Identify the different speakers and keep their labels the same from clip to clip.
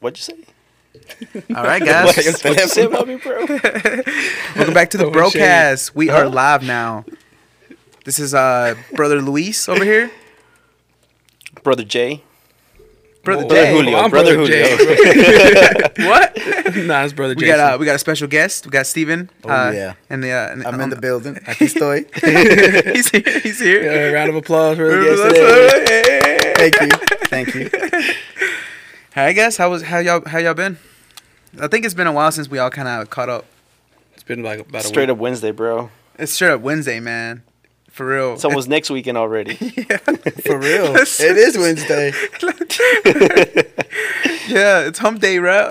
Speaker 1: What'd you say?
Speaker 2: All right, guys.
Speaker 1: What did that say about me, bro?
Speaker 2: Welcome back to the
Speaker 3: Don't change.
Speaker 2: broadcast. We are live now. This is uh brother Luis over here.
Speaker 1: Brother Jay.
Speaker 2: Brother
Speaker 1: Brother
Speaker 2: Jay.
Speaker 1: Julio.
Speaker 3: I'm
Speaker 1: brother,
Speaker 3: Brother
Speaker 1: Julio.
Speaker 2: What?
Speaker 3: nah, it's brother
Speaker 2: We
Speaker 3: Jason.
Speaker 2: got uh, we got a special guest. We got Steven.
Speaker 4: Oh,
Speaker 2: uh,
Speaker 4: yeah.
Speaker 2: And the uh, and-
Speaker 4: I'm in the
Speaker 2: um,
Speaker 4: building. Aquí estoy.
Speaker 2: he's here. He's here.
Speaker 3: Yeah, a round of applause for the guest today.
Speaker 2: Hey
Speaker 4: Thank you. Thank you.
Speaker 2: guys, how was how y'all how y'all been? I think it's been a while since we all kind of caught up.
Speaker 3: It's been like about
Speaker 1: Straight
Speaker 3: a
Speaker 1: up Wednesday, bro.
Speaker 2: It's straight up Wednesday, man. For real.
Speaker 1: It's almost next weekend already.
Speaker 2: yeah.
Speaker 4: For real. It is Wednesday.
Speaker 2: yeah, it's hump day, right?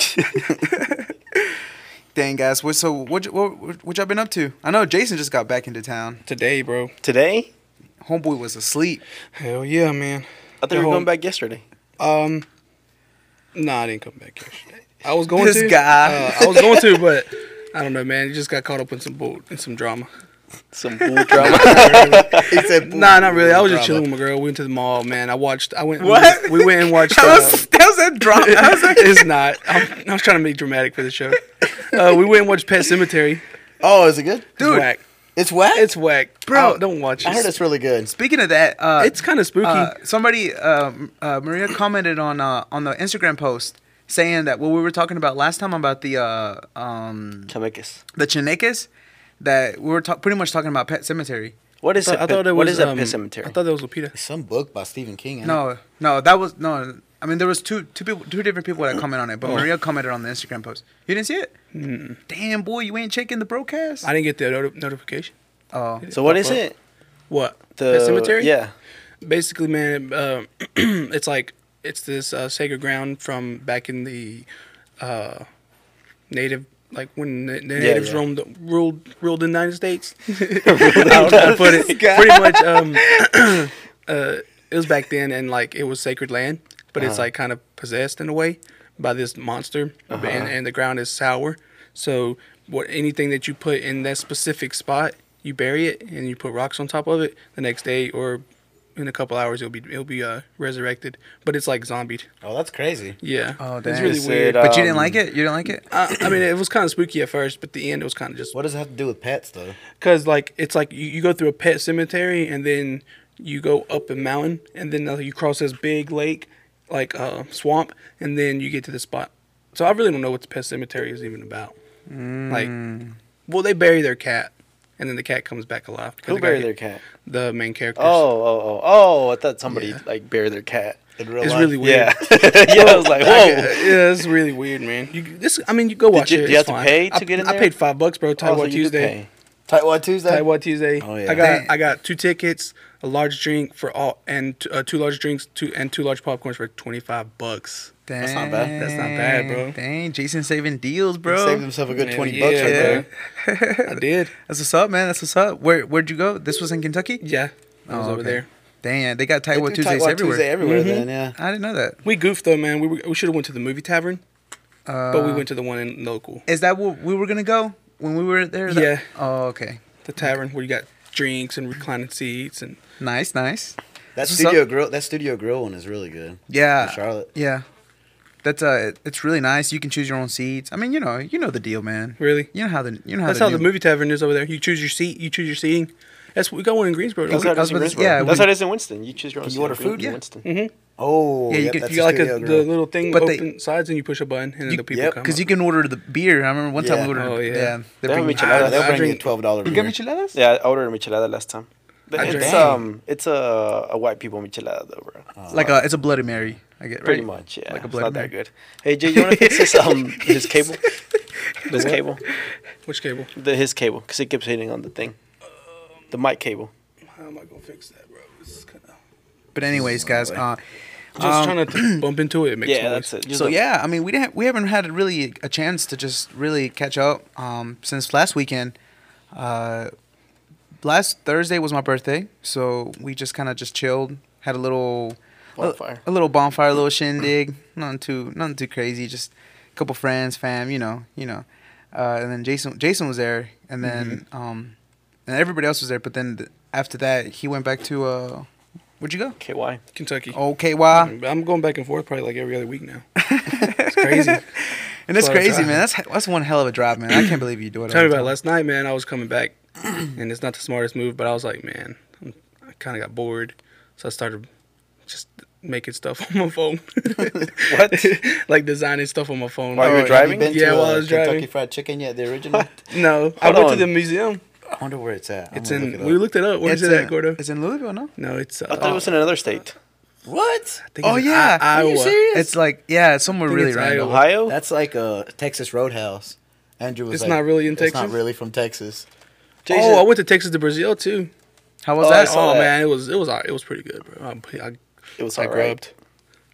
Speaker 2: Dang, guys. What, so, what, y- what, what, what y'all been up to? I know Jason just got back into town.
Speaker 3: week. today, bro.
Speaker 1: Today?
Speaker 2: Homeboy was asleep.
Speaker 3: Hell yeah, man.
Speaker 1: I think we were
Speaker 3: home.
Speaker 1: going back yesterday.
Speaker 3: Um, nah, I didn't come back yesterday. I was going
Speaker 2: This
Speaker 3: to.
Speaker 2: guy.
Speaker 3: Uh, I was going to, but I don't know, man. You just got caught up in some bull in some drama.
Speaker 1: Some bull drama.
Speaker 4: He said,
Speaker 3: Nah, not really. I was just
Speaker 4: Bravo.
Speaker 3: chilling with my girl. We went to the mall, man. I watched. I went.
Speaker 2: What?
Speaker 3: We, we went and watched.
Speaker 2: That
Speaker 3: uh,
Speaker 2: was, that was that drama. That was that-
Speaker 3: it's not. I'm, I was trying to be dramatic for the show. Uh, we went and watched Pet Cemetery.
Speaker 4: Oh, is it good?
Speaker 3: It's
Speaker 2: Dude.
Speaker 3: whack.
Speaker 4: It's what?
Speaker 3: It's whack,
Speaker 2: Bro.
Speaker 3: bro. don't watch it.
Speaker 4: I heard it's really good.
Speaker 2: Speaking of that, uh,
Speaker 3: It's kind of spooky.
Speaker 2: uh, somebody, um uh, Maria commented on uh, on the Instagram post saying that what we were talking about last time about the uh, um,
Speaker 1: Chamecas.
Speaker 2: the Chinekes, that we were ta- pretty much talking about Pet Cemetery.
Speaker 1: What is
Speaker 3: I
Speaker 1: it?
Speaker 3: thought- I thought it was.
Speaker 1: what is that
Speaker 3: um,
Speaker 1: piss cemetery?
Speaker 3: I thought that was Lupita.
Speaker 4: It's some book by Stephen King. ain't it?
Speaker 2: No, no, that was no. I mean, there was two two people, two different people that comment on it, but Maria commented on the Instagram post. You didn't see it? Damn boy, you ain't checking the broadcast.
Speaker 3: I didn't get the noti- notification.
Speaker 2: oh,
Speaker 1: so what is
Speaker 3: Pop up.
Speaker 1: it?
Speaker 3: What?
Speaker 1: The
Speaker 3: Pet Cemetery?
Speaker 1: Yeah.
Speaker 3: Basically, man, um it's like it's this uh, sacred ground from back in the uh, native, like when the, the natives
Speaker 1: yeah.
Speaker 3: roamed, ruled, ruled the United States. I don't know how to put it. Pretty much, um, uh, it was back then, and like it was sacred land, but
Speaker 2: Uh-huh.
Speaker 3: it's like kind of possessed in a way by this monster,
Speaker 2: Uh-huh.
Speaker 3: and, and the ground is sour. So, what anything that you put in that specific spot, you bury it, and you put rocks on top of it. The next day, or in a couple hours, it'll be it'll be uh, resurrected, but it's like zombied.
Speaker 4: Oh, that's crazy.
Speaker 3: Yeah,
Speaker 2: Oh,
Speaker 3: it's
Speaker 2: dang.
Speaker 3: really
Speaker 1: Is it,
Speaker 3: weird.
Speaker 1: uh,
Speaker 2: but you didn't
Speaker 1: Um,
Speaker 2: like it. You didn't like it.
Speaker 3: I, I mean, it was kind of spooky at first, but the end it was kind of just
Speaker 4: What does it have to do with pets, though?
Speaker 3: because like it's like you, you go through a pet cemetery and then you go up a mountain and then uh, you cross this big lake like uh, swamp and then you get to the spot so i really don't know what the pet cemetery is even about
Speaker 1: Mm.
Speaker 3: like well they bury their cat and then the cat comes back alive because
Speaker 1: Who
Speaker 3: it got
Speaker 1: buried
Speaker 3: hit-
Speaker 1: their cat?
Speaker 3: the main characters
Speaker 1: Oh, oh, oh, oh! I thought somebody
Speaker 3: Yeah.
Speaker 1: like buried their cat.
Speaker 4: In real
Speaker 3: it's
Speaker 4: life?
Speaker 3: really weird uh,
Speaker 1: Yeah, yeah. I was like, whoa.
Speaker 3: yeah, it's really weird, man. You this, I mean, you go watch
Speaker 1: you-
Speaker 3: it.
Speaker 1: do you
Speaker 3: it's
Speaker 1: have to
Speaker 3: fine.
Speaker 1: pay to
Speaker 3: I,
Speaker 1: get in
Speaker 3: I
Speaker 1: there?
Speaker 3: paid five bucks, bro. Taiwan
Speaker 1: Oh, so you did
Speaker 3: Tuesday.
Speaker 1: pay.
Speaker 4: Tightwad Tuesday?
Speaker 3: Taiwan Tuesday.
Speaker 4: Oh, yeah.
Speaker 3: I got
Speaker 2: Dang.
Speaker 3: I got two tickets, a large drink for all, and t- uh, two large drinks, two and two large popcorns for twenty five bucks.
Speaker 2: Dang,
Speaker 4: that's not bad.
Speaker 3: That's not bad, bro.
Speaker 2: Dang, Jason saving deals,
Speaker 4: Bro. Saved
Speaker 2: bro.
Speaker 4: himself a good
Speaker 3: Hell
Speaker 4: 20
Speaker 3: yeah,
Speaker 4: bucks right
Speaker 2: yeah.
Speaker 4: there.
Speaker 3: I did.
Speaker 2: That's what's up, man. That's what's up. Where where'd you go? This was in Kentucky.
Speaker 3: Yeah, I was
Speaker 2: Oh,
Speaker 3: over
Speaker 2: okay.
Speaker 3: there.
Speaker 2: Damn, they got
Speaker 4: They
Speaker 2: Taiwan
Speaker 4: do
Speaker 2: Tuesdays
Speaker 4: Tightwad
Speaker 2: everywhere.
Speaker 4: Tuesday everywhere,
Speaker 3: Mm-hmm.
Speaker 4: then, yeah.
Speaker 2: I didn't know that.
Speaker 3: We goofed though, man. We were, we should have went to the movie tavern,
Speaker 2: Uh,
Speaker 3: but we went to the one in local,
Speaker 2: Is that where we were gonna go when we were there? That-
Speaker 3: Yeah.
Speaker 2: Oh, okay.
Speaker 3: the tavern where you got drinks and reclining seats and
Speaker 2: Nice, nice.
Speaker 4: That
Speaker 2: So-
Speaker 4: studio, grill, that studio grill one is really good.
Speaker 2: Yeah.
Speaker 4: In Charlotte.
Speaker 2: Yeah. That's uh it's really nice. You can choose your own seats. I mean, you know, you know the deal, man.
Speaker 3: really.
Speaker 2: You know how the you know how
Speaker 3: That's
Speaker 2: the
Speaker 3: how the
Speaker 2: new-
Speaker 3: movie tavern is over there. You choose your seat. You choose your seating. That's we got one in Greensboro.
Speaker 1: That's
Speaker 3: don't
Speaker 1: how it
Speaker 3: we?
Speaker 1: is
Speaker 2: I
Speaker 1: in
Speaker 2: was about to-
Speaker 1: Winston.
Speaker 2: yeah,
Speaker 1: that's
Speaker 2: we-
Speaker 1: how it is in Winston. You choose your own.
Speaker 4: Can you
Speaker 1: seat
Speaker 4: order
Speaker 1: if you're
Speaker 4: food
Speaker 1: in
Speaker 4: yet?
Speaker 1: Winston.
Speaker 4: Oh,
Speaker 2: Yeah, you
Speaker 4: yep,
Speaker 2: get-
Speaker 4: that's
Speaker 3: You got like
Speaker 4: studio
Speaker 3: a, the
Speaker 4: grill.
Speaker 3: little thing
Speaker 2: But they-
Speaker 3: open sides, and you push a button, and then the people
Speaker 4: yep,
Speaker 3: come.
Speaker 2: Because
Speaker 3: up.
Speaker 2: you can order the beer. I remember one time
Speaker 4: Yeah.
Speaker 2: we ordered.
Speaker 3: Oh, yeah.
Speaker 2: yeah.
Speaker 1: They
Speaker 2: They're
Speaker 1: have
Speaker 2: bringing-
Speaker 1: micheladas.
Speaker 4: Ah, They'll
Speaker 3: I
Speaker 4: bring
Speaker 3: drink-
Speaker 4: you a $12
Speaker 2: You got
Speaker 4: beer.
Speaker 2: micheladas?
Speaker 1: Yeah, I ordered a michelada last time. But
Speaker 3: I
Speaker 1: It's
Speaker 3: drank-
Speaker 1: um, it's a, a white people michelada though, bro.
Speaker 2: Like a it's a Bloody Mary. I get Oh. right?
Speaker 1: Pretty much, yeah.
Speaker 2: Like a
Speaker 1: it's
Speaker 2: Bloody
Speaker 1: not
Speaker 2: Mary.
Speaker 1: that good. Hey Jay, you want to fix this um his cable? This cable,
Speaker 3: Which cable?
Speaker 1: the his cable, because it keeps hitting on the thing, the mic cable.
Speaker 3: How am I gonna fix that, bro? This is kinda...
Speaker 2: But anyways, guys. Uh,
Speaker 3: Just trying not to bump into it. it makes
Speaker 1: Um, Yeah,
Speaker 3: noise.
Speaker 1: that's it. Just
Speaker 2: so
Speaker 1: a-
Speaker 2: yeah, I mean we didn't we haven't had a really a chance to just really catch up um, since last weekend. Uh, last Thursday was my birthday, so we just kind of just chilled, had a little a-
Speaker 1: Bonfire.
Speaker 2: a, little bonfire, a little shindig, nothing too nothing too crazy, just a couple friends, fam, you know, you know. uh, and then Jason Jason was there, and then
Speaker 3: Mm-hmm.
Speaker 2: um, and everybody else was there. But then th- after that, he went back to uh, where'd you go?
Speaker 1: KY.
Speaker 3: Kentucky.
Speaker 2: Okay, wow.
Speaker 3: I'm going back and forth probably like every other week now. Mm-hmm. it's crazy.
Speaker 2: And it's
Speaker 3: That's what I was
Speaker 2: crazy,
Speaker 3: driving.
Speaker 2: man. That's that's one hell of a drive, man. I can't believe you do it.
Speaker 3: Tell me
Speaker 2: every
Speaker 3: about it.
Speaker 2: time.
Speaker 3: last night, man. I was coming back, and it's not the smartest move, but I was like, man, I'm, I kind of got bored, so I started just making stuff on my phone.
Speaker 1: What?
Speaker 3: like designing stuff on my phone.
Speaker 1: While you were
Speaker 3: Like,
Speaker 4: Have you
Speaker 1: driving?
Speaker 4: been
Speaker 3: Yeah,
Speaker 4: to,
Speaker 3: while
Speaker 4: uh,
Speaker 3: I was
Speaker 4: Kentucky
Speaker 3: driving.
Speaker 4: Fried Chicken yet? The original.
Speaker 3: No, I
Speaker 1: Hold
Speaker 3: went to
Speaker 1: on.
Speaker 3: the museum.
Speaker 4: I wonder where it's at. I'm
Speaker 3: It's
Speaker 4: gonna
Speaker 3: in.
Speaker 4: look it
Speaker 3: we
Speaker 4: up.
Speaker 3: looked it up. Where's
Speaker 2: It's
Speaker 3: it at,
Speaker 2: in-
Speaker 3: Gordo?
Speaker 2: It's in Louisville, no?
Speaker 3: No, it's. Uh,
Speaker 1: I thought it was in another state.
Speaker 4: what?
Speaker 3: I think
Speaker 2: Oh
Speaker 3: it's in
Speaker 2: yeah,
Speaker 3: I- Iowa.
Speaker 2: It's like yeah, it's somewhere
Speaker 3: I think
Speaker 2: really
Speaker 3: it's
Speaker 2: random.
Speaker 3: Iowa.
Speaker 1: Ohio?
Speaker 4: That's like a Texas Roadhouse. Andrew was
Speaker 3: It's
Speaker 4: like,
Speaker 3: not really in
Speaker 4: It's not
Speaker 3: Texas?
Speaker 4: really from Texas.
Speaker 1: Jason-
Speaker 3: Oh, I went to Texas to Brazil too.
Speaker 2: How was
Speaker 1: Oh, I
Speaker 2: that?
Speaker 1: saw
Speaker 3: oh
Speaker 1: that.
Speaker 3: man, it was it was all- it was pretty good, bro. I, I,
Speaker 1: it was
Speaker 3: I
Speaker 1: all right.
Speaker 3: grubbed.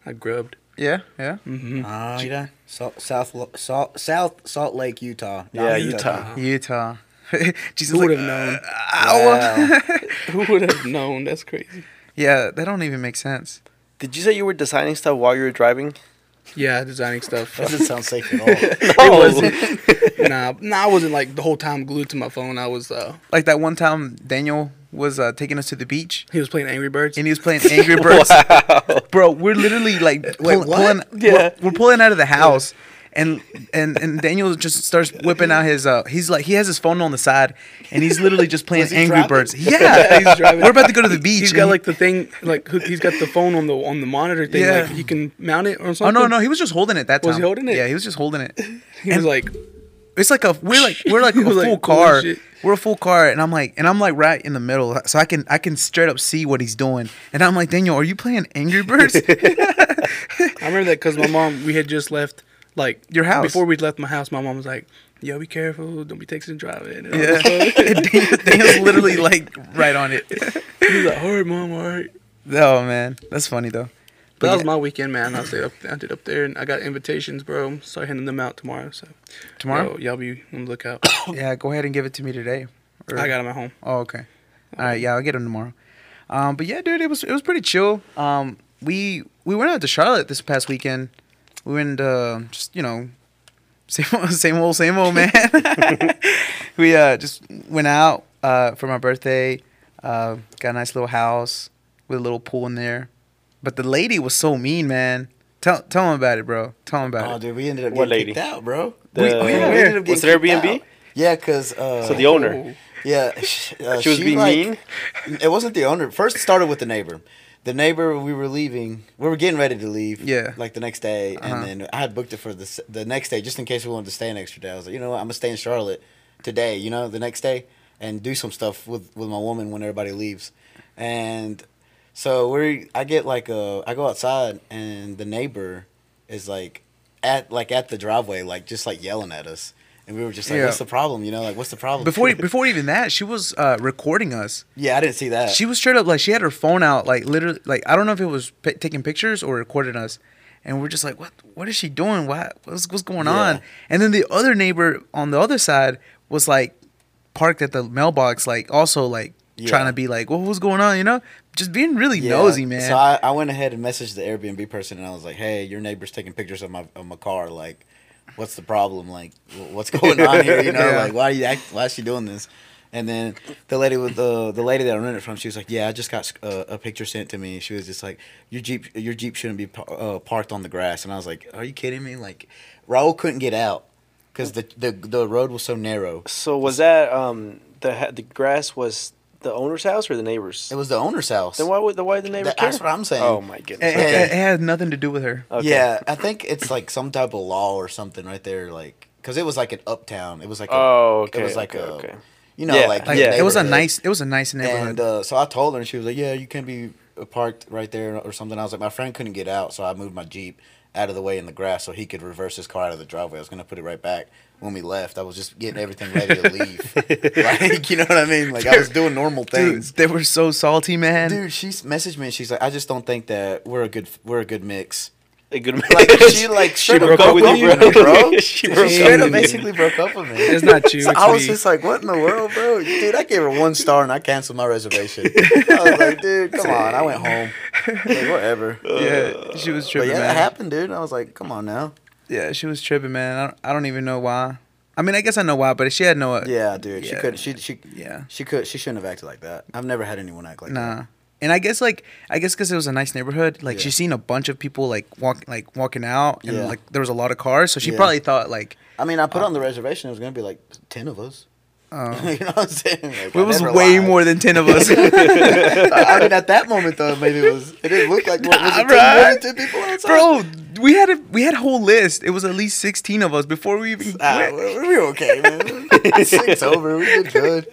Speaker 3: I grubbed.
Speaker 2: Yeah, yeah.
Speaker 3: Mm-hmm.
Speaker 4: Ah, you done? Salt, South, Lo- Salt, South Salt Lake, Utah. Not
Speaker 1: Yeah,
Speaker 4: Kentucky.
Speaker 1: Utah.
Speaker 2: Utah. Jesus,
Speaker 3: Who
Speaker 2: like,
Speaker 3: would have known?
Speaker 4: Wow.
Speaker 3: Who would have known? That's crazy.
Speaker 2: yeah, that don't even make sense.
Speaker 1: Did you say you were designing stuff while you were driving?
Speaker 3: Yeah, designing stuff.
Speaker 4: doesn't sound safe at all.
Speaker 1: Oh,
Speaker 3: nah, nah, I wasn't like the whole time glued to my phone. I was uh
Speaker 2: Like that one time Daniel was uh, taking us to the beach
Speaker 3: he was playing Angry Birds.
Speaker 2: and he was playing Angry Birds. Bro, we're literally like pull-
Speaker 4: what?
Speaker 2: pulling
Speaker 1: Yeah.
Speaker 2: we're, we're pulling out of the house. And, and and Daniel just starts whipping out his uh he's like he has his phone on the side and he's literally just playing
Speaker 4: Was he
Speaker 2: Angry
Speaker 4: driving?
Speaker 2: Birds. Yeah,
Speaker 3: He's driving.
Speaker 2: we're about to go to the beach.
Speaker 3: He's got
Speaker 2: and-
Speaker 3: like the thing, like hook- he's got the phone on the on the monitor thing.
Speaker 2: Yeah.
Speaker 3: Like he can mount it or
Speaker 2: oh
Speaker 3: something.
Speaker 2: no no he was just holding it that time.
Speaker 3: Was he holding it?
Speaker 2: Yeah, he was just holding it.
Speaker 3: He was
Speaker 2: and-
Speaker 3: like,
Speaker 2: It's like a we're like we're like a
Speaker 3: Like,
Speaker 2: full
Speaker 3: holy
Speaker 2: car.
Speaker 3: shit.
Speaker 2: We're a full car, and I'm like and I'm like right in the middle, so I can I can straight up see what he's doing. And I'm like Daniel, are you playing Angry Birds?
Speaker 3: I remember that because my mom, we had just left like
Speaker 2: Your house.
Speaker 3: before we left my house. My mom was like, "Yo, be careful! Don't be texting and driving." And
Speaker 2: yeah,
Speaker 3: yeah.
Speaker 2: And Daniel, Daniel's literally like right on it.
Speaker 3: he was like, "All right, mom, all right."
Speaker 2: Oh man, that's funny though.
Speaker 3: But
Speaker 2: But
Speaker 3: that was
Speaker 2: yeah.
Speaker 3: my weekend, man. I stayed up, I did up there, and I got invitations, bro. Start handing them out tomorrow. So
Speaker 2: Tomorrow?
Speaker 3: yo, y'all be on the lookout.
Speaker 2: Yeah, go ahead and give it to me today. Or-
Speaker 3: I got them at home.
Speaker 2: Oh, okay. All right, yeah, I'll get him tomorrow. Um, but yeah, dude, it was it was pretty chill. Um, we we went out to Charlotte this past weekend. We went uh, just you know, same old, same old, same old, man. we uh, just went out uh, for my birthday. Uh, got a nice little house with a little pool in there. But the lady was so mean, man. Tell tell him about it, bro. Tell him about
Speaker 4: Oh,
Speaker 2: it.
Speaker 4: dude, we ended up
Speaker 1: What
Speaker 4: getting
Speaker 1: lady?
Speaker 4: kicked out, bro.
Speaker 1: The-
Speaker 4: we, we
Speaker 1: Yeah.
Speaker 4: ended up
Speaker 1: Was
Speaker 4: getting
Speaker 1: it
Speaker 4: kicked
Speaker 1: Airbnb?
Speaker 4: out. Yeah, cause uh,
Speaker 1: so the owner.
Speaker 3: Oh.
Speaker 4: Yeah, sh- uh,
Speaker 1: She was being
Speaker 4: like-
Speaker 1: mean?
Speaker 4: It wasn't the owner. First, it started with the neighbor. The neighbor, we were leaving. We were getting ready to leave.
Speaker 2: Yeah.
Speaker 4: Like the next day,
Speaker 2: Uh-huh.
Speaker 4: and then I had booked it for the s- the next day just in case we wanted to stay an extra day. I was like, you know what, I'm gonna stay in Charlotte today. You know, the next day, and do some stuff with with my woman when everybody leaves. And so we, I get like a, I go outside, and the neighbor is like at like at the driveway, like just like yelling at us. And we were just like,
Speaker 2: Yeah.
Speaker 4: "What's the problem?" You know, like, "What's the problem?"
Speaker 2: Before before even that, she was uh, recording us.
Speaker 4: yeah, I didn't see that.
Speaker 2: she was straight up like she had her phone out like literally like i don't know if it was pi taking pictures or recording us and we're just like what what is she doing Why what's, what's going
Speaker 4: Yeah.
Speaker 2: on and then the other neighbor on the other side was like parked at the mailbox like also like
Speaker 4: Yeah.
Speaker 2: trying to be like well what's going on you know just being really
Speaker 4: Yeah.
Speaker 2: nosy man
Speaker 4: So I, I went ahead and messaged the Airbnb person, and I was like, "Hey, your neighbor's taking pictures of my of my car. Like, what's the problem? Like, wh- what's going on here? You know,
Speaker 2: Yeah.
Speaker 4: like why are you act, why is she doing this?" And then the lady with the the lady that I rented from, she was like, "Yeah, I just got uh, a picture sent to me." She was just like, "Your jeep, your jeep shouldn't be par- uh, parked on the grass." And I was like, "Are you kidding me?" Like, Raul couldn't get out because the, the the road was so narrow.
Speaker 1: So was that um the ha- the grass was the owner's house or the neighbor's?
Speaker 4: It was the owner's house.
Speaker 1: then why would then why did the neighbor
Speaker 4: That-
Speaker 1: care?
Speaker 4: that's what I'm saying.
Speaker 1: Oh my goodness.
Speaker 2: it, it-
Speaker 1: Okay.
Speaker 2: it had nothing to do with her
Speaker 1: Okay.
Speaker 4: Yeah, I think it's like some type of law or something right there, like because it was like an uptown. It was like a,
Speaker 1: Oh,
Speaker 4: It
Speaker 1: okay,
Speaker 4: was like
Speaker 1: okay,
Speaker 4: a,
Speaker 1: okay.
Speaker 4: you know,
Speaker 1: Yeah,
Speaker 4: like
Speaker 2: like
Speaker 1: Yeah.
Speaker 2: it was a
Speaker 4: neighborhood.
Speaker 2: nice it was a nice neighborhood
Speaker 4: And uh, so I told her, and she was like, "Yeah, you can be uh, parked right there or something." I was like, "My friend couldn't get out, so I moved my jeep out of the way in the grass so he could reverse his car out of the driveway. I was gonna put it right back." When we left, I was just getting everything ready to leave. like, you know what I mean? Like, I was doing normal
Speaker 2: Dude,
Speaker 4: things.
Speaker 2: they were so salty, man.
Speaker 4: Dude, she messaged me and she's like, "I just don't think that we're a good we're a good mix."
Speaker 1: A good
Speaker 4: Like she like straight
Speaker 1: broke
Speaker 4: up
Speaker 1: up with you, bro.
Speaker 4: bro.
Speaker 1: She
Speaker 4: she
Speaker 1: broke
Speaker 4: straight
Speaker 3: up
Speaker 4: up
Speaker 3: with me.
Speaker 4: basically broke up with me.
Speaker 3: It's not you,
Speaker 4: So
Speaker 3: it's
Speaker 4: I was
Speaker 3: me.
Speaker 4: just like, what in the world, bro? Dude, I gave her one star and I canceled my reservation. I was like, dude, come on. I went home. Like, whatever.
Speaker 2: yeah, she was
Speaker 4: uh, But
Speaker 2: tripping.
Speaker 4: yeah,
Speaker 2: man.
Speaker 4: that happened, dude. I was like, come on now.
Speaker 2: Yeah, she was tripping, man. I don't, I don't even know why. I mean, I guess I know why, but she had no.
Speaker 4: Yeah, dude. She
Speaker 2: Yeah.
Speaker 4: couldn't. She she
Speaker 2: Yeah.
Speaker 4: She could. She shouldn't have acted like that. I've never had anyone act like that.
Speaker 2: Nah. And I guess like I guess because it was a nice neighborhood, like
Speaker 4: Yeah.
Speaker 2: she seen a bunch of people like walk like walking out, and
Speaker 4: Yeah.
Speaker 2: like there was a lot of cars, so she
Speaker 4: Yeah.
Speaker 2: probably thought like
Speaker 4: I mean, I put on the reservation. It was gonna be like ten of us. you know what I'm saying? Like, I
Speaker 2: it was
Speaker 4: never
Speaker 2: way
Speaker 4: lied.
Speaker 2: more than ten of us.
Speaker 4: I mean, at that moment though, maybe it was. It didn't look like what was
Speaker 2: Nah,
Speaker 4: it, 10 more than
Speaker 2: bruh.
Speaker 4: 10 people outside?
Speaker 2: Bro, we had a we had a whole list. It was at least sixteen of us before we even.
Speaker 4: Ah,
Speaker 2: went.
Speaker 4: we we were okay, man. It's over. We did good.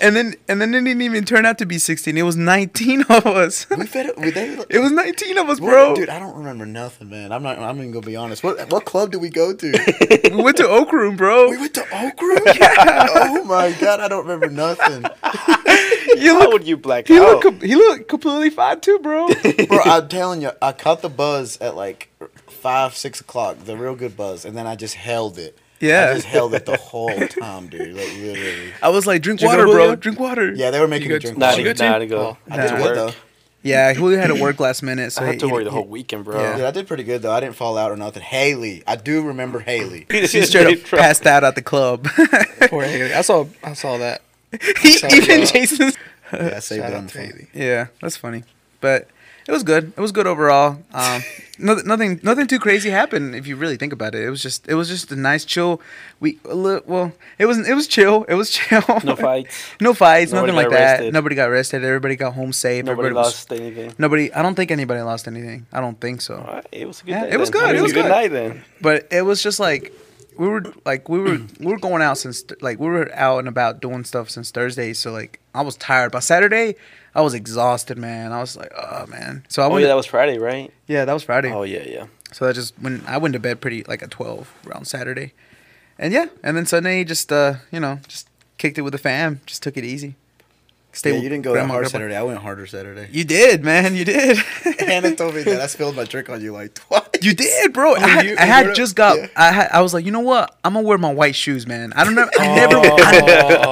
Speaker 2: And then and then it didn't even turn out to be sixteen. It was nineteen of us.
Speaker 4: We fed. We they.
Speaker 2: It was nineteen of us,
Speaker 4: What-
Speaker 2: bro.
Speaker 4: dude, I don't remember nothing, man. I'm not. I'm even gonna be honest. What what club did we go to?
Speaker 2: we went to Oak Room, bro.
Speaker 4: we went to Oak Room. Oh my god, I don't remember nothing,
Speaker 2: you
Speaker 1: How
Speaker 2: look,
Speaker 1: would you black
Speaker 2: he
Speaker 1: out?
Speaker 2: looked com- he looked completely fine too, bro.
Speaker 4: bro. I'm telling you, I caught the buzz at like five, six o'clock, the real good buzz, and then I just held it.
Speaker 2: Yeah.
Speaker 4: I just held it the whole time, dude. Like literally.
Speaker 2: I was like, drink
Speaker 3: Did you go,
Speaker 2: water, bro.
Speaker 3: Julio?
Speaker 2: Drink water.
Speaker 4: Yeah, they were making
Speaker 3: You
Speaker 4: me
Speaker 3: got-
Speaker 4: drink.
Speaker 1: Nah,
Speaker 3: Not
Speaker 4: water.
Speaker 1: to,
Speaker 3: Did you
Speaker 1: nah,
Speaker 3: go
Speaker 1: to
Speaker 3: too?
Speaker 1: go.
Speaker 4: I did
Speaker 1: Nah.
Speaker 4: good though.
Speaker 2: Yeah, Julio had to work last minute, so
Speaker 1: I had to
Speaker 2: he-
Speaker 1: work the
Speaker 2: he-
Speaker 1: whole weekend, bro.
Speaker 2: Yeah.
Speaker 4: Dude, I did pretty good though. I didn't fall out or nothing. Haley, I do remember Haley.
Speaker 2: She straight up passed out at the club.
Speaker 3: Poor Haley. I saw. I saw that.
Speaker 2: he,
Speaker 3: Shout
Speaker 2: even
Speaker 3: out.
Speaker 2: Jason's.
Speaker 4: Yeah, I saved
Speaker 3: Shout out
Speaker 4: it on the
Speaker 3: to
Speaker 4: phone.
Speaker 3: Haley.
Speaker 2: Yeah, that's funny, but it was good. It was good overall. Um, nothing, nothing, nothing too crazy happened if you really think about it. It was just, it was just a nice chill. We a li- well, it wasn't. It was chill. It was chill.
Speaker 1: No fights.
Speaker 2: no fights.
Speaker 1: Nobody
Speaker 2: nothing like
Speaker 1: got
Speaker 2: that.
Speaker 1: arrested.
Speaker 2: Nobody got arrested. Everybody got home safe.
Speaker 1: Nobody
Speaker 2: everybody was-
Speaker 1: lost anything.
Speaker 2: Nobody. I don't think anybody lost anything. I don't think so.
Speaker 1: All right, it was a good
Speaker 2: Yeah,
Speaker 1: day.
Speaker 2: it was
Speaker 1: then.
Speaker 2: good,
Speaker 1: I
Speaker 2: it
Speaker 1: mean,
Speaker 2: was
Speaker 1: good
Speaker 2: good.
Speaker 1: night then.
Speaker 2: But it was just like we were like we were we were going out since like we were out and about doing stuff since Thursday. So like I was tired. By Saturday, I was exhausted, man. I was like, oh man. So I
Speaker 1: Oh
Speaker 2: went.
Speaker 1: yeah, that was Friday, right?
Speaker 2: yeah, that was Friday.
Speaker 1: Oh yeah, yeah.
Speaker 2: So I just when I went to bed pretty like at twelve around Saturday, and yeah, and then Sunday just uh you know just kicked it with the fam. Just took it easy. Stay
Speaker 4: Yeah,
Speaker 2: with
Speaker 4: you didn't go
Speaker 2: grandma,
Speaker 4: that hard
Speaker 2: grandpa.
Speaker 4: Saturday. I went harder Saturday.
Speaker 2: You did, man. You did.
Speaker 4: Hannah told me that I spilled my drink on you like twice.
Speaker 2: You did, bro. I
Speaker 4: Oh,
Speaker 2: had,
Speaker 4: you-
Speaker 2: I
Speaker 4: you
Speaker 2: had
Speaker 4: wrote it-
Speaker 2: just got.
Speaker 4: yeah.
Speaker 2: I had, I was like, you know what? I'm gonna wear my white shoes, man. I don't know. I never.
Speaker 4: Oh.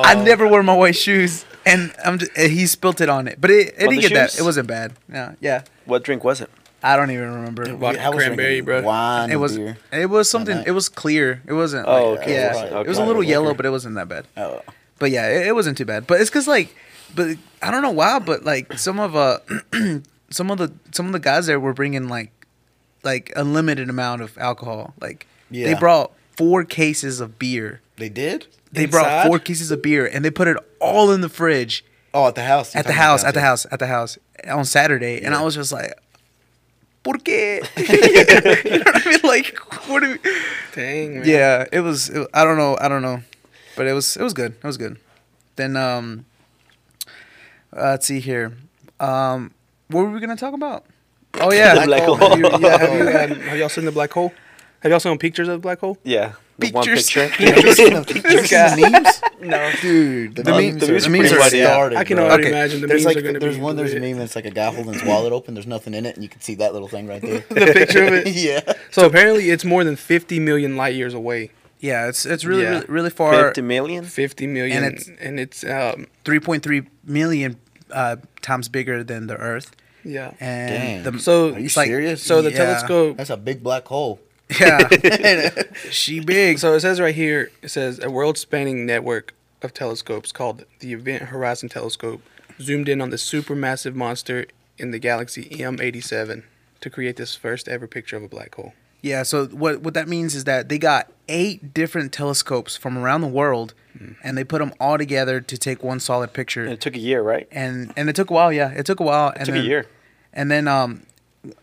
Speaker 2: I, I never wear my white shoes, and I'm. Just, and he spilt it on it, but it,
Speaker 1: On
Speaker 2: it didn't
Speaker 1: the
Speaker 2: get that.
Speaker 1: shoes?
Speaker 2: It wasn't bad. Yeah, yeah.
Speaker 1: What drink was it?
Speaker 2: I don't even remember.
Speaker 3: Vodka
Speaker 4: I was
Speaker 3: cranberry,
Speaker 4: drinking
Speaker 3: bro.
Speaker 4: Wine.
Speaker 2: It was.
Speaker 4: And beer.
Speaker 2: It was something.
Speaker 4: night.
Speaker 2: It was clear. It wasn't.
Speaker 1: Oh,
Speaker 2: like,
Speaker 1: okay.
Speaker 2: Yeah,
Speaker 4: Right,
Speaker 2: it was a
Speaker 4: okay.
Speaker 2: little
Speaker 4: Lighter
Speaker 2: yellow,
Speaker 4: liquor.
Speaker 2: but it wasn't that bad.
Speaker 4: Oh.
Speaker 2: But yeah, it, it wasn't too bad. But it's because like, but I don't know why, but like some of uh, some of the some of the guys there were bringing like, like a limited amount of alcohol. Like they
Speaker 4: Yeah.
Speaker 2: brought four cases of beer.
Speaker 4: They did?
Speaker 2: They brought
Speaker 3: Inside?
Speaker 2: four cases of beer and they put it all in the fridge
Speaker 4: Oh, at the house. You're
Speaker 2: at the
Speaker 4: talking about
Speaker 2: house, at the
Speaker 4: downstairs.
Speaker 2: house, at the house on Saturday, and I
Speaker 4: Yeah.
Speaker 2: was just like. Por qué? you know what I mean? Like, what do we...
Speaker 3: Dang. Man.
Speaker 2: Yeah, it was. It, I don't know. I don't know, but it was. It was good. It was good. Then um, uh, let's see here. Um, what were we gonna talk about? Oh yeah,
Speaker 1: The black
Speaker 4: hole.
Speaker 1: hole.
Speaker 3: Have you, yeah, have, you, um, have y'all seen the black hole? Have y'all seen pictures of the black hole?
Speaker 1: Yeah, the one
Speaker 2: Pictures.
Speaker 1: picture.
Speaker 4: Have you seen the memes? No, dude. The,
Speaker 1: memes- the memes are
Speaker 4: pretty
Speaker 1: pretty
Speaker 4: much
Speaker 1: funny.
Speaker 4: started.
Speaker 3: I can
Speaker 4: bro.
Speaker 3: already
Speaker 2: Okay.
Speaker 3: imagine the
Speaker 4: There's
Speaker 3: memes
Speaker 4: like
Speaker 3: are going to be.
Speaker 4: there's one there's a
Speaker 3: lit.
Speaker 4: meme that's like a guy holding his wallet open. There's nothing in it, and you can see that little thing right there.
Speaker 3: The picture of it.
Speaker 4: yeah.
Speaker 3: So apparently, it's more than 50 million light years away.
Speaker 2: yeah. It's it's really
Speaker 3: Yeah.
Speaker 2: really, really far.
Speaker 1: Fifty million.
Speaker 3: 50 million,
Speaker 2: And it's-
Speaker 3: and it's um,
Speaker 2: Three point three million uh, times bigger than the Earth,
Speaker 3: yeah.
Speaker 2: and
Speaker 4: Dang.
Speaker 2: the
Speaker 3: So-
Speaker 4: Are you
Speaker 2: it's like-
Speaker 4: serious?
Speaker 3: so the
Speaker 2: yeah.
Speaker 3: telescope.
Speaker 4: that's a big black hole.
Speaker 2: yeah, she big.
Speaker 3: So it says right here. It says a world-spanning network of telescopes called the Event Horizon Telescope zoomed in on the supermassive monster in the galaxy M87 to create this first ever picture of a black hole.
Speaker 2: Yeah, so what what that means is that they got eight different telescopes from around the world and they put them all together to take one solid picture.
Speaker 1: And Mm. it took a year, right?
Speaker 2: and and it took a while, yeah. It took a while and
Speaker 1: took a
Speaker 2: then,
Speaker 1: year.
Speaker 2: And then um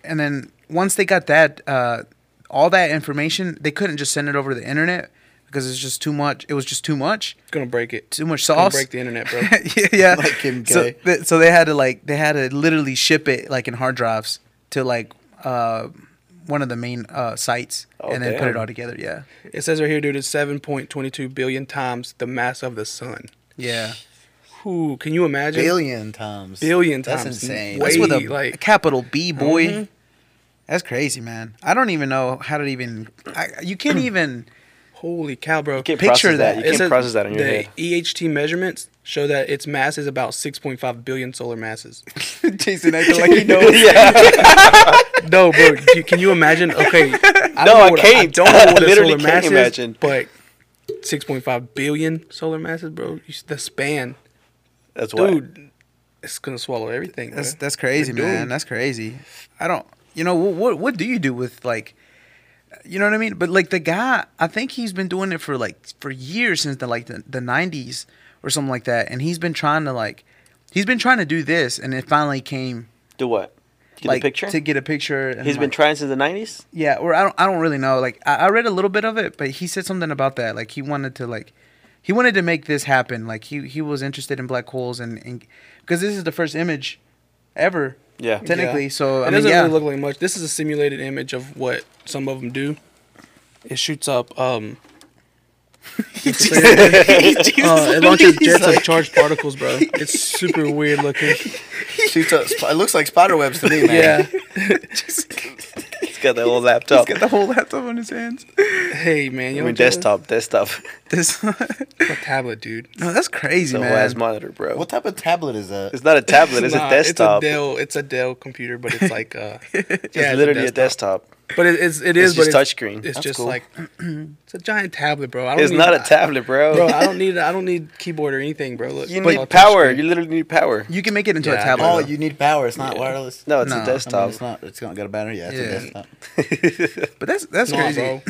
Speaker 2: and then once they got that uh all that information, they couldn't just send it over the internet because it's just too much. It was just too much.
Speaker 3: It's gonna break it.
Speaker 2: Too much
Speaker 3: It's gonna
Speaker 2: sauce.
Speaker 3: break the internet, bro.
Speaker 2: yeah, yeah.
Speaker 4: Like Kim
Speaker 2: so,
Speaker 4: K.
Speaker 2: th- so they had to like they had to literally ship it like in hard drives to like uh one of the main uh sites
Speaker 1: Oh,
Speaker 2: and then put it
Speaker 1: damn.
Speaker 2: all together. Yeah,
Speaker 3: It says right here, dude, it's 7.22 billion times the mass of the sun.
Speaker 2: yeah.
Speaker 3: Who can you imagine?
Speaker 4: Billion times.
Speaker 3: Billion
Speaker 4: That's
Speaker 3: times.
Speaker 4: insane.
Speaker 3: Way-
Speaker 2: That's with a,
Speaker 3: like-
Speaker 2: a capital B boy. That's crazy, man. I don't even know how to even. I, you can't even.
Speaker 3: Holy cow, bro!
Speaker 1: You can't
Speaker 2: Picture
Speaker 1: process
Speaker 2: that.
Speaker 1: that. You
Speaker 3: It
Speaker 1: can't
Speaker 3: says
Speaker 1: process that in your
Speaker 3: the
Speaker 1: head.
Speaker 3: EHT measurements show that its mass is about 6.5 billion solar masses.
Speaker 2: Jason acting like he knows.
Speaker 1: yeah.
Speaker 3: no, bro. do- Can you imagine? Okay. I
Speaker 1: No,
Speaker 3: know
Speaker 1: I
Speaker 3: what-
Speaker 1: can't.
Speaker 3: don't know
Speaker 1: I
Speaker 3: what a
Speaker 1: literally
Speaker 3: solar
Speaker 1: can't
Speaker 3: mass is,
Speaker 1: imagine.
Speaker 3: but 6.5 billion solar masses, bro. You s- The span,
Speaker 1: That's why.
Speaker 3: dude, it's gonna swallow everything.
Speaker 2: That's
Speaker 3: bro.
Speaker 2: that's crazy,
Speaker 3: We're
Speaker 2: man.
Speaker 3: doomed.
Speaker 2: That's crazy. I don't. You know what, what? What do you do with like? You know what I mean? But like the guy, I think he's been doing it for like for years since the like the the nineties or something like that, and he's been trying to like, he's been trying to do this, and it finally came
Speaker 1: Do what? Get
Speaker 2: like
Speaker 1: a picture.
Speaker 2: to get a picture. And
Speaker 1: He's
Speaker 2: I'm
Speaker 1: been
Speaker 2: like,
Speaker 1: trying since the nineties.
Speaker 2: Yeah, or I don't. I don't really know. Like I, I read a little bit of it, but he said something about that. Like he wanted to like. He wanted to make this happen. Like he, he was interested in black holes and because this is the first image ever
Speaker 1: Yeah.
Speaker 2: technically.
Speaker 3: Yeah.
Speaker 2: So
Speaker 3: it
Speaker 2: I mean,
Speaker 3: doesn't
Speaker 2: yeah.
Speaker 3: really look like much. This is a simulated image of what some of them do. It shoots up. um uh, it launches jets of charged particles, bro. It's super weird looking.
Speaker 4: Shoots up sp- it looks like spider webs to me, man.
Speaker 3: Yeah.
Speaker 1: He's got that old laptop.
Speaker 2: the whole laptop on his hands.
Speaker 3: Hey man,
Speaker 1: I
Speaker 3: you
Speaker 1: mean,
Speaker 3: don't jealous?
Speaker 1: desktop, desktop.
Speaker 2: This, no,
Speaker 3: A tablet, dude.
Speaker 2: that's crazy,
Speaker 1: The whole
Speaker 2: man.
Speaker 1: ass monitor, bro.
Speaker 4: What type of tablet is that?
Speaker 1: It's not a tablet. It's
Speaker 3: Nah,
Speaker 1: a desktop.
Speaker 3: It's a Dell. It's a Dell computer, but it's like uh, yeah,
Speaker 1: it's literally a desktop.
Speaker 3: But it, it's it
Speaker 1: It's
Speaker 3: is, but
Speaker 1: just
Speaker 3: it's-
Speaker 1: touchscreen.
Speaker 3: It's
Speaker 1: That's
Speaker 3: just
Speaker 4: cool.
Speaker 3: like it's a giant tablet, bro. I don't
Speaker 1: It's
Speaker 3: need-
Speaker 1: not a
Speaker 3: I-
Speaker 1: tablet, bro.
Speaker 3: bro. I don't need I don't need keyboard or anything, bro. Look,
Speaker 1: you
Speaker 3: it's
Speaker 1: need
Speaker 3: all touch
Speaker 1: power.
Speaker 3: screen.
Speaker 1: You literally need power.
Speaker 2: you can make it into
Speaker 3: Yeah,
Speaker 2: a
Speaker 3: I
Speaker 2: tablet.
Speaker 4: Oh,
Speaker 2: though.
Speaker 4: you need power. It's not wireless.
Speaker 1: No, it's
Speaker 2: Nah, I
Speaker 1: a
Speaker 2: mean,
Speaker 4: I mean,
Speaker 1: desktop.
Speaker 4: it's not. It's not got a battery. Yeah, it's
Speaker 2: Yeah.
Speaker 4: a desktop.
Speaker 2: but that's that's
Speaker 3: Nah,
Speaker 2: crazy.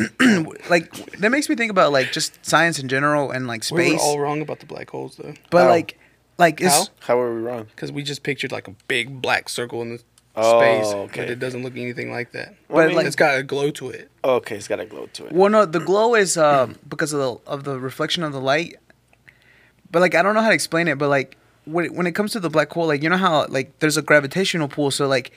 Speaker 2: like that makes me think about like just science in general and like
Speaker 3: We were
Speaker 2: space.
Speaker 3: all wrong about the black holes though,
Speaker 2: but
Speaker 1: How?
Speaker 2: like, like it's
Speaker 1: How are we wrong?
Speaker 3: because we just pictured like a big black circle in the
Speaker 1: Oh,
Speaker 3: space, but
Speaker 1: okay.
Speaker 3: it doesn't look anything like that.
Speaker 1: Well,
Speaker 2: I
Speaker 3: But
Speaker 2: mean-
Speaker 3: like, it's got a glow to it.
Speaker 1: Oh, Okay, it's got a glow to it.
Speaker 2: well, no, the glow is uh, because of the of the reflection of the light. But like, I don't know how to explain it. But like, when it, when it comes to the black hole, like you know how like there's a gravitational pull, so like.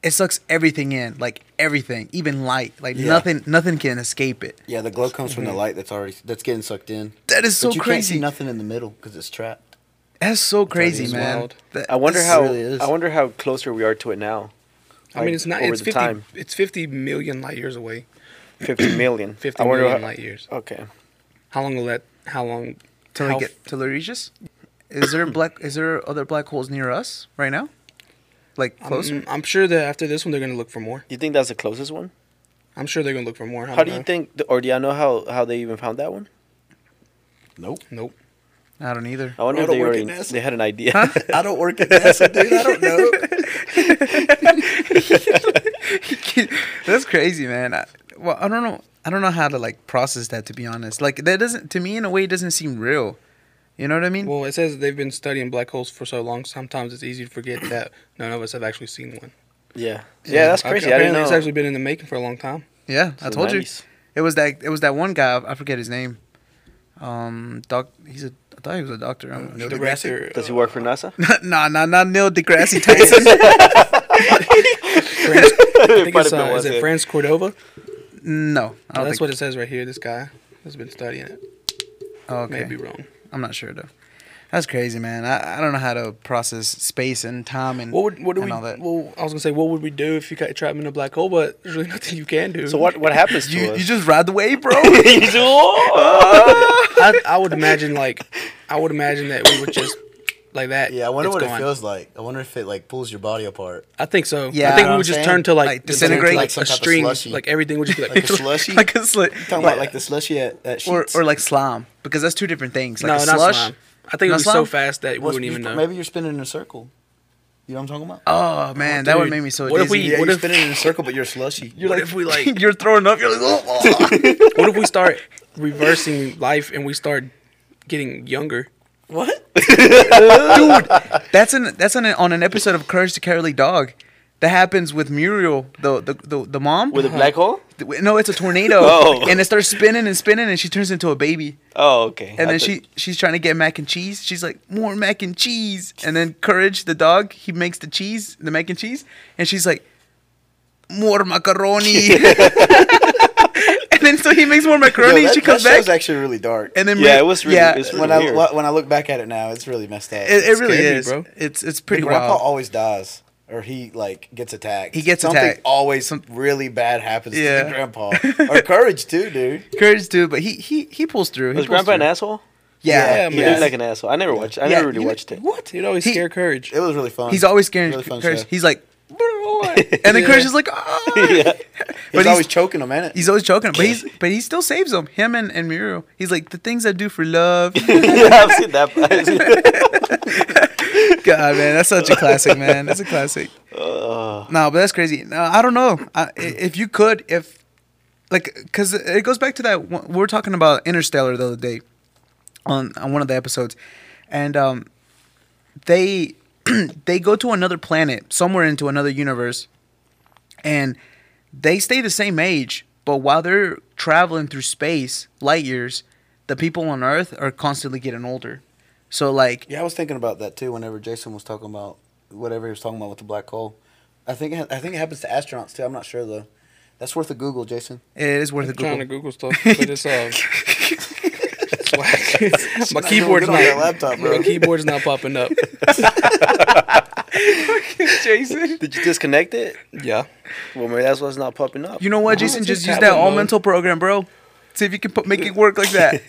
Speaker 2: It sucks everything in, like everything, even light. Like
Speaker 4: Yeah.
Speaker 2: nothing, nothing can escape it.
Speaker 4: Yeah, the glow comes from the light that's already that's getting sucked in.
Speaker 2: That is so
Speaker 4: but you Can't
Speaker 2: crazy.
Speaker 4: see nothing in the middle because it's trapped.
Speaker 2: That's so crazy,
Speaker 3: is
Speaker 2: man.
Speaker 3: wild.
Speaker 2: That-
Speaker 1: I wonder
Speaker 2: this-
Speaker 1: how.
Speaker 4: really is.
Speaker 1: I wonder how closer we are to it now.
Speaker 3: I mean,
Speaker 1: Like,
Speaker 3: it's not.
Speaker 1: over
Speaker 3: It's
Speaker 1: the
Speaker 3: fifty.
Speaker 1: time.
Speaker 3: It's fifty million light years away.
Speaker 1: Fifty million.
Speaker 3: 50
Speaker 1: I wonder
Speaker 3: million
Speaker 1: how-
Speaker 3: light years.
Speaker 1: Okay.
Speaker 3: How long will that? How long?
Speaker 2: till
Speaker 3: how
Speaker 2: we get till it reaches. Is there black? Is there other black holes near us right now? Like
Speaker 4: Um,
Speaker 2: closer?
Speaker 3: I'm, I'm sure that after this one, they're gonna look for more.
Speaker 1: You think that's the closest one?
Speaker 3: I'm sure they're gonna look for more. I
Speaker 1: How
Speaker 3: don't
Speaker 1: do you
Speaker 3: know.
Speaker 1: think, or do y'all know how how they even found that one?
Speaker 4: Nope.
Speaker 3: Nope.
Speaker 2: I don't either.
Speaker 1: I wonder
Speaker 4: I
Speaker 1: if
Speaker 4: don't
Speaker 1: they
Speaker 4: work
Speaker 1: already
Speaker 4: at NASA.
Speaker 1: they had an idea.
Speaker 4: I don't work at NASA, dude. I don't know.
Speaker 2: That's crazy, man. I, well, I don't know. I don't know how to like process that. To be honest, like that doesn't to me in a way it doesn't seem real. You know what I mean?
Speaker 3: Well, it says they've been studying black holes for so long. Sometimes it's easy to forget that none of us have actually seen one.
Speaker 1: yeah. Yeah, that's
Speaker 3: Ap-
Speaker 1: crazy. I didn't
Speaker 3: Apparently,
Speaker 1: know.
Speaker 3: it's actually been in the making for a long time.
Speaker 2: yeah, I
Speaker 1: So
Speaker 2: told you.
Speaker 1: 90s.
Speaker 2: It was that. It was that one guy. I forget his name. Um, doc. He's a. I thought he was a doctor. I'm not
Speaker 3: The
Speaker 2: sure.
Speaker 3: director.
Speaker 1: Does he
Speaker 3: uh,
Speaker 1: work for NASA?
Speaker 2: nah, nah, not Neil deGrasse Tyson.
Speaker 3: Franz- I think
Speaker 1: Might
Speaker 3: it's,
Speaker 1: have been
Speaker 3: uh, is
Speaker 1: one
Speaker 3: it
Speaker 1: day.
Speaker 3: Franz Cordova?
Speaker 2: no, I
Speaker 3: Oh,
Speaker 2: don't
Speaker 3: that's
Speaker 2: think.
Speaker 3: what it says right here. This guy has been studying it.
Speaker 2: oh,
Speaker 3: May
Speaker 2: okay.
Speaker 3: be wrong.
Speaker 2: I'm not sure though. That's crazy, man. I, I don't know how to process space and time and
Speaker 3: What would what do
Speaker 2: and
Speaker 3: we?
Speaker 2: all that.
Speaker 3: Well, I was gonna say what would we do if you got trapped in a black hole? But there's really nothing you can do.
Speaker 1: So what what happens to
Speaker 2: you,
Speaker 1: us?
Speaker 2: you just ride the wave, bro.
Speaker 1: You just- Oh!
Speaker 3: I, I would imagine like I would imagine that we would just like that.
Speaker 4: Yeah, I wonder
Speaker 3: it's
Speaker 4: what
Speaker 3: gone.
Speaker 4: it feels like. I wonder if it like pulls your body apart.
Speaker 3: I think so.
Speaker 2: Yeah.
Speaker 3: I think
Speaker 2: You know
Speaker 3: we would
Speaker 4: what I'm
Speaker 3: just
Speaker 4: saying?
Speaker 3: turn to like,
Speaker 2: Like,
Speaker 3: descend
Speaker 2: disintegrate?
Speaker 3: to, like,
Speaker 4: Like some
Speaker 3: a
Speaker 4: type of
Speaker 3: string,
Speaker 4: slushy.
Speaker 3: like everything would just be like,
Speaker 4: Like a slushy.
Speaker 2: like a sli-
Speaker 4: talking about like the slushy at, at
Speaker 2: or
Speaker 4: Sheetz?
Speaker 2: or like slime because that's two different things. Like
Speaker 3: no,
Speaker 2: a
Speaker 3: not
Speaker 2: slush.
Speaker 3: slime. I think it
Speaker 2: Not
Speaker 3: would be so
Speaker 2: slime?
Speaker 3: fast that we
Speaker 4: What's-
Speaker 3: wouldn't even
Speaker 4: you-
Speaker 3: know.
Speaker 4: Maybe you're spinning in a circle. You know what I'm talking about?
Speaker 2: Oh man, that would
Speaker 3: dude.
Speaker 2: make me so
Speaker 3: What if
Speaker 2: dizzy.
Speaker 3: we-
Speaker 4: yeah,
Speaker 3: what
Speaker 4: you're
Speaker 3: if-
Speaker 4: spinning in a circle, but you're slushy.
Speaker 3: You're what if we like?
Speaker 2: you're throwing up. You're like,
Speaker 3: what if we start reversing life and we start getting younger?
Speaker 4: what?
Speaker 2: that's an that's an on an episode of Courage the Cowardly Dog. That happens with Muriel, the the the, the mom.
Speaker 1: With a black hole?
Speaker 2: no, it's a tornado,
Speaker 1: Oh.
Speaker 2: and it starts spinning and spinning, and she turns into a baby.
Speaker 1: Oh, okay.
Speaker 2: And
Speaker 1: I
Speaker 2: then
Speaker 1: thought-
Speaker 2: she she's trying to get mac and cheese. She's like, more mac and cheese. And then Courage, the dog, he makes the cheese, the mac and cheese, and she's like, more macaroni. and then so he makes more
Speaker 4: Yo,
Speaker 2: macaroni.
Speaker 4: that,
Speaker 2: she comes
Speaker 4: that
Speaker 2: back,
Speaker 4: show's actually really dark.
Speaker 2: and then
Speaker 1: Yeah,
Speaker 2: Mur-
Speaker 1: it was really-
Speaker 2: yeah.
Speaker 1: it's
Speaker 2: it,
Speaker 1: really-
Speaker 4: when I
Speaker 1: weird.
Speaker 4: lo- when I look back at it now, it's really messed up.
Speaker 2: it
Speaker 3: It's
Speaker 2: really
Speaker 3: scary,
Speaker 2: is,
Speaker 3: bro.
Speaker 2: bro. It's it's
Speaker 4: Big
Speaker 2: pretty
Speaker 4: Grandpa
Speaker 2: wild.
Speaker 4: always dies, or he like gets attacked.
Speaker 2: He gets
Speaker 4: something
Speaker 2: attacked.
Speaker 4: Always
Speaker 2: Some-
Speaker 4: something really bad happens to
Speaker 2: Yeah.
Speaker 4: Big Grandpa. or Courage too, dude.
Speaker 2: Courage too, but he he he pulls through. He
Speaker 1: was
Speaker 2: pulls
Speaker 1: Grandpa an
Speaker 2: through.
Speaker 1: asshole?
Speaker 2: Yeah,
Speaker 3: Yeah,
Speaker 1: He
Speaker 3: man.
Speaker 1: looked like an asshole. I never watched. I
Speaker 2: Yeah,
Speaker 1: never really
Speaker 2: you-
Speaker 1: watched it.
Speaker 3: What? It always
Speaker 2: He-
Speaker 3: scare courage.
Speaker 4: It was really fun.
Speaker 2: he's always scaring
Speaker 4: Really fun
Speaker 2: Courage.
Speaker 4: show.
Speaker 2: He's like, on. And then
Speaker 3: Yeah.
Speaker 2: Christian's like, oh.
Speaker 1: Yeah.
Speaker 2: But
Speaker 4: He's
Speaker 2: he's-
Speaker 4: always choking him, ain't it?
Speaker 2: He's always choking him, but he's but he still saves him. Him and, and Muriel. He's like the things I do for love.
Speaker 1: yeah, I've seen that. I've seen that.
Speaker 2: God, man, that's such a classic, man. That's a classic. no, but that's crazy. No, I don't know. I, i- if you could, if like, because it goes back to that one- we were talking about Interstellar the other day on on one of the episodes, and um, they they go to another planet somewhere into another universe, and they stay the same age, but while they're traveling through space, light years, the people on Earth are constantly getting older. So like
Speaker 4: Yeah, I was thinking about that too. Whenever Jason was talking about whatever he was talking about with the black hole, I think it, I think it happens to astronauts too. I'm not sure though. That's worth a Google, Jason.
Speaker 2: it is worth a
Speaker 3: trying to
Speaker 2: Google.
Speaker 3: Google stuff, but it's uh, it's whack. my keyboard's
Speaker 4: good on that
Speaker 3: not
Speaker 4: laptop, bro.
Speaker 3: My keyboard's not popping up.
Speaker 2: Jason.
Speaker 1: Did you disconnect it?
Speaker 3: Yeah,
Speaker 1: Well, maybe that's why it's not popping up.
Speaker 2: You know what,
Speaker 3: Why
Speaker 2: Jason?
Speaker 3: don't
Speaker 2: Just
Speaker 3: you
Speaker 2: use
Speaker 3: tap
Speaker 2: that
Speaker 3: it,
Speaker 2: all
Speaker 3: Mo?
Speaker 2: mental program, bro. See if you can put, make it work like that.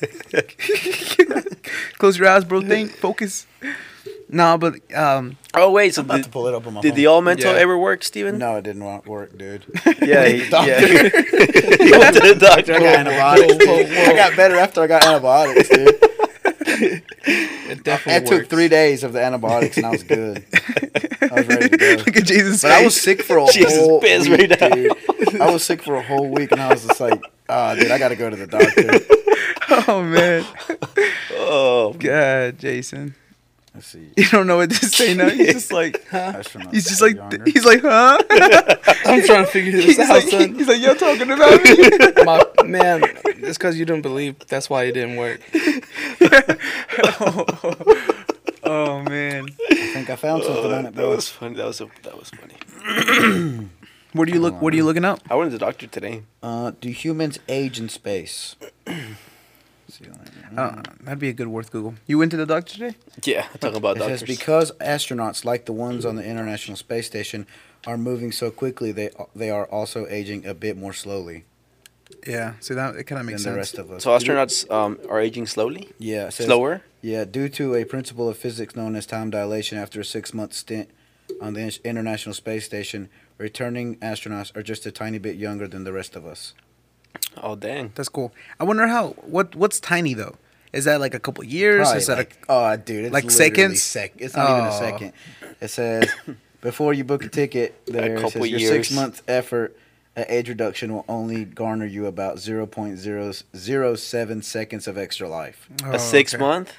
Speaker 2: Close your eyes, bro. Think, focus. No, but um,
Speaker 1: oh wait, so
Speaker 4: I'm about
Speaker 1: did,
Speaker 4: to pull it up on my
Speaker 1: did
Speaker 4: phone.
Speaker 1: the all mental
Speaker 3: Yeah.
Speaker 1: ever work, Steven?
Speaker 4: no, it didn't wa- work, dude.
Speaker 1: Yeah, he,
Speaker 4: Doctor.
Speaker 1: yeah. he went to the doctor.
Speaker 4: I got antibiotics. dude. I got better after I got antibiotics, dude.
Speaker 3: it definitely
Speaker 4: It took
Speaker 3: works.
Speaker 4: three days of the antibiotics, and I was good. I was ready to go.
Speaker 2: look at Jason's
Speaker 4: But I was
Speaker 2: face.
Speaker 4: sick for a
Speaker 1: Jesus,
Speaker 4: whole
Speaker 1: piss
Speaker 4: week,
Speaker 1: right now.
Speaker 4: dude. I was sick for a whole week, and I was just like, "Ah, dude, I got to go to the doctor."
Speaker 2: Oh man,
Speaker 1: Oh,
Speaker 2: God, Jason.
Speaker 4: Let's see,
Speaker 2: You don't know what to say now. He's just like,
Speaker 4: astronauts.
Speaker 2: he's just
Speaker 4: are
Speaker 2: like,
Speaker 4: younger.
Speaker 2: he's like, huh?
Speaker 3: I'm trying to figure
Speaker 2: He's
Speaker 3: this out,
Speaker 2: like,
Speaker 3: son.
Speaker 2: he's like, you're talking about me.
Speaker 3: My man, it's because you didn't believe. That's why it didn't work.
Speaker 2: oh man,
Speaker 4: I think I found something on it,
Speaker 1: Oh, that
Speaker 4: bro.
Speaker 1: was funny. That was a, that was funny.
Speaker 2: what are you look? What are you looking up?
Speaker 1: I went to the doctor today.
Speaker 4: Uh, do humans age in space? See on it.
Speaker 2: Uh,
Speaker 4: Mm.
Speaker 2: that'd be a good worth Google. You went to the doctor today?
Speaker 1: Yeah, talking about
Speaker 4: It says
Speaker 1: doctors.
Speaker 4: because astronauts like the ones on the International Space Station are moving so quickly, they they are also aging a bit more slowly
Speaker 2: Yeah. So that it kind of
Speaker 4: than
Speaker 2: makes
Speaker 4: the
Speaker 2: sense.
Speaker 4: rest of us.
Speaker 1: so astronauts um, are aging slowly,
Speaker 4: yeah, it says-
Speaker 1: slower.
Speaker 4: Yeah, due to a principle of physics known as time dilation, after a six-month stint on the In- International Space Station, returning astronauts are just a tiny bit younger than the rest of us.
Speaker 1: Oh dang!
Speaker 2: That's cool. I wonder how what what's tiny though? Is that like a couple years?
Speaker 4: Probably
Speaker 2: Is that
Speaker 4: like,
Speaker 2: a,
Speaker 4: oh, dude, it's
Speaker 2: like
Speaker 4: literally
Speaker 2: seconds?
Speaker 4: Sec- it's not even a
Speaker 2: Oh.
Speaker 4: second. It says before you book a ticket, there it
Speaker 1: couple
Speaker 4: says your
Speaker 1: years.
Speaker 4: six month effort at age reduction will only garner you about 0.007 seconds of extra life.
Speaker 2: oh,
Speaker 1: a six
Speaker 2: okay.
Speaker 1: month.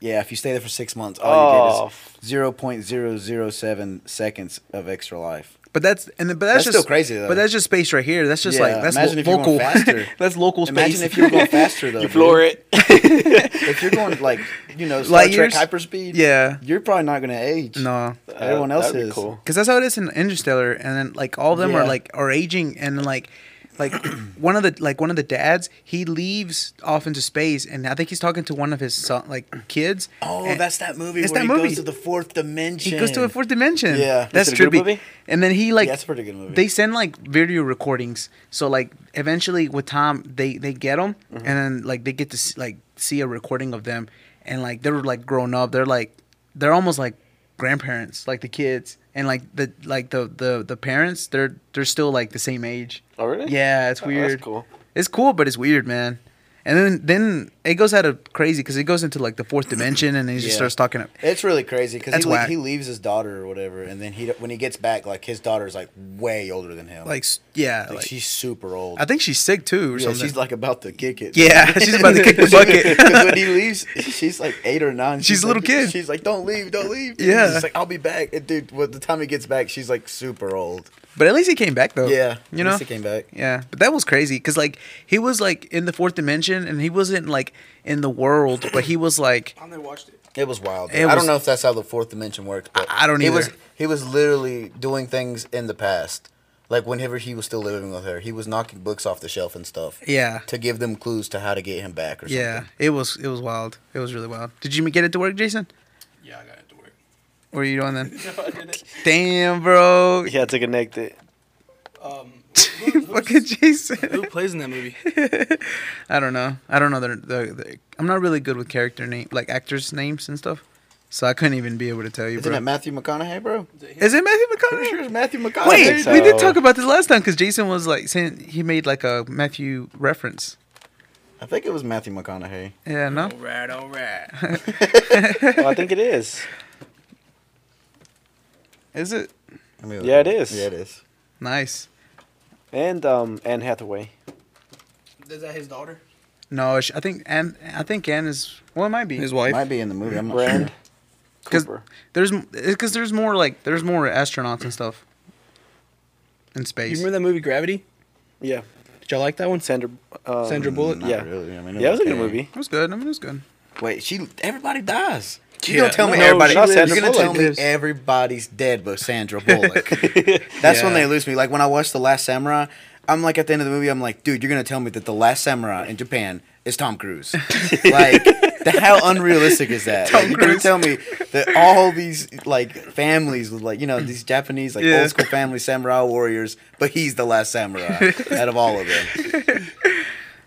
Speaker 4: Yeah, if you stay there for six months, all
Speaker 1: Oh, f-
Speaker 4: you get is 0.007 seconds of extra life.
Speaker 2: But that's and then- but that's,
Speaker 4: That's
Speaker 2: just
Speaker 4: still crazy, though.
Speaker 2: But that's just space right here. That's just
Speaker 4: Yeah,
Speaker 2: like that's
Speaker 4: imagine
Speaker 2: lo-
Speaker 4: if you went
Speaker 2: local.
Speaker 4: faster.
Speaker 2: that's local space.
Speaker 4: Imagine if you were going faster though.
Speaker 1: you floor
Speaker 4: dude.
Speaker 1: it.
Speaker 4: If you're going like you know Star
Speaker 2: Light years?
Speaker 4: Trek hyperspeed,
Speaker 2: yeah.
Speaker 4: you're probably not gonna age.
Speaker 2: No.
Speaker 4: everyone else
Speaker 1: Uh, that'd be
Speaker 4: is.
Speaker 1: cool.
Speaker 2: Because that's how it is in Interstellar, and then like all of them are
Speaker 4: Yeah.
Speaker 2: like are aging, and then, like like one of the like one of the dads he leaves off into space, and I think he's talking to one of his son like kids.
Speaker 4: Oh,
Speaker 2: and
Speaker 4: that's that movie
Speaker 2: Eh, It's
Speaker 4: where
Speaker 2: that
Speaker 4: he
Speaker 2: movie.
Speaker 4: goes to the fourth
Speaker 2: he
Speaker 4: dimension.
Speaker 2: goes to a fourth dimension.
Speaker 4: Yeah.
Speaker 2: that's
Speaker 1: Is it a good
Speaker 2: trippy.
Speaker 1: movie?
Speaker 2: And then he like
Speaker 4: yeah, it's a pretty good movie.
Speaker 2: they send like video recordings so like eventually with time they they get them
Speaker 1: Mm-hmm.
Speaker 2: and then like they get to s like see a recording of them and like they're like grown up they're like they're almost like grandparents like the kids and like the like the the, the parents they're they're still like the same age
Speaker 1: Oh really?
Speaker 2: yeah it's
Speaker 1: Oh, that's
Speaker 2: weird
Speaker 1: cool.
Speaker 2: it's cool but it's weird man and then then it goes out of crazy because it goes into like the fourth dimension and he just
Speaker 4: Yeah.
Speaker 2: starts talking up
Speaker 4: it's really crazy because
Speaker 2: That's
Speaker 4: he, le-
Speaker 2: whack.
Speaker 4: he leaves his daughter or whatever, and then he when he gets back, like his daughter's like way older than him.
Speaker 2: like s- yeah
Speaker 4: Like,
Speaker 2: like,
Speaker 4: she's super old.
Speaker 2: i think she's sick too or
Speaker 4: yeah,
Speaker 2: something
Speaker 4: she's like about to kick it.
Speaker 2: yeah she's about to kick the bucket
Speaker 4: Because when he leaves, she's like eight or nine.
Speaker 2: She's a little
Speaker 4: like-
Speaker 2: kid.
Speaker 4: She's like, "Don't leave, don't leave."
Speaker 2: Yeah.
Speaker 4: she's like, "I'll be back." And dude, by the time he gets back, she's like super old.
Speaker 2: But at least he came back though.
Speaker 4: Yeah,
Speaker 2: Oh. You
Speaker 4: at least
Speaker 2: know.
Speaker 4: he came back.
Speaker 2: Yeah, but that was crazy because like he was like in the fourth dimension and he wasn't like in the world, but he was like
Speaker 3: I never watched it.
Speaker 4: It was wild.
Speaker 2: It
Speaker 4: I
Speaker 2: was-
Speaker 4: don't know if that's how the fourth dimension worked. But
Speaker 2: I- I don't
Speaker 4: He was
Speaker 2: either.
Speaker 4: he was literally doing things in the past, like whenever he was still living with her, he was knocking books off the shelf and stuff
Speaker 2: yeah,
Speaker 4: to give them clues to how to get him back or something.
Speaker 2: yeah. It was it was wild. It was really wild. Did you get it to work, Jason?
Speaker 3: Yeah, I got it to work.
Speaker 2: What were you doing then?
Speaker 3: No, I did it.
Speaker 2: Damn, bro.
Speaker 1: You had to connect it.
Speaker 3: Um,
Speaker 2: Fucking
Speaker 3: who
Speaker 2: Jason.
Speaker 3: plays in that movie?
Speaker 2: I don't know. I don't know. The, the, the, I'm not really good with character name, like actors' names and stuff. So I couldn't even be able to tell you,
Speaker 4: Isn't
Speaker 2: bro.
Speaker 4: it Matthew McConaughey, bro?
Speaker 2: Is it Matthew McConaughey?
Speaker 4: Pretty sure it's Matthew McConaughey.
Speaker 2: Wait,
Speaker 1: think
Speaker 2: we did
Speaker 1: so.
Speaker 2: talk about this last time because Jason was like saying he made like a Matthew reference.
Speaker 4: I think it was Matthew McConaughey.
Speaker 2: Yeah, no.
Speaker 3: All right, all right.
Speaker 1: Well, I think it is.
Speaker 2: Is it
Speaker 4: Let me look
Speaker 1: Yeah, it
Speaker 4: up.
Speaker 1: is.
Speaker 4: Yeah, it is.
Speaker 2: nice?
Speaker 1: And um, Anne Hathaway.
Speaker 3: Is that his daughter?
Speaker 2: No, it's- I think Anne. I think Anne is. Well, it might be.
Speaker 3: His wife.
Speaker 4: Might be in the movie. I'm not sure.
Speaker 1: Brand.
Speaker 2: 'Cause-
Speaker 1: Cooper.
Speaker 2: There's because there's more like there's more astronauts and stuff in
Speaker 3: You
Speaker 2: space.
Speaker 3: remember that movie Gravity?
Speaker 1: Yeah.
Speaker 3: Did y'all like that one?
Speaker 1: Sandra. Um,
Speaker 3: Sandra Bullock?
Speaker 4: Not
Speaker 1: yeah.
Speaker 4: really. I mean,
Speaker 1: Yeah, it was a good
Speaker 4: okay.
Speaker 1: movie.
Speaker 2: it was good. I mean, it was good.
Speaker 4: Wait, she. Everybody dies. You
Speaker 3: Yeah.
Speaker 4: gonna tell me
Speaker 1: No,
Speaker 4: everybody?
Speaker 1: she lives.
Speaker 4: You're gonna
Speaker 1: Sandra
Speaker 4: tell me
Speaker 2: Bullock.
Speaker 4: everybody's dead but Sandra Bullock. That's when
Speaker 3: Yeah.
Speaker 4: they lose me. Like when I watched The Last Samurai, I'm like at the end of the movie, I'm like, dude, you're gonna tell me that The Last Samurai in Japan is Tom Cruise. like, the, how unrealistic is that? Tom like, Cruise. You're gonna tell me that all these like families with like you know these Japanese like
Speaker 2: Yeah.
Speaker 4: old school family samurai warriors, but he's the last samurai out of all of them.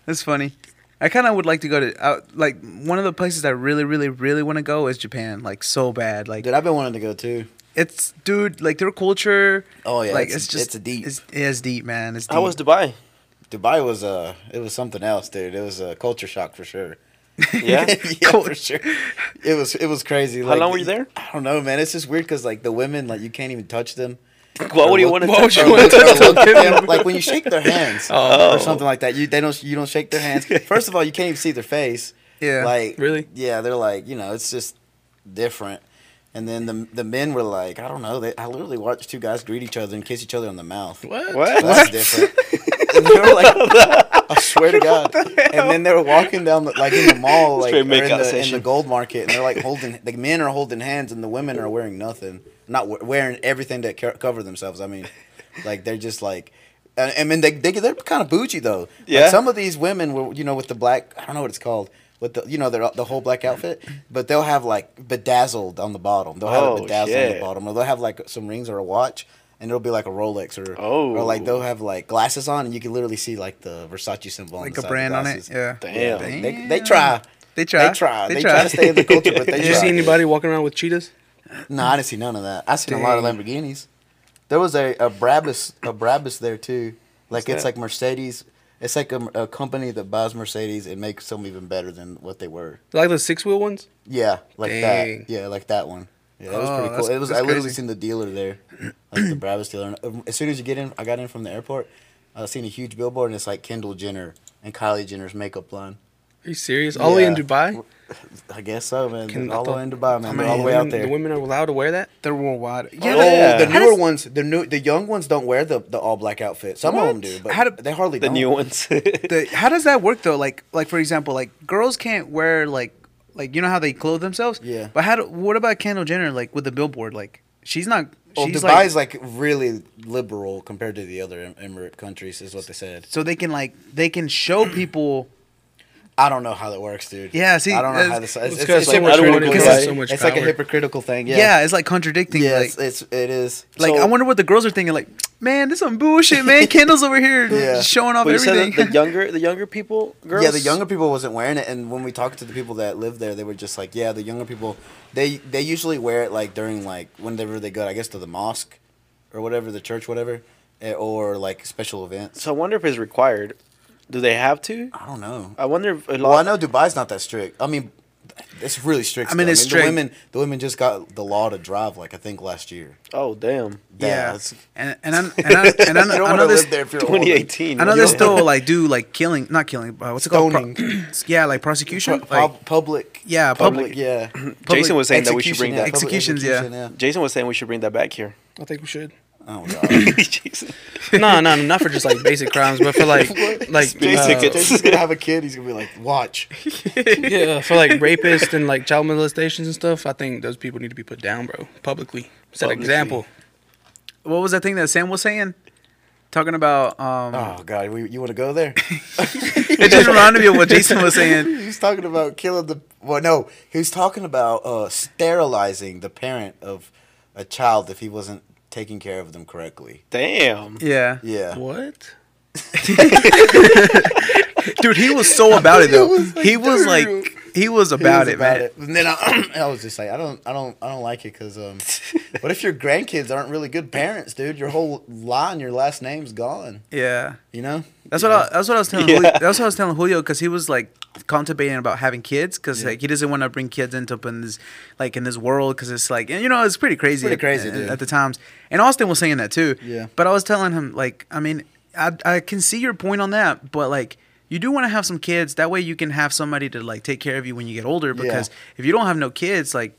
Speaker 2: That's funny. I kind of would like to go to uh, like one of the places I really, really, really want to go is Japan. Like so bad. Like
Speaker 4: Dude, I've been wanting to go too.
Speaker 2: it's dude. Like their culture.
Speaker 4: Oh, yeah,
Speaker 2: Like
Speaker 4: it's-
Speaker 2: it's, just
Speaker 4: it's a deep.
Speaker 2: It's, it's deep, man. It's deep.
Speaker 1: How was Dubai?
Speaker 4: Dubai was uh it was something else, dude. It was a culture shock for sure.
Speaker 1: Yeah.
Speaker 4: yeah, for sure. It was it was crazy.
Speaker 1: How long were you there?
Speaker 4: I don't know, man. It's just weird because like the women, like you can't even touch them.
Speaker 1: Why would you want to
Speaker 3: Why would
Speaker 1: touch Oh.
Speaker 3: you
Speaker 1: her?
Speaker 3: want to touch
Speaker 4: Like,
Speaker 3: them?
Speaker 4: like when you shake their hands or something like that, you they don't you don't shake their hands. First of all, you can't even see their face.
Speaker 2: Yeah.
Speaker 4: Like
Speaker 3: Really?
Speaker 4: Yeah, they're like you know it's just different. And then the the men were like I don't know. They, I literally watched two guys greet each other and kiss each other on the mouth.
Speaker 3: What?
Speaker 1: What?
Speaker 4: That's different. And they were like, I swear to God. And then they were walking down the, like in the mall, like or
Speaker 1: Straight
Speaker 4: in,
Speaker 1: makeout
Speaker 4: the, in the
Speaker 1: session.
Speaker 4: gold market, and they're like holding. The men are holding hands, and the women are wearing nothing, not we- wearing everything that co- cover themselves. I mean, like they're just like. and- I mean, they, they they're kind of bougie though. Like,
Speaker 1: Yeah.
Speaker 4: some of these women were, you know, with the black. I don't know what it's called. With the, you know, their the whole black outfit, but they'll have like bedazzled on the bottom. They'll have
Speaker 1: Oh,
Speaker 4: it bedazzled on the
Speaker 1: shit.
Speaker 4: bottom, or they'll have like some rings or a watch, and it'll be like a Rolex or or
Speaker 1: Oh.
Speaker 4: like they'll have like glasses on, and you can literally see like the Versace symbol,
Speaker 2: like
Speaker 4: on
Speaker 2: a
Speaker 4: the
Speaker 2: brand on
Speaker 4: side of the
Speaker 2: it?
Speaker 4: glasses.
Speaker 2: Yeah.
Speaker 1: Damn.
Speaker 4: They, they, they try.
Speaker 2: They try.
Speaker 4: They try. They,
Speaker 2: They
Speaker 4: try.
Speaker 2: try.
Speaker 4: to stay in the culture, but they
Speaker 3: Did
Speaker 4: try.
Speaker 3: you see anybody walking around with cheetahs?
Speaker 4: No, I didn't see none of that. I seen a lot of Lamborghinis. There was a, a Brabus a Brabus there too. Like it's
Speaker 1: that?
Speaker 4: like Mercedes. It's like a, a company that buys Mercedes and makes them even better than what they were.
Speaker 3: Like the six wheel ones?
Speaker 4: Yeah, like
Speaker 3: Dang.
Speaker 4: that. Yeah, like that one. Yeah, that was
Speaker 2: Oh,
Speaker 4: pretty cool.
Speaker 2: that's-
Speaker 4: It was. I
Speaker 2: that's
Speaker 4: literally
Speaker 2: crazy.
Speaker 4: seen the dealer there, like the Brabus dealer. And um, as soon as you get in, I got in from the airport. I seen a huge billboard, and it's like Kendall Jenner and Kylie Jenner's makeup line.
Speaker 3: Are you serious? All the way in
Speaker 4: Yeah.
Speaker 3: Dubai?
Speaker 4: I guess so, man.
Speaker 3: Can-
Speaker 4: all the
Speaker 3: I
Speaker 4: way in Dubai, man.
Speaker 3: I
Speaker 4: They're
Speaker 3: mean,
Speaker 4: all the way
Speaker 3: women-
Speaker 4: out there.
Speaker 3: The women are allowed to wear that?
Speaker 2: They're worldwide. Yeah.
Speaker 4: Oh,
Speaker 1: Yeah.
Speaker 4: the
Speaker 1: How
Speaker 4: newer ones, the new, the young ones don't wear the, the all black outfit. Some of them
Speaker 2: What?
Speaker 4: do, but
Speaker 2: How do-
Speaker 4: they hardly
Speaker 1: The
Speaker 4: don't.
Speaker 1: new ones.
Speaker 2: the, how does that work though? Like like for example, like girls can't wear like like you know how they clothe themselves.
Speaker 4: Yeah.
Speaker 2: But how? Do, what about Kendall Jenner? Like with the billboard? Like she's not.
Speaker 4: Well,
Speaker 2: she's like,
Speaker 4: Dubai's like, really liberal compared to the other em- emirate countries, is what they said.
Speaker 2: so they can like they can show people.
Speaker 4: I don't know how that works, dude.
Speaker 2: Yeah, see,
Speaker 4: I don't know
Speaker 2: that's-
Speaker 4: how this. It's,
Speaker 3: It's
Speaker 4: it's,
Speaker 3: 'cause,
Speaker 4: it's
Speaker 3: like,
Speaker 1: I don't wanna
Speaker 4: hypocritical.
Speaker 1: give
Speaker 4: It's,
Speaker 1: them
Speaker 4: like-
Speaker 1: so
Speaker 3: much
Speaker 4: it's like a
Speaker 3: power.
Speaker 4: hypocritical thing.
Speaker 2: Yeah,
Speaker 4: Yeah,
Speaker 2: it's like contradicting.
Speaker 4: yeah,
Speaker 2: like
Speaker 4: it's, it's it is.
Speaker 2: like
Speaker 4: So-
Speaker 2: I wonder what the girls are thinking. Like man, this some bullshit, man. Kendall's over here
Speaker 4: Yeah.
Speaker 2: showing off
Speaker 1: But you said
Speaker 2: everything.
Speaker 1: that the younger, the younger people, girls.
Speaker 4: Yeah, the younger people wasn't wearing it, and when we talked to the people that lived there, they were just like, "Yeah, the younger people, they they usually wear it like during like whenever they go, I guess, to the mosque, or whatever the church, whatever, eh, or like special events.
Speaker 1: So I wonder if it's required. Do they have to?
Speaker 4: I don't know.
Speaker 1: I wonder if a lot.
Speaker 4: Well, I know Dubai's not that strict. I mean, it's really strict.
Speaker 2: I mean,
Speaker 4: still.
Speaker 2: it's strict.
Speaker 4: The women, the women just got the law to drive, like I think last year.
Speaker 1: Oh damn.
Speaker 2: yeah.
Speaker 4: it's-
Speaker 2: And and I and I, and I,
Speaker 4: you don't
Speaker 2: I
Speaker 4: want
Speaker 2: know
Speaker 4: to
Speaker 2: this.
Speaker 4: live there if you're older.
Speaker 1: 2018.
Speaker 2: I know
Speaker 1: man.
Speaker 2: they still like do like killing, not killing. Uh, what's it called? Pro- yeah, like prosecution.
Speaker 4: Pu-
Speaker 2: like,
Speaker 4: pub- public.
Speaker 2: yeah,
Speaker 4: Public.
Speaker 2: public.
Speaker 4: Yeah.
Speaker 1: Jason was saying that we should
Speaker 4: Execution,
Speaker 1: bring
Speaker 4: yeah,
Speaker 1: that.
Speaker 4: public
Speaker 2: Executions, yeah.
Speaker 4: execution,
Speaker 1: Jason was saying we should bring that back here.
Speaker 3: I think we should.
Speaker 4: Oh god.
Speaker 1: Jason.
Speaker 3: no, no, not for just like basic crimes, but for like like
Speaker 1: Basic,
Speaker 3: uh,
Speaker 4: Jason's gonna have a kid. He's gonna be like, watch.
Speaker 3: yeah, for like rapists and like child molestations and stuff. I think those people need to be put down, bro, publicly. Set an
Speaker 1: Publicly.
Speaker 3: example.
Speaker 2: what was that thing that Sam was saying? Talking about um
Speaker 4: Oh god, we, you want to go there?
Speaker 2: it just reminded me of what Jason was saying.
Speaker 4: He's talking about killing the. Well, no, he was talking about uh, sterilizing the parent of a child if he wasn't taking care of them correctly.
Speaker 1: Damn.
Speaker 2: Yeah.
Speaker 4: Yeah.
Speaker 3: What?
Speaker 2: Dude, he was so about it though. he was like he was about
Speaker 4: was
Speaker 2: it, man.
Speaker 4: And then I, I was just like, I don't, I don't, I don't like it because, um, what if your grandkids aren't really good parents, dude? Your whole line, your last name's gone.
Speaker 2: Yeah,
Speaker 4: You know?
Speaker 2: that's what I, that's what I was telling.
Speaker 1: Yeah.
Speaker 2: Julio, that's what I was telling Julio because he was like contemplating about having kids because like he doesn't want to bring kids into up in this like in this world because it's like and, you know it's pretty crazy.
Speaker 4: pretty
Speaker 2: at-
Speaker 4: crazy,
Speaker 2: at,
Speaker 4: dude.
Speaker 2: at the times. And Austin was saying that too.
Speaker 4: Yeah.
Speaker 2: But I was telling him like I mean I I can see your point on that, but like. You do want to have some kids. That way, you can have somebody to like take care of you when you get older. Because if you don't have no kids, like,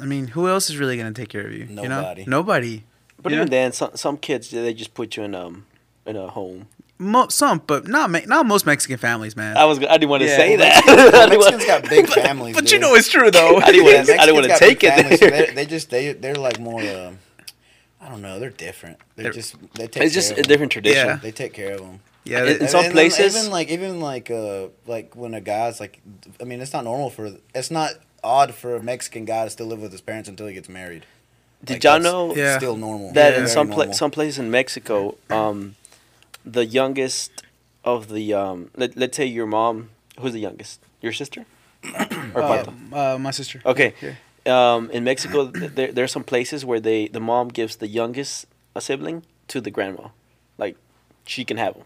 Speaker 2: I mean, who else is really gonna take care of you? you know?
Speaker 4: Nobody.
Speaker 2: Nobody.
Speaker 1: But
Speaker 2: you know?
Speaker 1: even then, some some kids they just put you in um in a home.
Speaker 2: Mo- some, but not me- not most Mexican families, man.
Speaker 1: I was I didn't want to
Speaker 2: Yeah.
Speaker 1: say that. I didn't wanna-
Speaker 4: Mexicans got big families.
Speaker 2: but you
Speaker 4: dude.
Speaker 2: know it's true though.
Speaker 1: I didn't
Speaker 4: Yeah,
Speaker 1: want to. I didn't
Speaker 4: Mexicans
Speaker 1: want to
Speaker 4: got
Speaker 1: take
Speaker 4: big
Speaker 1: it.
Speaker 4: families, so they, they just they they're like more. Um, I don't know. They're different. They're,
Speaker 2: They're-
Speaker 4: just they take.
Speaker 1: it's
Speaker 4: care
Speaker 1: just
Speaker 4: of
Speaker 1: a
Speaker 4: 'em.
Speaker 1: different tradition.
Speaker 2: Yeah.
Speaker 4: They take care of them.
Speaker 2: yeah,
Speaker 1: It-
Speaker 2: they-
Speaker 1: In some places-
Speaker 4: even like even like uh like when a guy's like, I mean, it's not normal for it's not odd for a Mexican guy to still live with his parents until he gets married.
Speaker 1: Did
Speaker 4: Like,
Speaker 1: y'all
Speaker 4: that's
Speaker 1: know
Speaker 2: Yeah.
Speaker 4: Still normal.
Speaker 1: that
Speaker 2: Yeah.
Speaker 1: in
Speaker 4: Very
Speaker 1: some pla-
Speaker 4: normal.
Speaker 1: some places in Mexico, um, the youngest of the um, let let's say your mom, who's the youngest, your sister, or
Speaker 2: uh,
Speaker 1: Pato?
Speaker 2: uh, my sister.
Speaker 1: Okay.
Speaker 2: Yeah.
Speaker 1: Um, in Mexico, th- there there's some places where they the mom gives the youngest a sibling to the grandma, like she can have them.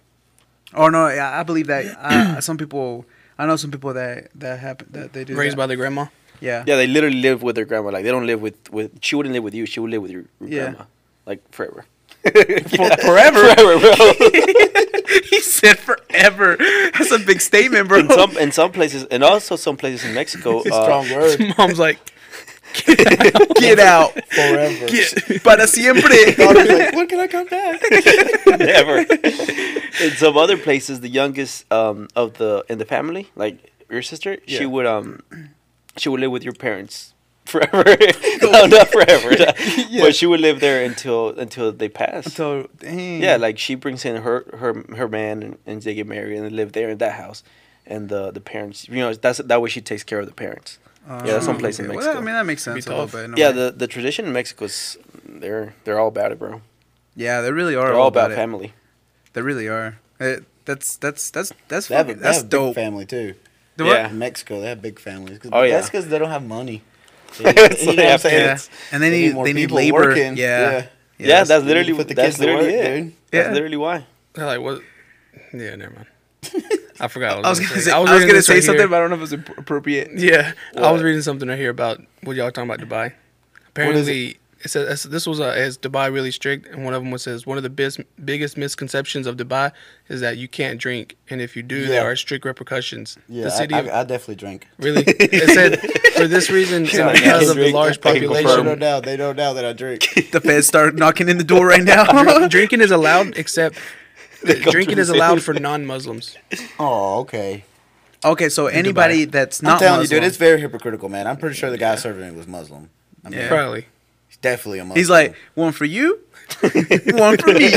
Speaker 2: Oh no, yeah, I believe that uh, some people. I know some people that that happen that they do.
Speaker 3: Raised by
Speaker 2: that.
Speaker 3: their grandma.
Speaker 2: yeah.
Speaker 1: Yeah, they literally live with their grandma. Like they don't live with with she wouldn't live with you. She would live with your, your
Speaker 2: Yeah.
Speaker 1: grandma, like forever.
Speaker 2: forever?
Speaker 1: forever, bro.
Speaker 2: he said forever. That's a big statement, bro.
Speaker 1: in some in some places, and also some places in Mexico, uh,
Speaker 4: Strong word.
Speaker 3: Mom's like,
Speaker 2: Get out.
Speaker 4: Forever.
Speaker 2: Get para siempre.
Speaker 4: Daughter's like, when can I come back?
Speaker 1: never. in some other places, the youngest um, of the in the family, like your sister, she
Speaker 4: Yeah.
Speaker 1: would um, she would live with your parents forever. no, not forever. But she would live there until until they pass.
Speaker 2: so dang.
Speaker 1: yeah, like she brings in her her her man, and, and they get married and they live there in that house, and the the parents, you know, that's that way she takes care of the parents. yeah, that's some place in
Speaker 2: okay.
Speaker 1: Mexico.
Speaker 2: Uh, Well, I mean that makes sense a little
Speaker 3: tough.
Speaker 2: bit. in a
Speaker 1: yeah,
Speaker 2: way.
Speaker 1: the, the tradition in Mexico's they're they're all about it, bro.
Speaker 2: yeah, they really are
Speaker 1: They're all about family.
Speaker 2: It. They really are. It, that's that's that's that's
Speaker 4: They have a,
Speaker 2: fucking-
Speaker 4: they
Speaker 2: that's
Speaker 4: have a
Speaker 2: dope.
Speaker 4: big family too.
Speaker 2: Do what?
Speaker 1: Yeah.
Speaker 4: In Mexico, they have big families. 'Cause-
Speaker 1: Oh,
Speaker 4: but
Speaker 1: yeah.
Speaker 4: That's because they don't have money. You know
Speaker 1: That's
Speaker 4: what
Speaker 1: what
Speaker 4: I'm
Speaker 1: happened.
Speaker 4: saying?
Speaker 2: Yeah.
Speaker 4: It's-
Speaker 2: And they need
Speaker 4: more
Speaker 2: they need
Speaker 4: people
Speaker 2: labor.
Speaker 4: working.
Speaker 2: Yeah.
Speaker 4: Yeah.
Speaker 1: Yeah, that's
Speaker 4: you
Speaker 1: literally
Speaker 4: put the
Speaker 1: that's
Speaker 4: kids to
Speaker 1: literally
Speaker 4: work,
Speaker 1: it.
Speaker 4: dude.
Speaker 1: That's
Speaker 2: Yeah.
Speaker 1: literally why.
Speaker 3: they're like, what? Yeah, never mind. I forgot.
Speaker 2: I was
Speaker 3: gonna
Speaker 2: gonna say, I was,
Speaker 3: reading
Speaker 2: gonna
Speaker 3: this
Speaker 2: say
Speaker 3: right
Speaker 2: something,
Speaker 3: here.
Speaker 2: but I don't know if it's appro- appropriate.
Speaker 3: Yeah, I was
Speaker 1: What?
Speaker 3: reading something right here about what y'all talking about Dubai. Apparently, it? says it's- this was uh, is Dubai really strict, and one of them was says one of the bis- biggest misconceptions of Dubai is that you can't drink, and if you do, there
Speaker 4: Yeah.
Speaker 3: are strict repercussions.
Speaker 4: Yeah,
Speaker 3: the city
Speaker 4: I,
Speaker 3: of-
Speaker 4: I, I definitely drink.
Speaker 3: really it said for this reason
Speaker 1: Sure,
Speaker 3: and
Speaker 1: I
Speaker 3: because
Speaker 1: can
Speaker 3: of the
Speaker 1: drink,
Speaker 3: large
Speaker 1: I can
Speaker 4: They
Speaker 1: confirm.
Speaker 4: should
Speaker 3: population,
Speaker 4: know now. They know now that I drink.
Speaker 2: The feds start knocking in the door right now.
Speaker 3: drinking is allowed except
Speaker 1: go
Speaker 3: drinking
Speaker 1: through
Speaker 3: is
Speaker 1: the
Speaker 3: allowed
Speaker 1: same-
Speaker 3: for non-Muslims.
Speaker 4: oh, okay.
Speaker 2: okay, so anybody that's
Speaker 4: I'm
Speaker 2: not
Speaker 4: telling you,
Speaker 2: Muslim,
Speaker 4: dude, it's very hypocritical, man. I'm pretty sure the guy serving me was Muslim. I mean,
Speaker 2: Yeah.
Speaker 3: Probably.
Speaker 4: he's definitely a Muslim.
Speaker 2: he's like one for you, one for me.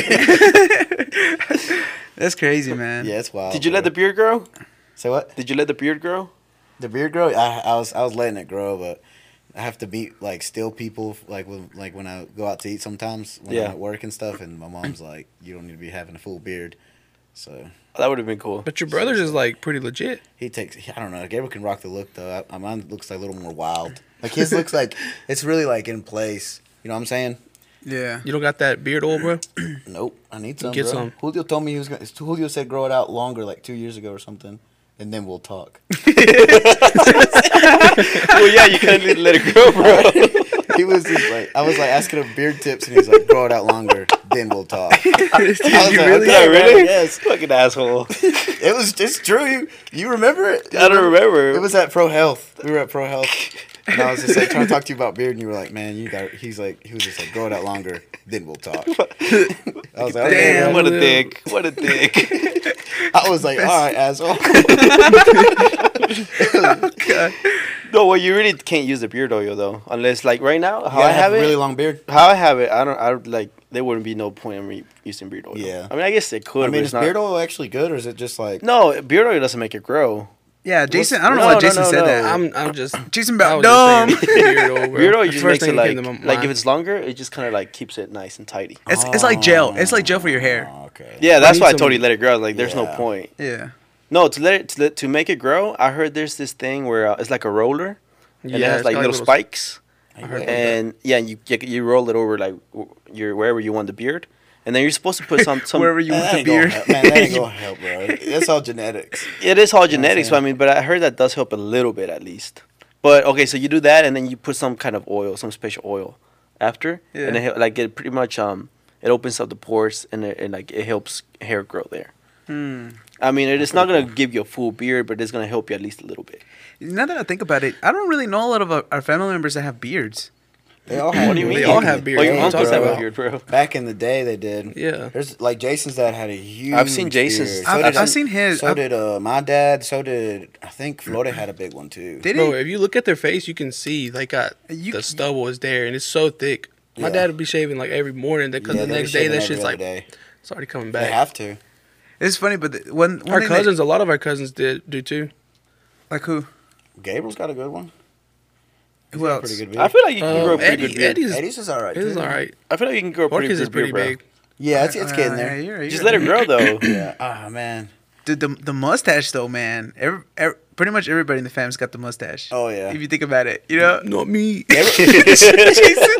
Speaker 2: that's crazy, man.
Speaker 4: yeah, it's wild.
Speaker 1: Did you let the
Speaker 4: Oh, bro.
Speaker 1: beard grow?
Speaker 4: say what?
Speaker 1: Did you let the beard grow?
Speaker 4: The beard grow? I, I was I was letting it grow, but I have to beat like still people like when like when I go out to eat sometimes when
Speaker 1: Yeah.
Speaker 4: I'm at work and stuff, and my mom's like, "You don't need to be having a full beard." So
Speaker 1: Oh, That would have been cool.
Speaker 3: But your brother's is like pretty legit.
Speaker 4: he takes. I don't know. Gabriel can rock the look though. I, mine looks like a little more wild. Like his looks like it's really like in place. You know what I'm saying?
Speaker 2: Yeah.
Speaker 3: You don't got that beard oil, bro?
Speaker 4: Nope, I need some.
Speaker 3: Get
Speaker 4: bro.
Speaker 3: some.
Speaker 4: Julio told me he was gonna. Julio said grow it out longer, like two years ago or something, and then we'll talk.
Speaker 1: well, yeah, you can't let it grow, bro.
Speaker 4: he was just like, I was like asking him beard tips, and he was like, grow it out longer, then we'll talk. I was like,
Speaker 1: really?
Speaker 4: "Okay,
Speaker 1: Yeah,
Speaker 4: bro,
Speaker 1: really?
Speaker 4: Yes.
Speaker 1: Fucking asshole.
Speaker 4: It was. It's true. You, you remember it?
Speaker 1: I don't remember.
Speaker 4: It was at Pro Health. We were at Pro Health, and I was just like trying to talk to you about beard, and you were like, man, you got. He's like, he was just like, grow it out longer, then we'll talk. I was like, okay,
Speaker 1: Damn,
Speaker 4: bro.
Speaker 1: what a dick. What a dick.
Speaker 4: I was like, all right, asshole.
Speaker 1: no, well, you really can't use the beard oil though, unless like right now how
Speaker 4: Yeah,
Speaker 1: I have
Speaker 4: a
Speaker 1: it.
Speaker 4: really long beard.
Speaker 1: how I have it, I don't. I would, like there wouldn't be no point in me using beard oil.
Speaker 4: Yeah.
Speaker 1: I mean, I guess it could.
Speaker 4: I
Speaker 1: but
Speaker 4: mean,
Speaker 1: it's
Speaker 4: is
Speaker 1: not.
Speaker 4: beard oil actually good, or is it just like?
Speaker 1: No, beard oil doesn't make it grow.
Speaker 2: Yeah, Jason. I don't
Speaker 1: no,
Speaker 2: know why
Speaker 1: no,
Speaker 2: Jason
Speaker 1: no,
Speaker 2: said
Speaker 1: no.
Speaker 2: that.
Speaker 3: I'm I'm just
Speaker 2: Jason
Speaker 3: I
Speaker 2: about
Speaker 3: was just
Speaker 2: dumb.
Speaker 3: saying Beard oil, bro.
Speaker 1: Beard oil
Speaker 3: The
Speaker 1: just
Speaker 3: first
Speaker 1: makes
Speaker 3: thing
Speaker 1: it
Speaker 3: that came
Speaker 1: like
Speaker 3: to my
Speaker 1: like if
Speaker 3: mind.
Speaker 1: it's longer, it just kind of like keeps it nice and tidy.
Speaker 2: It's it's like gel. It's like gel for your hair.
Speaker 4: Oh, Okay.
Speaker 1: Yeah, that's
Speaker 3: need
Speaker 1: why I
Speaker 3: some-
Speaker 1: told you let it grow. Like, there's no
Speaker 4: Yeah.
Speaker 1: point.
Speaker 2: Yeah.
Speaker 1: No, to let it to, let, to make it grow. I heard there's this thing where uh, it's like a roller, and it has
Speaker 3: it's
Speaker 1: like
Speaker 3: got
Speaker 1: little, spikes,
Speaker 4: I heard
Speaker 1: and yeah, you you- you roll it over like w- your wherever you want the beard, and then you're supposed to put some some
Speaker 2: Wherever you want
Speaker 4: That
Speaker 2: the
Speaker 4: ain't gonna
Speaker 2: beard.
Speaker 4: help, man. That ain't gonna help, bro. That's all genetics.
Speaker 1: It is all
Speaker 4: I'm
Speaker 1: genetics, but I
Speaker 4: saying?
Speaker 1: mean, but I heard that does help a little bit at least. But okay, so you do that, and then you put some kind of oil, some special oil, after,
Speaker 2: Yeah.
Speaker 1: and it, hel- like it pretty much um it opens up the pores and it, and like it helps hair grow there. I mean, it is not gonna give you a full beard, but it's gonna help you at least a little bit.
Speaker 2: Now that I think about it, I don't really know a lot of our, our family members that have beards.
Speaker 4: They all have.
Speaker 1: What do you
Speaker 4: beards.
Speaker 1: mean?
Speaker 3: all have beards.
Speaker 1: Oh, your
Speaker 3: What are you
Speaker 1: uncles
Speaker 3: talking
Speaker 1: have a
Speaker 4: about?
Speaker 1: beard, bro.
Speaker 4: Back in the day, they did.
Speaker 3: Yeah.
Speaker 4: There's like Jason's dad had a huge.
Speaker 1: I've seen Jason's.
Speaker 4: beard.
Speaker 2: I've-
Speaker 4: did-
Speaker 2: I've seen his.
Speaker 4: So
Speaker 2: I've-
Speaker 4: did uh, my dad. So did I think Florida had a big one too.
Speaker 2: Did
Speaker 3: Bro,
Speaker 2: he?
Speaker 3: if you look at their face, you can see they got
Speaker 2: You-
Speaker 3: the stubble is there and it's so thick. My
Speaker 4: Yeah.
Speaker 3: dad would be shaving like every morning because
Speaker 4: Yeah,
Speaker 3: the
Speaker 4: they
Speaker 3: next
Speaker 4: were
Speaker 3: day that
Speaker 4: shaving
Speaker 3: shit's
Speaker 4: every
Speaker 3: like
Speaker 4: other day.
Speaker 3: it's already coming
Speaker 4: They
Speaker 3: back.
Speaker 4: have to.
Speaker 2: It's funny, but the, one, one
Speaker 3: Our
Speaker 2: thing that-
Speaker 3: cousins, a lot of our cousins did do too.
Speaker 2: like who?
Speaker 4: Gabriel's got a good one. He's
Speaker 2: Who
Speaker 4: got a
Speaker 2: else?
Speaker 4: Pretty
Speaker 1: I
Speaker 4: good beard.
Speaker 1: feel like you can
Speaker 3: Um,
Speaker 1: grow a pretty
Speaker 3: Eddie-
Speaker 1: good beard.
Speaker 3: Eddie's-
Speaker 4: Eddie's is all right.
Speaker 3: It was
Speaker 4: too.
Speaker 3: all right.
Speaker 1: I feel like you can grow a pretty
Speaker 3: Orchis
Speaker 1: good
Speaker 3: is pretty
Speaker 1: beard, bro.
Speaker 3: big.
Speaker 4: Yeah, it's, it's getting there.
Speaker 2: Uh, Yeah, you're right,
Speaker 1: Just
Speaker 2: you're
Speaker 1: let it
Speaker 2: right.
Speaker 1: grow though.
Speaker 4: Oh man.
Speaker 2: Dude, the the mustache though, man. Every, every, pretty much everybody in the family's got the mustache.
Speaker 4: Oh, yeah.
Speaker 2: If you think about it, you know.
Speaker 3: Not me.
Speaker 2: Jason.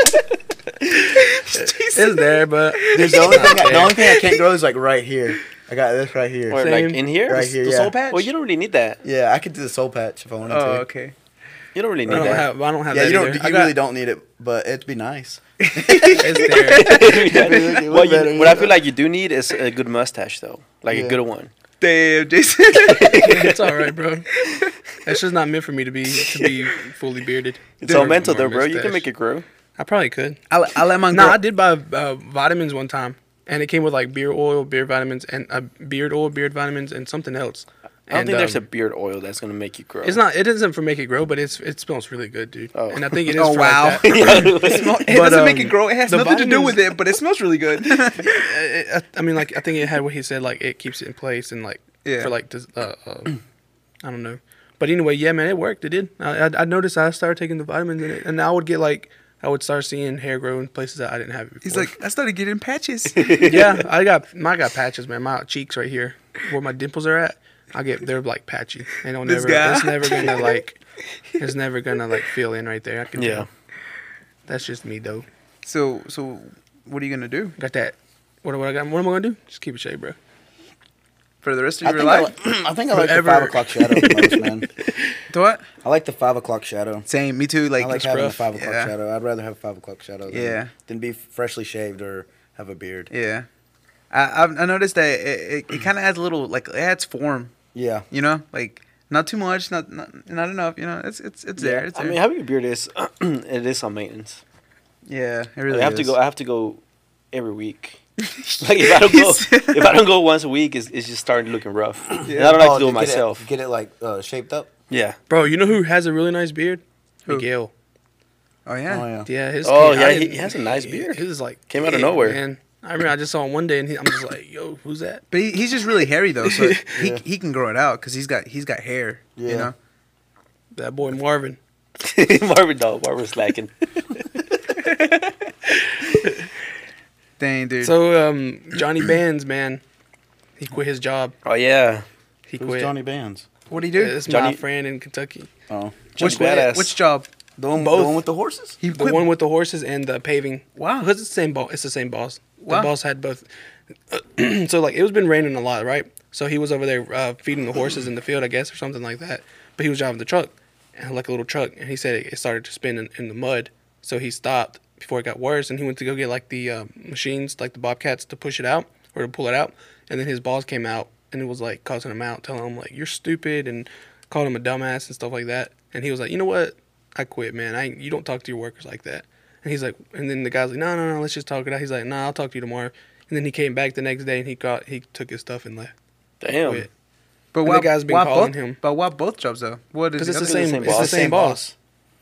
Speaker 3: It's
Speaker 2: Jason.
Speaker 3: there, but
Speaker 4: There's the only thing. I, the only thing I can't grow is like right here. I got this right here.
Speaker 1: Or like
Speaker 3: Same.
Speaker 1: in here,
Speaker 4: Right here,
Speaker 2: The
Speaker 4: yeah.
Speaker 2: soul patch.
Speaker 1: Well, you don't really need that.
Speaker 4: Yeah, I could do the soul patch if I wanted
Speaker 2: Oh,
Speaker 4: to.
Speaker 2: okay.
Speaker 1: You don't really
Speaker 3: I
Speaker 1: need
Speaker 3: don't
Speaker 1: that.
Speaker 3: have. I don't have
Speaker 4: Yeah,
Speaker 3: that.
Speaker 4: you don't.
Speaker 3: either.
Speaker 4: You
Speaker 3: I got-
Speaker 4: really don't need it, but it'd be nice.
Speaker 3: It's there.
Speaker 4: look
Speaker 1: well,
Speaker 4: better,
Speaker 1: you,
Speaker 4: you
Speaker 1: what I
Speaker 4: know?
Speaker 1: feel like you do need is a good mustache, though, like a
Speaker 4: Yeah.
Speaker 1: good one.
Speaker 2: Damn, Jason.
Speaker 3: it's all right, bro. That's just not meant for me to be to be fully bearded.
Speaker 1: It's all
Speaker 3: Or
Speaker 1: mental,
Speaker 3: my
Speaker 1: though, bro. You
Speaker 3: mustache.
Speaker 1: can make it grow.
Speaker 3: I probably could.
Speaker 2: I, I let mine
Speaker 3: No,
Speaker 2: grow.
Speaker 3: I did buy uh, vitamins one time, and it came with like beard oil, beard vitamins, and a beard oil, beard vitamins, and something else.
Speaker 1: I don't
Speaker 3: And,
Speaker 1: think there's a
Speaker 3: um,
Speaker 1: beard oil that's gonna make you grow.
Speaker 3: It's not. It isn't for make it grow, but it's it smells really good, dude.
Speaker 1: Oh.
Speaker 3: And I think it is.
Speaker 2: Oh,
Speaker 3: for
Speaker 2: wow.
Speaker 3: Like that.
Speaker 2: It smell- it
Speaker 3: But,
Speaker 2: doesn't
Speaker 3: um,
Speaker 2: make it grow. It has
Speaker 3: the
Speaker 2: nothing to do
Speaker 3: vitamins-
Speaker 2: with it, but it smells really good.
Speaker 3: I, I mean, like I think it had what he said. Like it keeps it in place and like
Speaker 2: Yeah.
Speaker 3: for like dis- uh, uh, I don't know. But anyway, yeah, man, it worked. It did. I, I, I noticed I started taking the vitamins in it, and I would get like I would start seeing hair grow in places that I didn't have it before.
Speaker 2: He's like, I started getting patches.
Speaker 3: yeah, I got my got patches, man. My cheeks right here, where my dimples are at, I get they're like patchy. They don't
Speaker 2: This
Speaker 3: never.
Speaker 2: guy?
Speaker 3: It's never gonna like. It's never gonna like fill in right there. I can
Speaker 1: Yeah.
Speaker 3: Tell. That's just me though.
Speaker 2: So, so what are you gonna do
Speaker 3: Got that. What, what I got? What am I gonna do? Just keep it shaved, bro.
Speaker 2: for the rest of
Speaker 4: I
Speaker 2: your
Speaker 4: think I,
Speaker 2: life?
Speaker 4: li- I think I like the
Speaker 3: Whatever.
Speaker 4: five o'clock shadow the most, man.
Speaker 2: Do what?
Speaker 4: I like the five o'clock shadow.
Speaker 2: Same. Me too. Like,
Speaker 4: I like
Speaker 2: it's
Speaker 4: having
Speaker 2: rough.
Speaker 4: a five o'clock
Speaker 2: yeah.
Speaker 4: shadow. I'd rather have a five o'clock shadow than,
Speaker 2: Yeah.
Speaker 4: than be freshly shaved or have a beard. Yeah,
Speaker 2: Yeah. I I've, I noticed that it, it, it kind of adds a little like it adds form. You know, like not too much, not not, not enough. You know, it's it's it's there. It's
Speaker 1: I
Speaker 2: there.
Speaker 1: mean, having a beard is it is some maintenance.
Speaker 2: yeah, it
Speaker 1: Like,
Speaker 2: really.
Speaker 1: I have to
Speaker 2: is.
Speaker 1: go. I have to go every week. like if I don't go, if I don't go once a week, it's, it's just starting looking rough. And I don't like
Speaker 4: Oh,
Speaker 1: to do it
Speaker 4: get
Speaker 1: myself.
Speaker 4: Get it like uh, shaped up.
Speaker 1: yeah.
Speaker 3: Bro, you know who has a really nice beard?
Speaker 2: Who?
Speaker 3: Miguel.
Speaker 2: Oh yeah.
Speaker 4: Oh yeah.
Speaker 3: Yeah, his.
Speaker 1: Oh,
Speaker 3: I
Speaker 1: yeah,
Speaker 3: didn't-
Speaker 1: he- he has a nice beard.
Speaker 3: His is like
Speaker 1: Came out of
Speaker 3: big,
Speaker 1: nowhere.
Speaker 3: Man, I remember I just saw him one day, and he, I'm just like, yo, who's that?
Speaker 2: But he, he's just really hairy though, so he
Speaker 4: Yeah.
Speaker 2: he can grow it out because he's got he's got hair. You
Speaker 4: Yeah.
Speaker 2: know.
Speaker 3: That boy Marvin.
Speaker 1: Marvin, no, Marvin's slacking.
Speaker 2: Dang dude.
Speaker 3: So um, Johnny Bands, man, he quit his job.
Speaker 1: Oh yeah.
Speaker 3: He
Speaker 4: Who's
Speaker 3: quit.
Speaker 4: Johnny Bands?
Speaker 2: what do you do?
Speaker 3: It's my
Speaker 1: Johnny-
Speaker 3: friend in Kentucky.
Speaker 4: Oh,
Speaker 2: which,
Speaker 1: Johnny Badass.
Speaker 2: which job?
Speaker 4: the one,
Speaker 3: Both.
Speaker 4: the one with the horses.
Speaker 2: He
Speaker 3: The one with the horses and the paving.
Speaker 2: Wow.
Speaker 3: Because it's the same boss. It's the same boss.
Speaker 2: Wow.
Speaker 3: The boss had both. so like it was been raining a lot, right? So he was over there uh, feeding the horses in the field, I guess, or something like that. But he was driving the truck, and like a little truck, and he said it, it started to spin in, in the mud. So he stopped before it got worse, and he went to go get like the uh, machines, like the bobcats, to push it out or to pull it out. And then his boss came out and it was like causing him out, telling him like you're stupid and called him a dumbass and stuff like that. And he was like, you know what? I quit, man. I ain't- you don't talk to your workers like that. And he's like, and then the guy's like, no, no, no, let's just talk it out. He's like, nah, I'll talk to you tomorrow. And then he came back the next day and he got he took his stuff and left.
Speaker 1: Damn.
Speaker 3: Quit.
Speaker 2: but
Speaker 3: the
Speaker 2: why,
Speaker 3: guy's been
Speaker 2: why
Speaker 3: calling
Speaker 2: both,
Speaker 3: him.
Speaker 2: But why both jobs though? What is
Speaker 3: Because it's
Speaker 2: the
Speaker 3: the
Speaker 2: other-
Speaker 3: same,
Speaker 1: same
Speaker 3: it's the
Speaker 1: boss.
Speaker 3: same boss.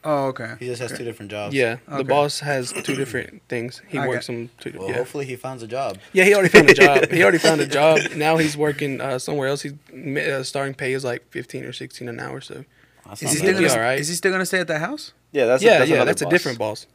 Speaker 2: Oh okay.
Speaker 4: He just has two different jobs.
Speaker 3: Yeah,
Speaker 2: Okay.
Speaker 3: the boss has two different things. He
Speaker 2: I
Speaker 3: works
Speaker 2: got-
Speaker 3: on two.
Speaker 4: Well,
Speaker 3: yeah.
Speaker 4: hopefully he finds a job.
Speaker 3: yeah, he already found a job. He already found a job. Now he's working uh, somewhere else. He's ma- uh, starting pay is like fifteen or sixteen an hour. So
Speaker 4: That's
Speaker 2: Is he
Speaker 4: not
Speaker 3: he's
Speaker 2: still
Speaker 4: bad.
Speaker 3: doing-
Speaker 2: gonna
Speaker 3: alright.
Speaker 2: Is he still gonna stay at that house?
Speaker 1: Yeah, that's
Speaker 3: yeah,
Speaker 1: a, that's,
Speaker 3: yeah,
Speaker 1: another
Speaker 3: that's a
Speaker 1: boss.
Speaker 3: different boss.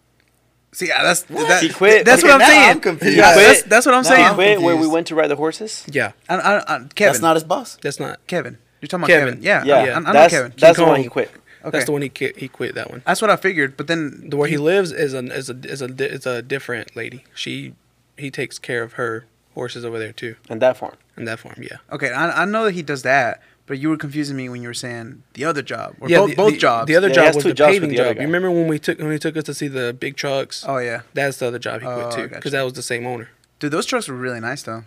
Speaker 2: See, yeah, that's that,
Speaker 1: He quit.
Speaker 2: That's what
Speaker 1: Okay,
Speaker 2: I'm
Speaker 4: now
Speaker 2: saying.
Speaker 4: I'm confused.
Speaker 2: Yeah,
Speaker 1: He quit.
Speaker 2: that's, that's what I'm
Speaker 4: No,
Speaker 2: saying.
Speaker 4: I'm
Speaker 2: I,
Speaker 1: Wait, where we
Speaker 4: confused.
Speaker 1: went to ride the horses?
Speaker 3: Yeah,
Speaker 2: I, I, Kevin.
Speaker 4: That's not his boss.
Speaker 3: that's not.
Speaker 2: Kevin. You're talking about
Speaker 3: Kevin.
Speaker 2: Kevin. Uh, Yeah,
Speaker 1: Yeah,
Speaker 2: I, I know
Speaker 1: that's
Speaker 2: Kevin.
Speaker 1: that's the
Speaker 3: King
Speaker 1: one he
Speaker 3: Kong.
Speaker 1: quit.
Speaker 2: Okay.
Speaker 3: That's the one he quit, he quit that one.
Speaker 2: That's what I figured. But then
Speaker 3: The where he lives is a is a is a di- is a different lady. She he takes care of her horses over there too
Speaker 1: In that farm.
Speaker 3: in that farm. Yeah,
Speaker 2: Okay, I, I know that he does that, but you were confusing me when you were saying the other job or
Speaker 3: yeah.
Speaker 2: both,
Speaker 3: the,
Speaker 2: both
Speaker 3: the-
Speaker 2: jobs.
Speaker 3: The other
Speaker 1: Yeah, he
Speaker 3: job
Speaker 1: has
Speaker 3: was
Speaker 1: two
Speaker 3: the
Speaker 1: jobs with
Speaker 3: paving
Speaker 1: the other
Speaker 3: job.
Speaker 1: guy.
Speaker 3: You remember when we took when he took us to see the big trucks?
Speaker 2: oh yeah,
Speaker 3: That's the other job he
Speaker 2: Oh,
Speaker 3: quit too
Speaker 2: gotcha.
Speaker 3: because that was the same owner.
Speaker 2: dude, those trucks were really nice though.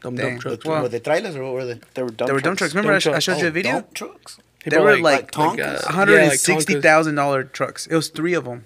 Speaker 3: Dumb
Speaker 2: Dang.
Speaker 3: dump trucks.
Speaker 2: Well,
Speaker 4: were they trailers or what were they?
Speaker 1: They were dump
Speaker 2: They were dump trucks. Remember, I, sh-
Speaker 3: Dump
Speaker 2: I showed you a
Speaker 4: Oh,
Speaker 2: video.
Speaker 4: dump trucks.
Speaker 3: He
Speaker 2: they
Speaker 3: bought,
Speaker 2: were
Speaker 4: Like
Speaker 2: like
Speaker 4: Tonkas.
Speaker 3: uh,
Speaker 2: Hundred
Speaker 3: yeah,
Speaker 2: and
Speaker 3: like
Speaker 2: sixty thousand dollar trucks. It was three of them,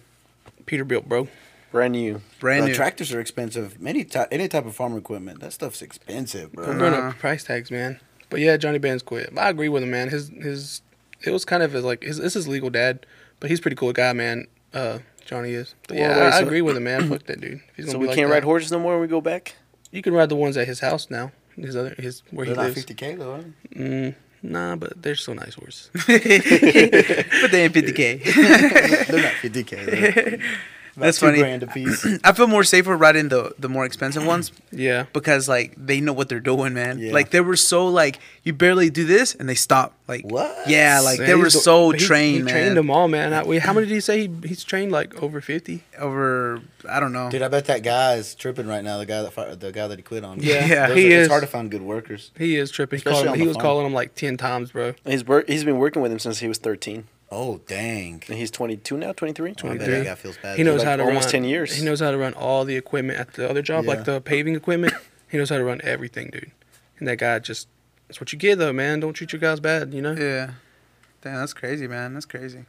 Speaker 3: Peterbilt, bro.
Speaker 1: Brand new.
Speaker 2: brand
Speaker 4: Uh,
Speaker 2: new.
Speaker 4: tractors are expensive. Many ty- any type of farm equipment, that stuff's expensive, bro.
Speaker 3: We're going up price tags, man. But yeah, Johnny Benz quit. I agree with him, man. His his it was kind of his, like his this is legal dad, but he's a pretty cool guy, man. Uh, Johnny is. But yeah,
Speaker 1: Well,
Speaker 3: I,
Speaker 1: wait,
Speaker 3: I
Speaker 1: so-
Speaker 3: agree with him, man. Fuck that dude. If he's
Speaker 1: So
Speaker 3: gonna
Speaker 1: we
Speaker 3: be like
Speaker 1: can't
Speaker 3: that-
Speaker 1: ride horses no more when we go back?
Speaker 3: You can ride the ones at his house now. His other his where
Speaker 4: They're
Speaker 3: he
Speaker 4: not
Speaker 3: lives.
Speaker 4: 50k though. Are they?
Speaker 3: Mm, nah, but they're still nice horses.
Speaker 2: but they ain't fifty k.
Speaker 4: They're not 50k. They're about
Speaker 2: That's
Speaker 4: two
Speaker 2: funny.
Speaker 4: Grand a piece.
Speaker 2: I feel more safer riding the the more expensive ones
Speaker 3: yeah.
Speaker 2: because like they know what they're doing, man.
Speaker 4: Yeah.
Speaker 2: Like they were so like you barely do this and they stop. Like
Speaker 4: What?
Speaker 2: Yeah, like
Speaker 3: Man,
Speaker 2: they
Speaker 3: he's
Speaker 2: were
Speaker 3: the-
Speaker 2: so
Speaker 3: but he-
Speaker 2: trained,
Speaker 3: He
Speaker 2: man.
Speaker 3: trained them all, man. I, we, how many did he say he, he's trained? Like over fifty.
Speaker 2: over I don't know.
Speaker 4: Dude, I bet that guy is tripping right now. The guy that fi- the guy that he quit on.
Speaker 3: Yeah.
Speaker 2: Yeah,
Speaker 4: Those
Speaker 3: he
Speaker 4: are-
Speaker 3: is.
Speaker 4: It's hard to find good workers.
Speaker 3: He is tripping. He,
Speaker 4: Especially
Speaker 3: called him-
Speaker 4: on
Speaker 3: he
Speaker 4: the
Speaker 3: was
Speaker 4: phone.
Speaker 3: calling him like ten times, bro.
Speaker 1: He's work. He's been working with him since he was 13,
Speaker 4: Oh dang!
Speaker 1: and he's 22 now,
Speaker 3: Uh,
Speaker 1: 23.
Speaker 4: I
Speaker 3: Dude.
Speaker 4: bet that guy feels bad.
Speaker 3: He knows
Speaker 1: like
Speaker 3: how to
Speaker 1: almost
Speaker 3: run,
Speaker 1: 10 years.
Speaker 3: He knows how to run all the equipment at the other job,
Speaker 4: Yeah.
Speaker 3: like the paving equipment. he knows how to run everything, dude. And that guy just that's what you get though, man. Don't treat your guys bad, you know. Yeah,
Speaker 2: Yeah. Damn, that's crazy, man. That's crazy.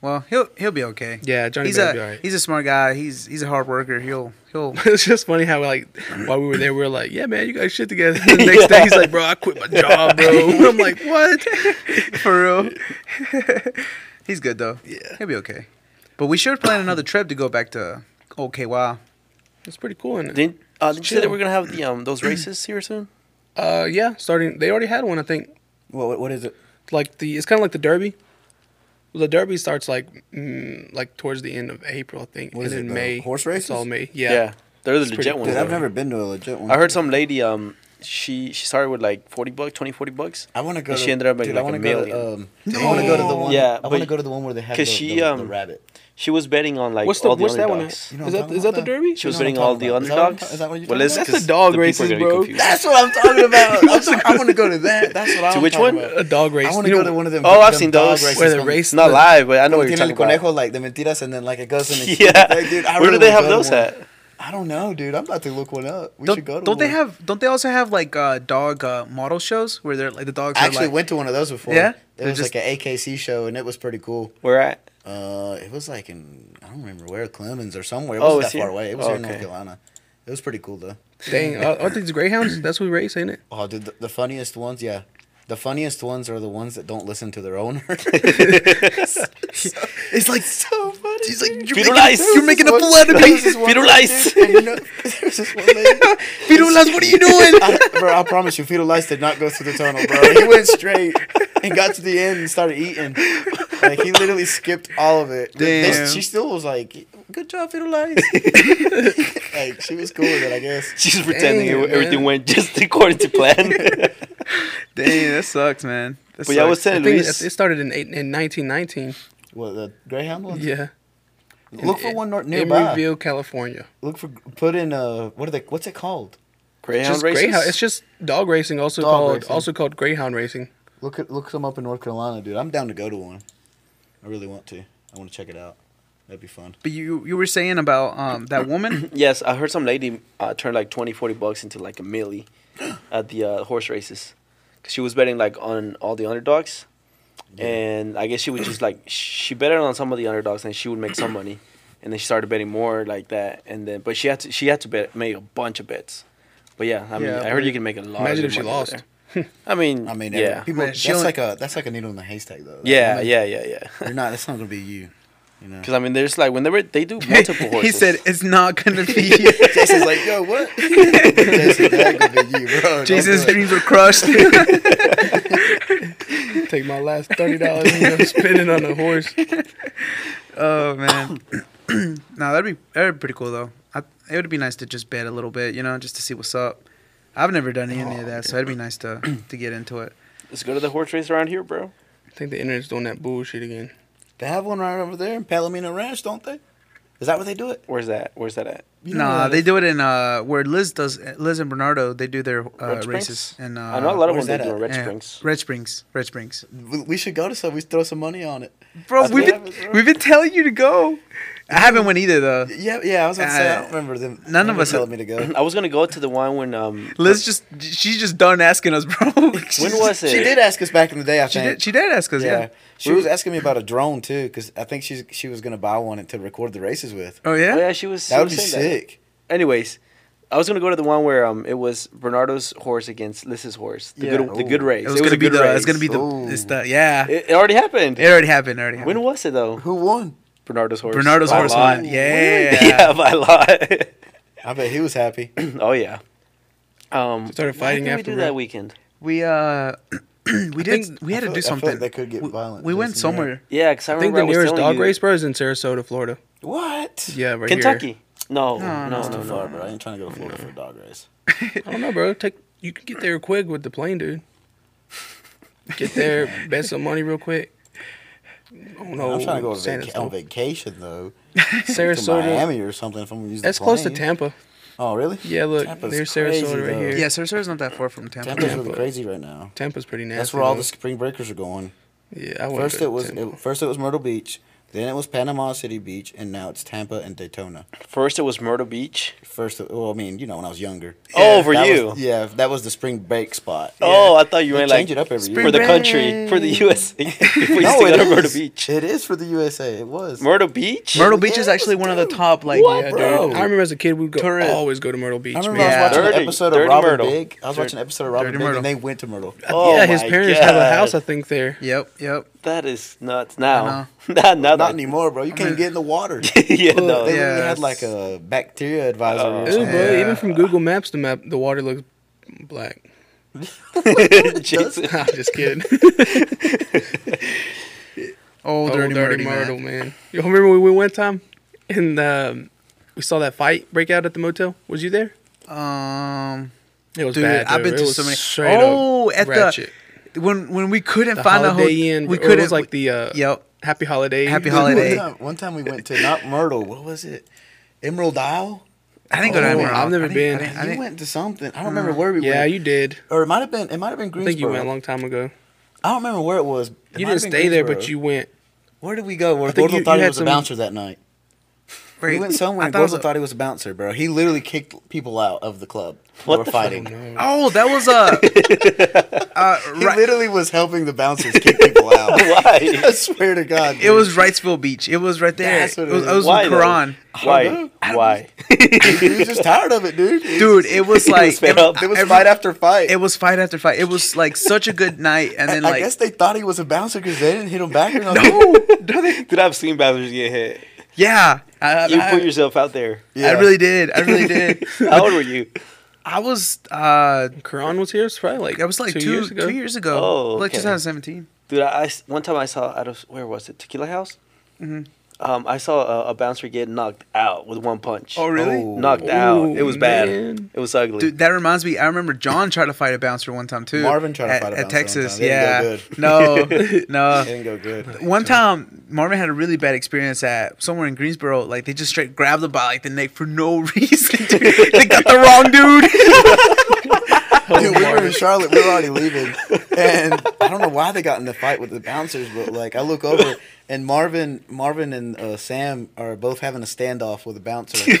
Speaker 2: Well, he'll he'll be okay.
Speaker 3: Johnny
Speaker 2: he's
Speaker 3: Benz
Speaker 2: a
Speaker 3: be all right.
Speaker 2: he's a smart guy. He's he's a hard worker. He'll he'll
Speaker 3: it's just funny how like while we were there, we were like, "Yeah, man, you got shit together." The next day, he's like, "Bro, I quit my job, bro." I'm like, "What?"
Speaker 2: for real. he's good though.
Speaker 3: Yeah.
Speaker 2: He'll be okay. But we should plan another trip to go back to okay wow.
Speaker 3: It's pretty cool, isn't it?
Speaker 1: Didn't, uh, did you say that
Speaker 3: chill.
Speaker 1: we're gonna have the um those races here soon?
Speaker 3: Uh, yeah. Starting, they already had one, I think.
Speaker 4: What, what- what is it?
Speaker 3: Like the, it's kind of like the Derby. Well, the Derby starts like, mm, like towards the end of April, I think,
Speaker 4: What
Speaker 3: and
Speaker 4: is
Speaker 3: then
Speaker 4: it, the
Speaker 3: May.
Speaker 4: horse
Speaker 3: It's all
Speaker 4: races?
Speaker 3: May. Yeah.
Speaker 1: they're the
Speaker 3: It's
Speaker 1: legit
Speaker 3: pretty
Speaker 1: ones.
Speaker 4: Dude, I've
Speaker 1: though.
Speaker 4: never been to a legit one.
Speaker 1: I heard some lady um she she started with like 40 bucks, 20, 40 bucks.
Speaker 4: I want to go.
Speaker 1: And
Speaker 4: to-
Speaker 1: she ended up making
Speaker 4: dude, I
Speaker 1: like a
Speaker 4: wanna go to,
Speaker 1: million.
Speaker 4: um, I want to go to the one.
Speaker 1: Yeah,
Speaker 4: I
Speaker 1: but-
Speaker 4: want to go to the one where they have the,
Speaker 1: 'cause she,
Speaker 4: the-
Speaker 1: um,
Speaker 4: the rabbit.
Speaker 1: She was betting on like
Speaker 3: What's the
Speaker 1: all the
Speaker 3: What's that one?
Speaker 1: underdogs.
Speaker 4: You know
Speaker 3: Is
Speaker 4: what
Speaker 3: that
Speaker 4: I'm
Speaker 3: is that
Speaker 4: talking
Speaker 3: the
Speaker 4: about?
Speaker 3: Derby?
Speaker 1: She was
Speaker 4: You know
Speaker 1: betting
Speaker 4: what I'm
Speaker 1: all the
Speaker 4: talking about.
Speaker 1: underdogs.
Speaker 4: Is that what you're
Speaker 1: Well,
Speaker 4: talking
Speaker 1: it's
Speaker 4: about?
Speaker 3: That's
Speaker 1: 'cause
Speaker 3: the dog
Speaker 1: people are
Speaker 3: races,
Speaker 1: getting
Speaker 3: bro.
Speaker 1: confused.
Speaker 4: That's what I'm talking about. I'm so- I want to go to that. That's what I
Speaker 1: To
Speaker 4: am
Speaker 1: which
Speaker 4: talking
Speaker 1: one?
Speaker 4: about.
Speaker 3: a dog race.
Speaker 4: I want to
Speaker 3: You
Speaker 4: go
Speaker 3: know,
Speaker 4: to one of them.
Speaker 1: Oh, I've
Speaker 4: them
Speaker 1: seen
Speaker 4: dog
Speaker 1: those.
Speaker 4: races
Speaker 3: Where they
Speaker 4: on-
Speaker 3: race-
Speaker 1: Not live, but I know what you're
Speaker 4: Tiene el
Speaker 1: talking about.
Speaker 4: conejo, like the mentiras, and then like it goes in. the-
Speaker 1: Yeah.
Speaker 4: Like, dude, I
Speaker 1: Where do
Speaker 4: really
Speaker 1: they
Speaker 4: wanna
Speaker 1: have
Speaker 4: go to
Speaker 1: those
Speaker 4: one.
Speaker 1: at?
Speaker 4: I don't know, dude. I'm about to look one up. We
Speaker 2: Don't,
Speaker 4: should go to
Speaker 2: don't they
Speaker 4: one.
Speaker 2: have don't they also have like uh dog uh, model shows where they're like the dogs
Speaker 4: I actually
Speaker 2: are like
Speaker 4: went to one of those before.
Speaker 2: Yeah?
Speaker 4: It
Speaker 2: They're
Speaker 4: was
Speaker 2: just-
Speaker 4: like an AKC show, and it was pretty cool.
Speaker 1: Where at?
Speaker 4: Uh, it was like in I don't remember where Clemens or somewhere. It
Speaker 1: Oh,
Speaker 4: wasn't
Speaker 1: it's
Speaker 4: that far
Speaker 1: here?
Speaker 4: away. It was
Speaker 1: Oh,
Speaker 4: here in North
Speaker 1: okay.
Speaker 4: Carolina. It was pretty cool though.
Speaker 3: Dang, I, I think it's Greyhounds. That's who race, ain't it?
Speaker 4: Oh, dude, the, the funniest ones, yeah. The funniest ones are the ones that don't listen to their owner. it's like so funny. She's like,
Speaker 1: Fetal lice.
Speaker 2: You're making a fool out of me.
Speaker 1: Fetal lice.
Speaker 4: And you know, there's this one lady.
Speaker 2: Fetal lice, what are you doing?
Speaker 4: I, bro, I promise you, fetal lice did not go through the tunnel, bro. He went straight and got to the end and started eating. Like he literally skipped all of it. They-
Speaker 2: Damn.
Speaker 4: she still was like, "Good job, fetal lice." like she was cool with it, I guess.
Speaker 1: She's pretending
Speaker 3: Dang,
Speaker 1: it- everything
Speaker 3: man.
Speaker 1: went just according to plan.
Speaker 2: Dang, that sucks, man. That
Speaker 1: But yeah, I was
Speaker 2: sucks.
Speaker 3: I
Speaker 1: saying,
Speaker 3: think
Speaker 1: Luis.
Speaker 3: it, it started in eight, in 1919.
Speaker 4: What the Greyhound one?
Speaker 3: Yeah,
Speaker 4: Look for one nor-
Speaker 3: in
Speaker 4: nearby.
Speaker 3: Greenville, California.
Speaker 4: Look for put in uh what are they? What's it called?
Speaker 1: Greyhound
Speaker 3: Just
Speaker 1: races.
Speaker 3: Greyhound. It's just dog racing, also
Speaker 4: Dog
Speaker 3: called
Speaker 4: racing.
Speaker 3: also called Greyhound racing.
Speaker 4: Look at look some up in North Carolina, dude. I'm down to go to one. I really want to. I want to check it out. That'd be fun.
Speaker 2: But you you were saying about um that woman?
Speaker 1: Yes, I heard some lady uh, turned like 20, 40 bucks into like a milli at the uh, horse races. 'Cause she was betting like on all the underdogs. And I guess she was just like, she betted on some of the underdogs and she would make some money. And then she started betting more like that. And then, but she had to, she had to bet, make a bunch of bets. But yeah, I mean,
Speaker 2: Yeah,
Speaker 1: I heard you can make a lot
Speaker 3: Imagine
Speaker 1: of
Speaker 3: if she
Speaker 1: money over
Speaker 3: lost.
Speaker 1: there. I mean,
Speaker 4: I mean, yeah.
Speaker 1: yeah.
Speaker 4: People,
Speaker 2: Man,
Speaker 4: that's
Speaker 2: she only-
Speaker 4: like a that's like a needle in the haystack, though. Like,
Speaker 1: Yeah,
Speaker 4: I mean,
Speaker 1: yeah, yeah, yeah.
Speaker 4: You're not. That's not gonna be you. You know.
Speaker 1: Because I mean, there's like, whenever they do multiple horses.
Speaker 2: he said it's not gonna be you.
Speaker 4: Jason's like, yo, what? Jason, that ain't gonna be you, bro. Don't
Speaker 2: Jason's
Speaker 4: do it.
Speaker 2: dreams were crushed.
Speaker 3: Take my last thirty dollars and go spend it on a horse.
Speaker 2: oh man. No, that'd be that'd be pretty cool though. I, it would be nice to just bet a little bit, you know, just to see what's up. I've never done any
Speaker 1: Oh,
Speaker 2: of that, so it'd be nice to to get into it.
Speaker 1: Let's go to the horse race around here, bro.
Speaker 3: I think the internet's doing that bullshit again.
Speaker 4: They have one right over there in Palomino Ranch, don't they? Is that where they do it?
Speaker 1: Where's that? Where's that at?
Speaker 4: You know
Speaker 2: nah,
Speaker 4: where that
Speaker 2: they
Speaker 4: is.
Speaker 2: do it in uh where Liz does Liz and Bernardo they do their uh,
Speaker 1: Springs?
Speaker 2: races and uh,
Speaker 1: I know a lot of ones
Speaker 4: where's
Speaker 1: they
Speaker 4: that
Speaker 1: do
Speaker 4: at?
Speaker 1: in Red
Speaker 2: yeah,
Speaker 1: Springs.
Speaker 2: Red Springs, Red Springs.
Speaker 4: We- We should go to some. We should throw some money on it.
Speaker 2: Bro,
Speaker 1: That's
Speaker 2: we've
Speaker 1: what
Speaker 2: been,
Speaker 1: happens, bro.
Speaker 2: we've been telling you to go. I haven't went either though.
Speaker 4: Yeah, yeah. I was gonna say I
Speaker 2: Uh,
Speaker 4: don't remember them.
Speaker 2: none of us
Speaker 4: telling
Speaker 2: have-
Speaker 4: me to go.
Speaker 1: I was gonna go to the one when um
Speaker 2: Liz just she's just done asking us, bro. when
Speaker 1: When was it?
Speaker 4: She did ask us back in the day. I
Speaker 2: She
Speaker 4: think
Speaker 2: did, she did ask us, yeah.
Speaker 4: yeah. She was asking me about a drone too, because I think she's she was gonna buy one to record the races with.
Speaker 2: Oh
Speaker 1: oh,
Speaker 2: yeah?
Speaker 1: yeah she was she
Speaker 4: That would
Speaker 1: was
Speaker 4: be
Speaker 1: saying that.
Speaker 4: sick.
Speaker 1: Anyways, I was gonna go to the one where um it was Bernardo's horse against Liz's horse. The
Speaker 4: Yeah.
Speaker 1: good the good
Speaker 4: Ooh.
Speaker 1: race.
Speaker 2: It was, gonna
Speaker 1: a
Speaker 2: be
Speaker 1: good
Speaker 2: the
Speaker 1: race.
Speaker 2: it's gonna be the
Speaker 4: Ooh.
Speaker 2: it's the yeah. It,
Speaker 1: It, it already happened.
Speaker 2: already happened, it already happened.
Speaker 1: when was it though?
Speaker 4: Who won?
Speaker 1: Bernardo's horse.
Speaker 2: Bernardo's
Speaker 1: By a
Speaker 2: horse
Speaker 1: lot.
Speaker 2: won. Yeah.
Speaker 1: yeah, by a lot.
Speaker 4: I bet he was happy.
Speaker 1: oh yeah. Um,
Speaker 3: started
Speaker 1: why
Speaker 3: fighting
Speaker 1: did we
Speaker 3: after
Speaker 1: do
Speaker 3: that.
Speaker 1: that weekend?
Speaker 2: We uh we did
Speaker 3: think-
Speaker 2: we had
Speaker 4: I
Speaker 2: to do
Speaker 4: feel- I feel like
Speaker 2: something.
Speaker 4: they could get
Speaker 2: we,
Speaker 4: violent
Speaker 2: We
Speaker 4: just
Speaker 2: went
Speaker 4: in that.
Speaker 2: somewhere.
Speaker 1: Yeah, because I
Speaker 3: I think
Speaker 1: remember
Speaker 3: the
Speaker 1: was
Speaker 3: nearest
Speaker 1: telling
Speaker 3: dog
Speaker 1: you-
Speaker 3: race, bro, is in Sarasota, Florida.
Speaker 4: What?
Speaker 3: Yeah, right
Speaker 1: Kentucky.
Speaker 3: here.
Speaker 1: No,
Speaker 2: No,
Speaker 1: no,
Speaker 2: no,
Speaker 1: no,
Speaker 4: That's
Speaker 1: no.
Speaker 4: too far, bro. I ain't trying to go to Florida for a dog race.
Speaker 3: I don't know, bro. Take you can get there quick with the plane, dude. Get there, bet some money real quick. Oh no,
Speaker 4: I'm trying to go on,
Speaker 3: San
Speaker 4: vac- on
Speaker 3: Antonio.
Speaker 4: vacation though. to
Speaker 3: Sarasota.
Speaker 4: Miami or something. If I'm gonna use the
Speaker 3: That's close to
Speaker 4: plane.
Speaker 3: Tampa.
Speaker 4: Oh really?
Speaker 3: Yeah, look,
Speaker 4: Tampa's
Speaker 3: there's
Speaker 4: crazy,
Speaker 3: Sarasota right
Speaker 4: though.
Speaker 3: here.
Speaker 2: Yeah, Sarsota's not that far from Tampa.
Speaker 4: Tampa's
Speaker 3: Tampa.
Speaker 4: really crazy right now.
Speaker 3: Tampa's pretty nasty.
Speaker 4: That's where all
Speaker 3: bro.
Speaker 4: the spring breakers are going.
Speaker 3: Yeah, I wouldn't
Speaker 4: First
Speaker 3: go
Speaker 4: it
Speaker 3: to
Speaker 4: was
Speaker 3: Tampa.
Speaker 4: it, first it was Myrtle Beach, then it was Panama City Beach, and now it's Tampa and Daytona.
Speaker 1: First it was Myrtle Beach.
Speaker 4: First, it- well, I mean, you know, when I was younger.
Speaker 1: oh, for
Speaker 4: That
Speaker 1: you.
Speaker 4: was- yeah, that was the spring break spot.
Speaker 1: Oh, I thought you
Speaker 4: They
Speaker 1: meant
Speaker 4: change
Speaker 1: like
Speaker 4: it up every
Speaker 2: Spring
Speaker 1: for
Speaker 4: year.
Speaker 1: the
Speaker 2: break.
Speaker 1: country, for the USA. we used to
Speaker 4: it
Speaker 1: go to Myrtle
Speaker 4: is.
Speaker 1: Beach.
Speaker 4: It is for the USA. It was.
Speaker 1: Myrtle Beach.
Speaker 2: Myrtle Beach
Speaker 4: Yeah,
Speaker 2: is
Speaker 4: that
Speaker 2: actually
Speaker 4: was
Speaker 2: one of the
Speaker 4: dope.
Speaker 2: top like
Speaker 4: What,
Speaker 2: yeah,
Speaker 4: bro?
Speaker 2: dude.
Speaker 3: I remember as a kid, we'd go
Speaker 2: Tourist.
Speaker 3: always go to Myrtle Beach.
Speaker 4: I remember
Speaker 3: man.
Speaker 2: Yeah.
Speaker 4: I was watching
Speaker 1: Dirty-
Speaker 4: an episode of
Speaker 1: Dirty
Speaker 4: Robin
Speaker 1: Myrtle.
Speaker 4: Big. I was watching an episode of Robin
Speaker 2: Dirty
Speaker 4: Big,
Speaker 2: Myrtle.
Speaker 4: and they went to Myrtle.
Speaker 1: Oh
Speaker 3: yeah, his
Speaker 1: my
Speaker 3: parents have a
Speaker 1: God.
Speaker 3: house, I think, there.
Speaker 2: Yep, yep.
Speaker 1: That is nuts. Now, not now
Speaker 4: Not
Speaker 1: that-
Speaker 4: anymore, bro. You can't get in the water.
Speaker 1: yeah,
Speaker 4: They
Speaker 1: no.
Speaker 2: Yeah.
Speaker 4: literally had like a bacteria advisory.
Speaker 1: Oh.
Speaker 4: or
Speaker 1: Ew,
Speaker 3: Ew,
Speaker 4: something.
Speaker 3: bro,
Speaker 2: Yeah.
Speaker 3: even from Google Maps, the map, the water looks black.
Speaker 1: Jason.
Speaker 3: I'm just kidding.
Speaker 2: Old,
Speaker 3: Old
Speaker 2: dirty,
Speaker 3: Oh,
Speaker 2: Murdy,
Speaker 3: Dirty,
Speaker 2: man.
Speaker 3: Myrtle, man. You remember when we went one time and um, we saw that fight break out at the motel? Was you there?
Speaker 2: Um,
Speaker 3: It was
Speaker 2: dude,
Speaker 3: bad.
Speaker 2: I've been
Speaker 3: dude. It
Speaker 2: to
Speaker 3: was
Speaker 2: so many.
Speaker 3: straight up
Speaker 2: oh, at
Speaker 3: ratchet.
Speaker 2: the when when we couldn't
Speaker 3: the
Speaker 2: find a
Speaker 3: Holiday
Speaker 2: hotel,
Speaker 3: Inn.
Speaker 2: we
Speaker 3: or it
Speaker 2: couldn't
Speaker 3: was like the uh,
Speaker 2: Yep.
Speaker 3: Happy Holiday.
Speaker 2: Happy
Speaker 3: Inn.
Speaker 4: Dude,
Speaker 2: holiday.
Speaker 4: One time, one time we went to not Myrtle. What was it? Emerald Isle.
Speaker 2: I didn't go to
Speaker 3: Oh,
Speaker 2: anywhere.
Speaker 3: I've
Speaker 2: else.
Speaker 3: never
Speaker 2: I didn't- I
Speaker 3: been.
Speaker 2: didn't, I
Speaker 4: you
Speaker 2: didn't- Mm.
Speaker 4: went to something. I don't remember where we
Speaker 3: Yeah,
Speaker 4: went.
Speaker 3: you did.
Speaker 4: or it might have been. It might have been
Speaker 3: I
Speaker 4: Greensboro.
Speaker 3: think you went a long time ago.
Speaker 4: I don't remember where it was. It
Speaker 3: You
Speaker 4: might have
Speaker 3: didn't
Speaker 4: been
Speaker 3: stay there, but
Speaker 4: Greensboro.
Speaker 3: you went.
Speaker 4: Where did we go? Where
Speaker 3: I think
Speaker 4: Gordon
Speaker 3: you- you
Speaker 4: thought he
Speaker 3: had
Speaker 4: was
Speaker 3: some-
Speaker 4: a bouncer that night. We
Speaker 2: wait,
Speaker 4: went somewhere.
Speaker 2: I
Speaker 4: and
Speaker 2: thought it was
Speaker 4: Gordon
Speaker 2: a-
Speaker 4: thought he was a bouncer, bro. He literally kicked people out of the club.
Speaker 1: What
Speaker 4: What were
Speaker 1: the
Speaker 4: fighting.
Speaker 2: Oh, that was a. uh,
Speaker 4: He
Speaker 2: right,
Speaker 4: literally was helping the bouncers kick people out. I
Speaker 1: Why?
Speaker 4: swear to God.
Speaker 2: it was Wrightsville Beach. It was right there.
Speaker 4: That's what
Speaker 2: it
Speaker 4: it
Speaker 2: was.
Speaker 4: is.
Speaker 2: It was
Speaker 1: Why?
Speaker 2: with
Speaker 1: though?
Speaker 2: Quran.
Speaker 1: Why? Why?
Speaker 4: dude. he was just tired of it, dude.
Speaker 2: Dude, it was like
Speaker 1: fed
Speaker 2: it,
Speaker 1: up.
Speaker 4: It was
Speaker 2: every-
Speaker 4: fight after fight.
Speaker 2: it was fight after fight. It was like such a good night, and then
Speaker 4: I
Speaker 2: like
Speaker 4: guess they thought he was a bouncer because they didn't hit him back. no.
Speaker 1: Dude, I've seen bouncers get hit.
Speaker 2: yeah, I,
Speaker 1: You
Speaker 2: I-
Speaker 1: put yourself out there.
Speaker 2: I really did. I really did.
Speaker 1: How old were you?
Speaker 2: I was uh,
Speaker 3: Quran was here. It's probably like
Speaker 2: I was like two two years ago.
Speaker 1: Oh,
Speaker 2: like
Speaker 1: okay.
Speaker 2: 2017.
Speaker 1: Dude, I, I s- one time I saw out of where was it? Tequila House. Um, I saw a, a bouncer get knocked out with one punch.
Speaker 2: Oh, really?
Speaker 4: Oh.
Speaker 1: Knocked out.
Speaker 3: Ooh,
Speaker 1: It was bad.
Speaker 3: man.
Speaker 1: It was ugly.
Speaker 2: Dude, that reminds me. I remember John tried to fight a bouncer one time too.
Speaker 4: Marvin tried to
Speaker 2: at,
Speaker 4: fight a
Speaker 2: at
Speaker 4: bouncer one
Speaker 2: Texas.
Speaker 4: time. They
Speaker 2: yeah,
Speaker 4: didn't
Speaker 2: no,
Speaker 4: It
Speaker 2: no.
Speaker 4: didn't go good.
Speaker 2: uh, One time, Marvin had a really bad experience at somewhere in Greensboro. Like they just straight grabbed him by like the neck for no reason. dude. they got the wrong dude.
Speaker 4: Dude, we were in Charlotte. We were already leaving, and I don't know why they got in the fight with the bouncers, but like I look over and Marvin, Marvin and uh, Sam are both having a standoff with a bouncer. And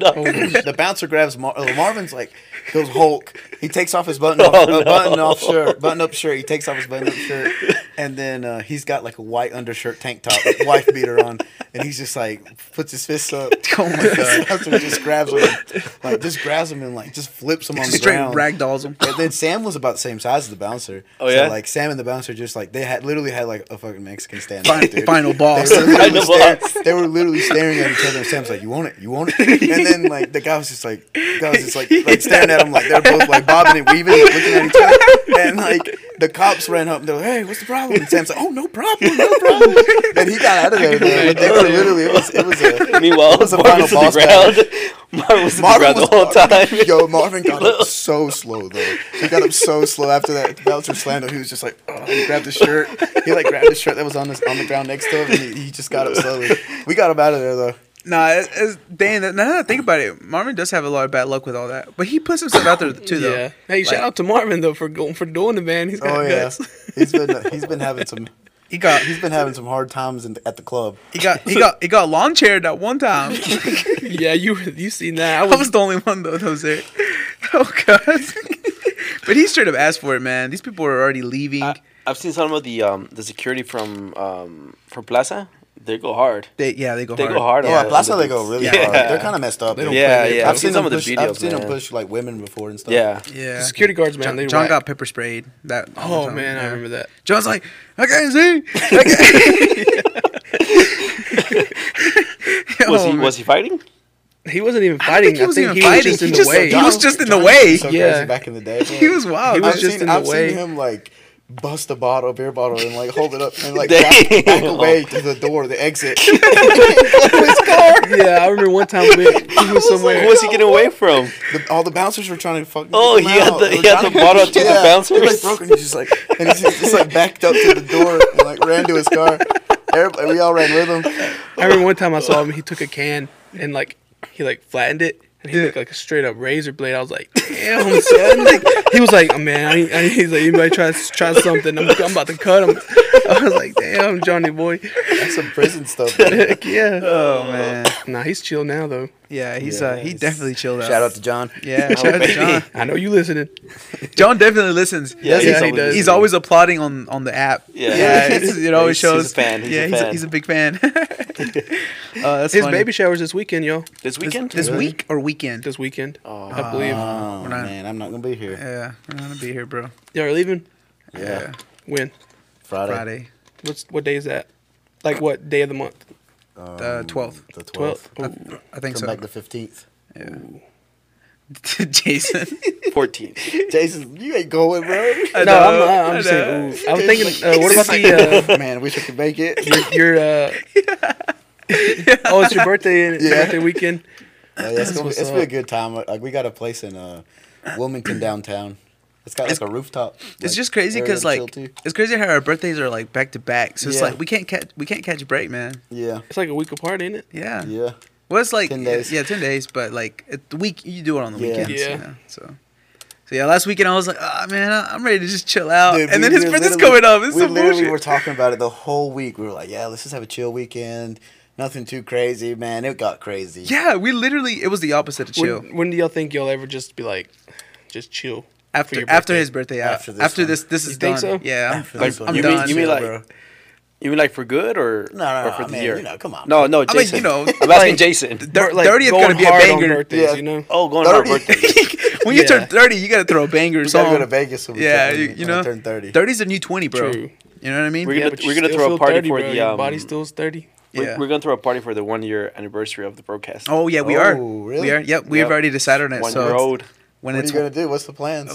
Speaker 1: Standoff. Oh
Speaker 4: the bouncer grabs Mar- uh, Marvin's like goes Hulk. He takes off his button off,
Speaker 1: Oh,
Speaker 4: uh,
Speaker 1: no.
Speaker 4: button off shirt, button up shirt. He takes off his button up shirt, and then uh, he's got like a white undershirt, tank top, wife beater on, and he's just like puts his fists up.
Speaker 2: oh my god!
Speaker 4: Bouncer just grabs him, like just grabs him and like just flips him on the
Speaker 2: Straight
Speaker 4: ground.
Speaker 2: ragdolls him.
Speaker 4: And then Sam was about the same size as the bouncer.
Speaker 1: Oh, yeah?
Speaker 4: So, like Sam and the bouncer just like they had literally had like a fucking Mexican stand.
Speaker 2: Fin-
Speaker 4: dude.
Speaker 2: final boss.
Speaker 4: They were, literally
Speaker 1: Final
Speaker 4: staring,
Speaker 1: boss.
Speaker 4: they were literally staring at each other. And Sam's like, "You want it? You want it?" And then like the guy was just like, the guy was just like, like staring at him like they're both like bobbing and weaving, like, looking at each other. And like the cops ran up and they're like, "Hey, what's the problem?" And Sam's like, "Oh, no problem, no problem." and he got out of there, man. Like, they were literally, it was, it was a
Speaker 1: Meanwhile,
Speaker 4: It was a
Speaker 1: Marvin was
Speaker 4: final
Speaker 1: on the
Speaker 4: boss battle.
Speaker 1: ground. Marvin was on the
Speaker 5: Marvin
Speaker 1: ground the
Speaker 5: was
Speaker 1: whole time.
Speaker 5: Yo, Marvin got up so slow though. He got up so slow after that Belcher slammed him. He was just like, oh, he grabbed his shirt. He like grabbed his shirt that was on this on the ground next to him, and he, he just got up slowly. We got him out of there though.
Speaker 2: Nah, it's, it's, dang, that- now that I think about it, Marvin does have a lot of bad luck with all that. But he puts himself out there too, though.
Speaker 3: Yeah. Hey, shout
Speaker 2: Like-
Speaker 3: out to Marvin though for going for doing it, man. He's got
Speaker 4: oh yeah,
Speaker 3: guts.
Speaker 4: he's been he's been having some
Speaker 2: He got
Speaker 4: he's been having some hard times in, at the club.
Speaker 2: he got he got he got lawn chaired that one time.
Speaker 3: yeah, you you seen that? I
Speaker 2: I
Speaker 3: was,
Speaker 2: was the only one though that was there. Oh god. but he straight up asked for it, man. These people are already leaving.
Speaker 1: I, I've seen some of the um, the security from um, from Plaza. They go hard.
Speaker 2: they yeah, they go
Speaker 1: They
Speaker 2: hard.
Speaker 1: go hard.
Speaker 4: Oh,
Speaker 1: on
Speaker 4: yeah,
Speaker 1: the-
Speaker 4: Plaza
Speaker 1: on the
Speaker 4: they go
Speaker 1: dudes.
Speaker 4: really
Speaker 1: Yeah.
Speaker 4: hard. They're kind of messed up.
Speaker 3: don't
Speaker 1: Yeah,
Speaker 3: play
Speaker 1: yeah.
Speaker 3: it.
Speaker 1: I've,
Speaker 4: I've seen
Speaker 1: some
Speaker 4: them
Speaker 1: of the
Speaker 4: push,
Speaker 1: videos.
Speaker 4: I've seen
Speaker 1: man.
Speaker 4: them push like women before and stuff.
Speaker 1: Yeah.
Speaker 2: Yeah.
Speaker 3: the security guards, man.
Speaker 2: John,
Speaker 3: they were
Speaker 2: John
Speaker 3: whack.
Speaker 2: got pepper sprayed. That
Speaker 3: Oh
Speaker 2: that
Speaker 3: man, I
Speaker 2: yeah.
Speaker 3: remember that.
Speaker 2: John's like, I can't see. I can't-" Yo,
Speaker 1: Was he
Speaker 2: man.
Speaker 1: was he fighting?
Speaker 3: He wasn't even
Speaker 2: I don't
Speaker 3: fighting.
Speaker 2: think he was even fighting.
Speaker 3: just in
Speaker 2: He
Speaker 3: the
Speaker 2: just
Speaker 3: way.
Speaker 2: he was just in the way.
Speaker 4: So
Speaker 3: Yeah.
Speaker 4: crazy back in the day.
Speaker 2: He was wild.
Speaker 3: He was
Speaker 4: I've
Speaker 3: just
Speaker 4: seen,
Speaker 3: in the
Speaker 4: I've
Speaker 3: way.
Speaker 4: seen him like bust a bottle, a beer bottle, and like hold it up and like back,
Speaker 1: Damn.
Speaker 4: back away to the door, the exit. Go to his car.
Speaker 3: yeah, I remember one time we, he was somewhere.
Speaker 1: Who was he getting away from?
Speaker 4: The, all the bouncers were trying to fucking.
Speaker 1: Oh,
Speaker 4: kick him
Speaker 1: he had
Speaker 4: out.
Speaker 1: the-
Speaker 4: They
Speaker 1: he
Speaker 4: were
Speaker 1: had
Speaker 4: trying
Speaker 1: the bottle to the
Speaker 4: Yeah.
Speaker 1: bouncers?
Speaker 4: He like broke and he just like and he just, just like backed up to the door and like ran to his car. Everybody, we all ran with him.
Speaker 3: I remember one time I saw him. He took a can and like he like flattened it. And he took like a straight up razor blade. I was like, damn, son. Like, he was like, oh, man, I, ain't- I, ain't- he's like, anybody try try something? I'm, I'm about to cut him. I was like, damn, Johnny boy.
Speaker 4: That's some prison stuff. man.
Speaker 3: Heck yeah.
Speaker 2: Oh man.
Speaker 3: Nah, he's chill now though.
Speaker 2: Yeah, he's
Speaker 4: Yeah,
Speaker 2: uh, he
Speaker 4: he's-
Speaker 2: definitely chilled out.
Speaker 4: Shout out to John.
Speaker 3: Oh,
Speaker 2: yeah, shout out to
Speaker 1: baby.
Speaker 2: John.
Speaker 3: I know you listening.
Speaker 2: John definitely listens.
Speaker 1: Yeah,
Speaker 2: Yeah,
Speaker 1: he's
Speaker 2: he's,
Speaker 1: always
Speaker 2: he's
Speaker 1: listening.
Speaker 2: always applauding on on the app.
Speaker 1: Yeah.
Speaker 2: Yeah, it's, it always
Speaker 1: He's-
Speaker 2: shows.
Speaker 1: he's a fan, he's
Speaker 2: yeah,
Speaker 1: a
Speaker 2: he's,
Speaker 1: fan.
Speaker 2: A, he's a big fan. uh, that's
Speaker 3: His
Speaker 2: funny.
Speaker 3: baby showers this weekend, yo.
Speaker 1: This
Speaker 2: this,
Speaker 1: weekend?
Speaker 2: this week or weekend?
Speaker 3: This weekend,
Speaker 1: Oh.
Speaker 3: I believe.
Speaker 4: Oh
Speaker 2: uh, We're not-
Speaker 4: man, I'm not gonna be here.
Speaker 2: yeah, we're not gonna be here, bro.
Speaker 3: Y'all are leaving
Speaker 4: Yeah,
Speaker 2: Yeah,
Speaker 3: when?
Speaker 4: Friday.
Speaker 2: Friday.
Speaker 3: What's what day is that? Like what day of the month?
Speaker 2: The 12th.
Speaker 4: Um, The twelfth.
Speaker 3: Twelfth. Oh,
Speaker 2: I think
Speaker 4: Come
Speaker 2: so.
Speaker 4: back the fifteenth.
Speaker 2: Jason.
Speaker 1: 14.
Speaker 4: Jason, you ain't going, bro.
Speaker 2: I
Speaker 3: no,
Speaker 2: know,
Speaker 3: I'm, I'm
Speaker 2: I know.
Speaker 3: just saying. Ooh. I was thinking, uh, what about the
Speaker 4: the uh, man? Wish I could make it.
Speaker 3: uh, your? Uh, oh, it's your birthday. and-
Speaker 4: Yeah.
Speaker 3: Birthday weekend.
Speaker 4: Uh, yeah, it's gonna be,
Speaker 3: what's
Speaker 4: it's be a
Speaker 3: up.
Speaker 4: good time. Like we got a place in uh, Wilmington downtown. It's got like a rooftop.
Speaker 2: It's
Speaker 4: like,
Speaker 2: just crazy
Speaker 4: area
Speaker 2: because
Speaker 4: to chill
Speaker 2: like
Speaker 4: to.
Speaker 2: it's crazy how our birthdays are like back to back. So it's
Speaker 4: Yeah.
Speaker 2: like we can't catch we can't catch a break, man.
Speaker 4: Yeah,
Speaker 3: It's like a week apart, ain't it?
Speaker 2: Yeah.
Speaker 4: yeah.
Speaker 2: Well, it's like
Speaker 4: 10 days.
Speaker 2: yeah, ten days, but like at the week you do it on the
Speaker 4: Yeah.
Speaker 2: weekends.
Speaker 3: Yeah.
Speaker 2: You know? So, so yeah, last weekend I was like, ah man, I- I'm ready to just chill out,
Speaker 4: Dude,
Speaker 2: Oh, and
Speaker 4: we-
Speaker 2: then his
Speaker 4: we
Speaker 2: birthday's
Speaker 4: literally-
Speaker 2: coming up. It's
Speaker 4: we
Speaker 2: so
Speaker 4: literally
Speaker 2: bullshit.
Speaker 4: were talking about it the whole week. We were like, yeah, let's just have a chill weekend. Nothing too crazy, man. It got crazy.
Speaker 2: yeah, we literally it was the opposite of chill.
Speaker 3: When, when do y'all think y'all ever just be like, just chill?
Speaker 2: after
Speaker 3: your
Speaker 2: after
Speaker 3: birthday.
Speaker 2: his birthday, yeah. after
Speaker 4: After
Speaker 2: this
Speaker 4: this
Speaker 2: after
Speaker 4: one.
Speaker 2: this, this is
Speaker 3: You think
Speaker 2: done.
Speaker 3: so?
Speaker 2: Yeah, I'm,
Speaker 4: This
Speaker 2: I'm
Speaker 4: one.
Speaker 1: you
Speaker 2: done.
Speaker 1: mean- you mean
Speaker 4: Yeah,
Speaker 1: like-
Speaker 4: bro.
Speaker 1: You mean like for good or,
Speaker 4: No, no,
Speaker 1: or
Speaker 4: no,
Speaker 1: for
Speaker 4: I
Speaker 1: the
Speaker 4: mean,
Speaker 1: year?
Speaker 4: you know, come on,
Speaker 1: No,
Speaker 4: bro.
Speaker 1: no,
Speaker 2: I mean,
Speaker 1: Jason.
Speaker 2: you know,
Speaker 1: I'm asking Jason.
Speaker 2: Thir-
Speaker 3: Or, like,
Speaker 2: 30 is
Speaker 3: going
Speaker 2: gonna be a
Speaker 3: hard on
Speaker 2: banger.
Speaker 3: Birthdays,
Speaker 4: Yeah.
Speaker 3: you know.
Speaker 1: Oh, going hard birthday.
Speaker 2: when you turn
Speaker 3: Yeah.
Speaker 2: 30, you gotta throw a banger
Speaker 4: We gotta
Speaker 2: song.
Speaker 4: go to Vegas when we
Speaker 2: yeah,
Speaker 4: turn,
Speaker 2: you,
Speaker 4: when
Speaker 2: you
Speaker 4: we
Speaker 2: know,
Speaker 4: turn thirty.
Speaker 2: 30's the new 20, bro.
Speaker 3: True.
Speaker 2: You know what I mean?
Speaker 1: We're
Speaker 3: Yeah,
Speaker 1: gonna-
Speaker 3: but you
Speaker 1: we're gonna
Speaker 3: still
Speaker 1: throw a
Speaker 3: feel
Speaker 1: party
Speaker 3: 30,
Speaker 1: for
Speaker 3: bro.
Speaker 1: the,
Speaker 3: Your
Speaker 1: um,
Speaker 3: body still's thirty.
Speaker 1: We're-
Speaker 2: yeah.
Speaker 1: We're going to throw a party for the one year anniversary of the broadcast.
Speaker 2: oh yeah, we
Speaker 4: Oh,
Speaker 2: are.
Speaker 4: really?
Speaker 2: We are. Yep, we've
Speaker 1: Yep.
Speaker 2: already decided on it.
Speaker 1: One
Speaker 2: so
Speaker 1: year
Speaker 2: it's-
Speaker 1: old.
Speaker 2: when
Speaker 4: What are
Speaker 2: it's
Speaker 4: you gonna do? What's the plans?
Speaker 2: Oh,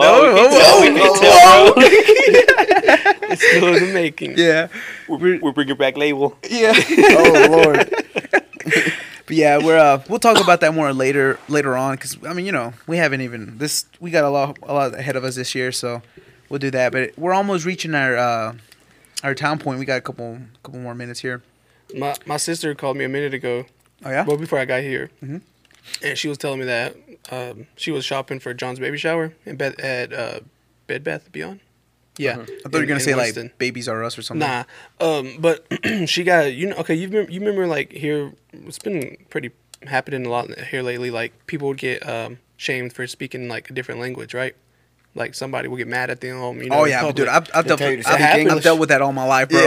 Speaker 1: oh,
Speaker 2: no,
Speaker 1: oh,
Speaker 2: whoa,
Speaker 1: we can
Speaker 4: whoa,
Speaker 1: tell, we can tell,
Speaker 3: It's still in the making.
Speaker 2: yeah,
Speaker 1: bro. We're, we're bringing back label.
Speaker 2: yeah,
Speaker 4: oh Lord.
Speaker 2: but yeah, we're uh, we'll talk about that more later later on because I mean you know we haven't even this we got a lot a lot ahead of us this year so we'll do that but we're almost reaching our uh, our town point we got a couple couple more minutes here
Speaker 3: My my sister called me a minute ago
Speaker 2: oh yeah Mm-hmm.
Speaker 3: well before I got here, and she was telling me that um, she was shopping for John's baby shower in bed at uh, Bed Bath and Beyond.
Speaker 4: Uh-huh.
Speaker 3: Yeah,
Speaker 2: I thought you were
Speaker 3: in-
Speaker 2: gonna
Speaker 3: in
Speaker 2: say
Speaker 3: Winston.
Speaker 2: like babies are us or something
Speaker 3: Nah, um, but she got you know okay. You remember, you remember like here it's been pretty happening a lot here lately. Like people would get um, shamed for speaking like a different language, right? Like somebody will get mad at them. You know,
Speaker 2: oh
Speaker 3: in
Speaker 2: yeah
Speaker 3: public.
Speaker 2: dude I've, I've, dealt,
Speaker 4: tell you
Speaker 2: I've,
Speaker 4: to speak
Speaker 2: I've
Speaker 4: English.
Speaker 2: dealt with that all my life bro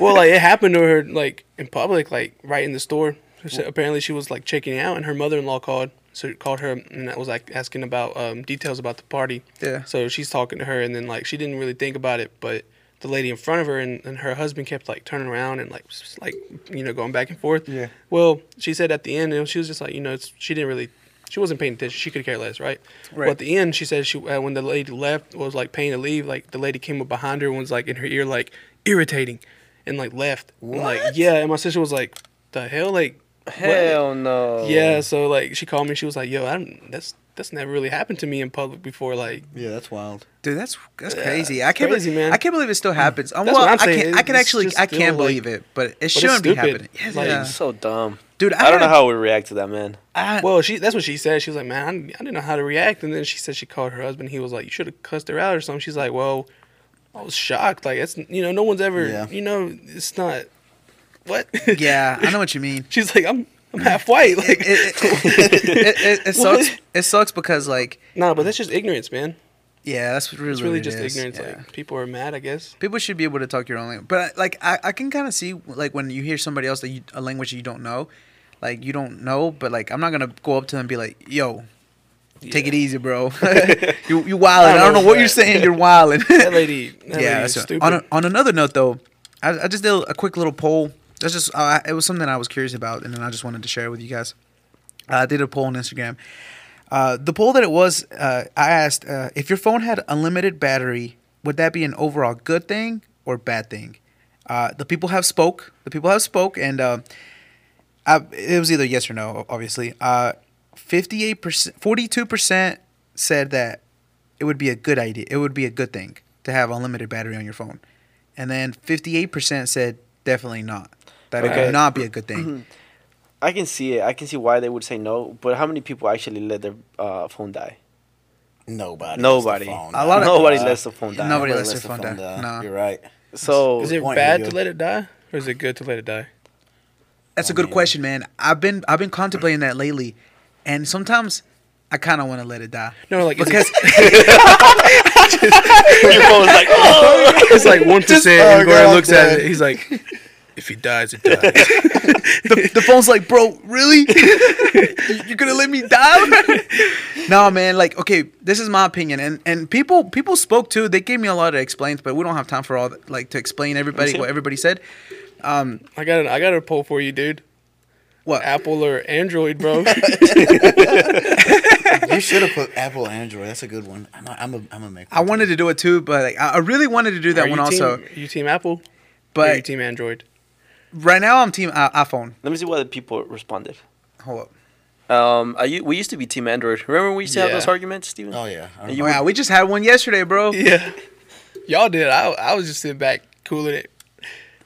Speaker 3: well, like it happened to her like in public, like right in the store. So apparently, she was like checking out, and her mother-in-law called. So called her and that was like asking about um, details about the party.
Speaker 2: Yeah.
Speaker 3: So she's talking to her, and then like she didn't really think about it, but the lady in front of her and, and her husband kept like turning around and like s- like you know going back and forth.
Speaker 4: Yeah.
Speaker 3: Well, she said at the end, you know, she was just like you know it's, she didn't really She wasn't paying attention. She could care less, right?
Speaker 2: Right.
Speaker 3: But at the end, she said she uh, when the lady left was like paying to leave. Like the lady came up behind her and was like in her ear, like irritating, and like left. And, like yeah, and my sister was like, "The hell, like
Speaker 1: Hell no.
Speaker 3: yeah." So like she called me. She was like, "Yo, I'm that's." That's never really happened to me in public before. Like,
Speaker 4: Yeah, that's wild.
Speaker 2: Dude, that's that's crazy. I can't
Speaker 3: crazy,
Speaker 2: believe,
Speaker 3: man. Mm.
Speaker 2: I can't believe it still happens. Um,
Speaker 3: That's
Speaker 2: well,
Speaker 3: what I'm
Speaker 2: I
Speaker 3: saying.
Speaker 2: can I can
Speaker 3: It's
Speaker 2: actually
Speaker 3: just
Speaker 2: I can
Speaker 3: still, like-
Speaker 2: believe it, but it
Speaker 3: it's
Speaker 2: shouldn't be
Speaker 3: stupid.
Speaker 2: happening. Yes,
Speaker 3: Like,
Speaker 2: yeah.
Speaker 1: It's so dumb.
Speaker 2: Dude, I,
Speaker 1: I don't
Speaker 2: had-
Speaker 1: know how we react to that, man.
Speaker 2: I,
Speaker 3: well, she—that's what she said. She was like, "Man, I, didn't- I didn't know how to react." And then she said she called her husband. He was like, "You should have cussed her out or something." She's like, "Well, I was shocked. Like, it's you know, no one's ever,
Speaker 4: Yeah.
Speaker 3: you know, it's not what."
Speaker 2: yeah, I know what you mean.
Speaker 3: She's like, "I'm, I'm half white." Like,
Speaker 2: it, it, it, it, it, it sucks. It sucks because like
Speaker 3: nah, but that's just ignorance, man.
Speaker 2: yeah, that's really
Speaker 3: It's really
Speaker 2: what it
Speaker 3: just
Speaker 2: is.
Speaker 3: ignorance.
Speaker 2: Yeah.
Speaker 3: Like, people are mad, I guess.
Speaker 2: people should be able to talk your own language. But like I, I can kind of see like when you hear somebody else that you, a language you don't know, like you don't know. But like I'm not gonna go up to them and be like, yo. Take it easy, bro. you you wildin'. I don't know what you're saying. You're wildin'.
Speaker 3: That lady, that
Speaker 2: yeah,
Speaker 3: lady
Speaker 2: that's
Speaker 3: is
Speaker 2: right.
Speaker 3: stupid.
Speaker 2: On, a, on another note, though, I, I just did a quick little poll. That's just uh, it was something I was curious about, and then I just wanted to share it with you guys. I did a poll on Instagram. Uh, the poll that it was, uh, I asked uh, if your phone had unlimited battery, would that be an overall good thing or bad thing? Uh, the people have spoke. The people have spoke, and uh, I, it was either yes or no. Obviously, Uh, fifty-eight percent, forty-two percent said that it would be a good idea. It would be a good thing to have unlimited battery on your phone, and then fifty-eight percent said definitely not. That it
Speaker 1: Okay.
Speaker 2: would not be a good thing.
Speaker 1: I can see it. I can see why they would say no. But how many people actually let their uh, phone die?
Speaker 4: Nobody.
Speaker 1: Nobody.
Speaker 2: A lot of-
Speaker 1: nobody lets the phone die.
Speaker 2: Nobody
Speaker 4: Nobody
Speaker 2: lets
Speaker 4: lets
Speaker 2: their
Speaker 4: the
Speaker 2: phone
Speaker 4: phone
Speaker 2: die.
Speaker 4: die.
Speaker 2: No.
Speaker 4: You're right.
Speaker 1: So
Speaker 3: is it
Speaker 4: point,
Speaker 3: bad to
Speaker 4: Miguel.
Speaker 3: let it die, or is it good to let it die?
Speaker 2: That's a good
Speaker 4: man.
Speaker 2: question, man. I've been I've been contemplating that lately, and sometimes I kind of want to let it die.
Speaker 3: No, like is it-
Speaker 2: because
Speaker 1: your phone's like, oh,
Speaker 3: It's like one percent,
Speaker 5: oh,
Speaker 3: and Goran
Speaker 5: God,
Speaker 3: looks at
Speaker 5: Dad.
Speaker 3: it. He's like, "If he dies, it dies."
Speaker 2: the, the phone's like, bro, really? You're gonna let me die? no, man. Like, okay, this is my opinion, and and people people spoke too. They gave me a lot of explains, but we don't have time for all the, like to explain everybody what everybody said.
Speaker 3: I got, an, I got a poll for you, dude.
Speaker 2: What?
Speaker 3: Apple or Android, bro?
Speaker 4: You should have put Apple Android. That's a good one. I'm a, I'm a, I'm a make.
Speaker 2: I wanted to do it too, but like, I I really wanted to do that
Speaker 3: Are you
Speaker 2: one
Speaker 3: team,
Speaker 2: also.
Speaker 3: are you team Apple? or are you
Speaker 2: But
Speaker 3: team Android?
Speaker 2: right now, I'm team uh, iPhone.
Speaker 1: let me see what the people responded.
Speaker 2: Hold up.
Speaker 1: Um, I, u- we used to be Team Android. Remember we used to have
Speaker 3: Yeah.
Speaker 1: those arguments, Steven?
Speaker 4: Oh yeah. I
Speaker 1: You
Speaker 2: wow, we just had one yesterday, bro.
Speaker 3: Yeah, y'all did. I, I was just sitting back, cooling it.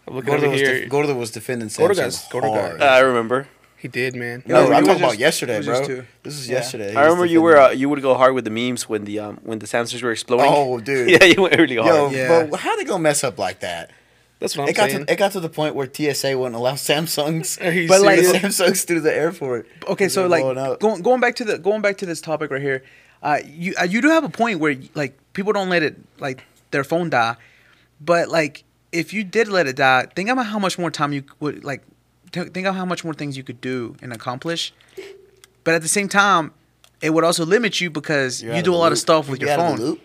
Speaker 3: I'm looking
Speaker 4: Gordo
Speaker 3: over
Speaker 4: was,
Speaker 3: here.
Speaker 4: def- Gordo was defending
Speaker 3: Gordo
Speaker 4: Samsung
Speaker 3: got- Gordo got-
Speaker 4: hard.
Speaker 1: Uh, I remember.
Speaker 3: he did, man.
Speaker 2: Yeah,
Speaker 4: no,
Speaker 2: it
Speaker 4: I'm
Speaker 2: was
Speaker 4: talking
Speaker 2: just-
Speaker 4: about yesterday,
Speaker 2: it was just
Speaker 4: bro.
Speaker 2: two.
Speaker 4: This is
Speaker 2: Yeah.
Speaker 4: yesterday. He
Speaker 1: I
Speaker 4: was
Speaker 1: remember you were
Speaker 4: defending-
Speaker 1: uh, you would go hard with the memes when the um when the Samsungs were exploding.
Speaker 4: Oh, dude.
Speaker 1: yeah, you went really hard.
Speaker 4: Yo,
Speaker 2: Yeah.
Speaker 4: but how they gonna mess up like that?
Speaker 3: That's what I'm
Speaker 4: It got
Speaker 3: saying.
Speaker 4: to it got to the point where TSA wouldn't allow Samsungs,
Speaker 3: Are you
Speaker 4: but like
Speaker 3: serious?
Speaker 4: Samsungs through the airport.
Speaker 2: okay
Speaker 4: It's
Speaker 2: so
Speaker 4: been
Speaker 2: like
Speaker 4: blowing up.
Speaker 2: going going back to the going back to this topic right here uh you uh, you do have a point where like people don't let it like their phone die but like if you did let it die think about how much more time you would like t- think of how much more things you could do and accomplish but at the same time it would also limit you because
Speaker 4: You're
Speaker 2: you
Speaker 4: out
Speaker 2: do a
Speaker 4: the
Speaker 2: lot of
Speaker 4: loop.
Speaker 2: stuff
Speaker 4: You'd
Speaker 2: with
Speaker 4: be
Speaker 2: your
Speaker 4: out of
Speaker 2: phone
Speaker 4: the loop.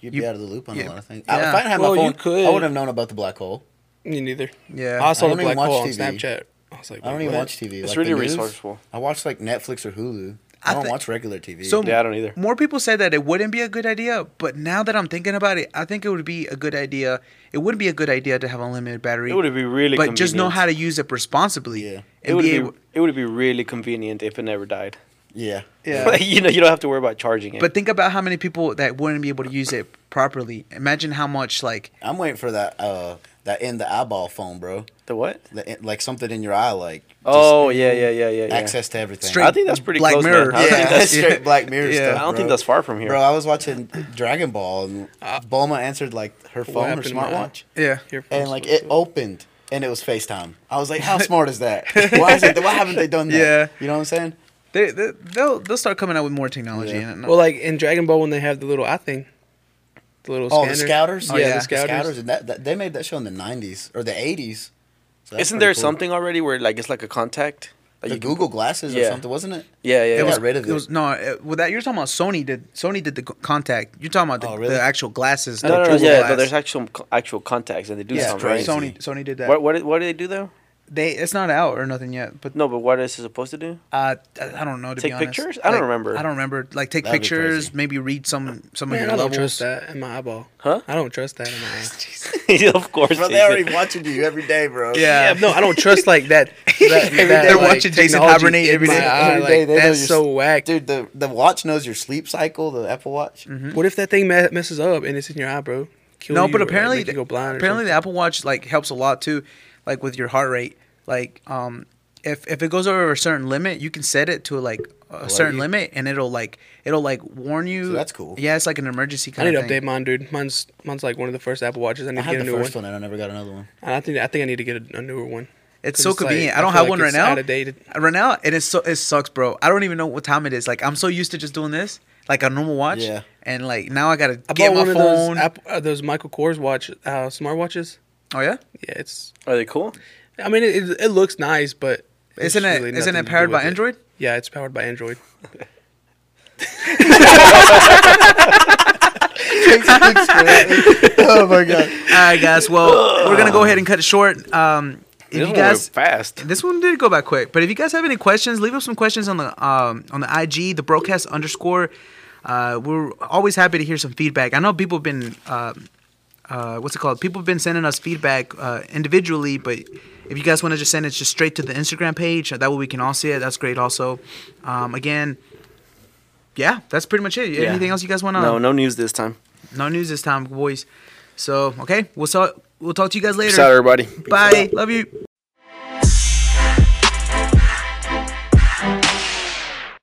Speaker 4: You'd
Speaker 2: You-
Speaker 4: be out of the loop on
Speaker 2: yeah.
Speaker 4: a lot of things.
Speaker 2: Yeah.
Speaker 4: I, if I didn't have
Speaker 3: Well,
Speaker 4: my
Speaker 3: you
Speaker 4: phone,
Speaker 3: could.
Speaker 4: I wouldn't have known about the black hole.
Speaker 3: Me neither.
Speaker 2: yeah
Speaker 3: I saw
Speaker 4: I
Speaker 3: the
Speaker 4: don't even
Speaker 3: black hole on
Speaker 4: watch TV.
Speaker 3: Snapchat. I was like,
Speaker 4: I don't
Speaker 3: "Wait,
Speaker 4: even
Speaker 3: what?"
Speaker 4: watch TV.
Speaker 1: It's
Speaker 4: like
Speaker 1: really
Speaker 4: the news.
Speaker 1: resourceful.
Speaker 4: I watch like Netflix or Hulu.
Speaker 2: I
Speaker 4: I, don't
Speaker 2: thi-
Speaker 4: watch regular TV.
Speaker 2: So-
Speaker 1: yeah, I don't either.
Speaker 2: more people said that it wouldn't be a good idea, but now that I'm thinking about it, I think it would be a good idea. It would be a good idea to have unlimited battery.
Speaker 1: It would be really
Speaker 2: but just know
Speaker 1: convenient.
Speaker 2: how to use it responsibly.
Speaker 4: Yeah.
Speaker 1: It
Speaker 2: and
Speaker 1: would
Speaker 2: be
Speaker 1: be
Speaker 2: able-
Speaker 1: it would be really convenient if it never died.
Speaker 4: yeah,
Speaker 2: Yeah.
Speaker 1: you know, you don't have to worry about charging it.
Speaker 2: But think about how many people that wouldn't be able to use it properly. Imagine how much like
Speaker 4: I'm waiting for that uh that in the eyeball phone, bro.
Speaker 1: the what?
Speaker 4: The, in- like something in your eye, like just
Speaker 1: Oh yeah, yeah, yeah, yeah. yeah.
Speaker 4: access to everything.
Speaker 2: Straight-
Speaker 1: I think that's pretty
Speaker 2: Black
Speaker 1: close.
Speaker 2: Mirror.
Speaker 1: Man. I, don't
Speaker 4: yeah,
Speaker 1: think
Speaker 4: that's
Speaker 1: that's,
Speaker 2: Yeah.
Speaker 4: straight Black Mirror
Speaker 2: Yeah.
Speaker 4: stuff.
Speaker 1: I don't
Speaker 4: bro.
Speaker 1: think that's far from here.
Speaker 4: Bro, I was watching Dragon Ball and
Speaker 2: Uh,
Speaker 4: Bulma answered like her phone or
Speaker 3: happened to my-
Speaker 4: smartwatch,
Speaker 2: yeah.
Speaker 3: Your phone's
Speaker 4: and like
Speaker 3: supposed
Speaker 4: it
Speaker 3: to-
Speaker 4: opened and it was FaceTime. I was like, how smart is that? Why is it? Why haven't they done that?
Speaker 2: Yeah.
Speaker 4: you know what I'm saying?
Speaker 2: They, they they'll they'll start coming out with more technology.
Speaker 4: Yeah.
Speaker 2: And
Speaker 3: Well, like in Dragon Ball when they have the little eye thing, the little
Speaker 4: Oh,
Speaker 3: scanner.
Speaker 4: the scouters.
Speaker 3: Yeah,
Speaker 2: yeah.
Speaker 3: the scouters.
Speaker 4: and that, that they made that show in the '90s or the '80s. So that's
Speaker 1: Isn't
Speaker 4: pretty
Speaker 1: there
Speaker 4: cool.
Speaker 1: something already where like it's like a contact? That
Speaker 4: The
Speaker 1: you can-
Speaker 4: Google glasses
Speaker 1: Yeah.
Speaker 4: or something, wasn't it?
Speaker 1: Yeah, yeah.
Speaker 4: It
Speaker 1: yeah.
Speaker 4: was- got rid of it.
Speaker 2: was no. It, with that, you're talking about Sony did Sony did the c- contact. You're talking about the,
Speaker 4: Oh, really?
Speaker 2: the actual glasses.
Speaker 1: no, no, no,
Speaker 2: Google
Speaker 1: yeah,
Speaker 2: Glass.
Speaker 1: but there's actual actual contacts, and they do
Speaker 4: Yeah,
Speaker 1: something.
Speaker 4: crazy.
Speaker 1: Right?
Speaker 2: Sony Sony did that.
Speaker 1: What, what did- what do they do though?
Speaker 2: They it's not out or nothing yet, but
Speaker 1: No, but what is it supposed to do?
Speaker 2: uh, I I don't know. To
Speaker 1: Take
Speaker 2: be honest.
Speaker 1: pictures? I don't
Speaker 2: Like,
Speaker 1: remember.
Speaker 2: I don't remember. Like take
Speaker 4: That'd be
Speaker 2: pictures,
Speaker 4: crazy.
Speaker 2: maybe read some some of
Speaker 3: Man,
Speaker 2: your
Speaker 3: I don't
Speaker 2: levels.
Speaker 3: trust that in my eyeball.
Speaker 1: Huh?
Speaker 3: I don't trust that in my eye.
Speaker 1: of course.
Speaker 4: Bro,
Speaker 1: they
Speaker 4: they already
Speaker 1: did.
Speaker 4: watching you every day, bro.
Speaker 3: Yeah, no, I don't trust like that. that,
Speaker 2: Every
Speaker 3: that,
Speaker 2: day
Speaker 3: like,
Speaker 2: watching Jason
Speaker 3: technology
Speaker 2: hibernate
Speaker 3: in
Speaker 2: every
Speaker 3: my
Speaker 2: day.
Speaker 3: eye,
Speaker 4: Every
Speaker 3: like,
Speaker 4: day they know
Speaker 3: that's
Speaker 4: you're
Speaker 3: so whack.
Speaker 4: Dude, the, the watch knows your sleep cycle, the Apple Watch.
Speaker 1: Mm-hmm.
Speaker 3: What if that thing me- messes up and it's in your eye, bro? Kill
Speaker 2: No,
Speaker 3: you
Speaker 2: but
Speaker 3: or, like,
Speaker 2: apparently
Speaker 3: make you go blind. or
Speaker 2: apparently the
Speaker 3: something.
Speaker 2: Apple Watch like helps a lot too, like with your heart rate. Like um, if if it goes over a certain limit, you can set it to like a certain
Speaker 4: you-
Speaker 2: limit, and it'll like it'll like warn you.
Speaker 4: So that's cool.
Speaker 2: Yeah, it's like an emergency
Speaker 3: I
Speaker 2: kind
Speaker 3: need to
Speaker 2: of thing.
Speaker 3: update mine, dude. Mine's mine's like one of the first Apple Watches. I need
Speaker 4: I
Speaker 3: to get
Speaker 4: had
Speaker 3: a
Speaker 4: the
Speaker 3: new one.
Speaker 4: first one. and I never got another one.
Speaker 3: And I think I think I need to get a, a newer one.
Speaker 2: It's
Speaker 3: 'Cause
Speaker 2: so
Speaker 3: like,
Speaker 2: convenient. I
Speaker 3: I
Speaker 2: don't
Speaker 3: feel
Speaker 2: have
Speaker 3: like
Speaker 2: one right
Speaker 3: it's
Speaker 2: now.
Speaker 3: outdated.
Speaker 2: Right now, it is so it sucks, bro. I don't even know what time it is. Like I'm so used to just doing this, like a normal watch.
Speaker 4: Yeah.
Speaker 2: And like now I gotta
Speaker 3: I
Speaker 2: get my
Speaker 3: bought one of
Speaker 2: phone.
Speaker 3: those Apple, uh, those Michael Kors watch uh, smartwatches.
Speaker 2: oh yeah.
Speaker 3: Yeah, it's.
Speaker 1: Are they cool?
Speaker 3: I mean, it, it, it looks nice, but it's
Speaker 2: Isn't it- isn't
Speaker 3: really nothing
Speaker 2: it
Speaker 3: to do
Speaker 2: powered by
Speaker 3: with it.
Speaker 2: Android?
Speaker 3: Yeah, it's powered by Android.
Speaker 5: oh my god.
Speaker 2: All right, guys. Well, we're gonna go ahead and cut it short. Um, if
Speaker 1: This
Speaker 2: you
Speaker 1: one
Speaker 2: guys,
Speaker 1: went fast.
Speaker 2: this one did go by quick, but if you guys have any questions, leave us some questions on the um on the IG, the broadcast underscore. Uh, we're always happy to hear some feedback. I know people have been uh, uh, what's it called? People have been sending us feedback uh, individually, but if you guys want to just send it just straight to the Instagram page, that way we can all see it. That's great. Also, um, again, yeah, that's pretty much it.
Speaker 1: Yeah.
Speaker 2: Anything else you guys want to?
Speaker 1: No, no news this time.
Speaker 2: No news this time, boys. So okay, we'll saw, we'll talk to you guys later.
Speaker 1: Peace out, everybody.
Speaker 2: Bye. Love you.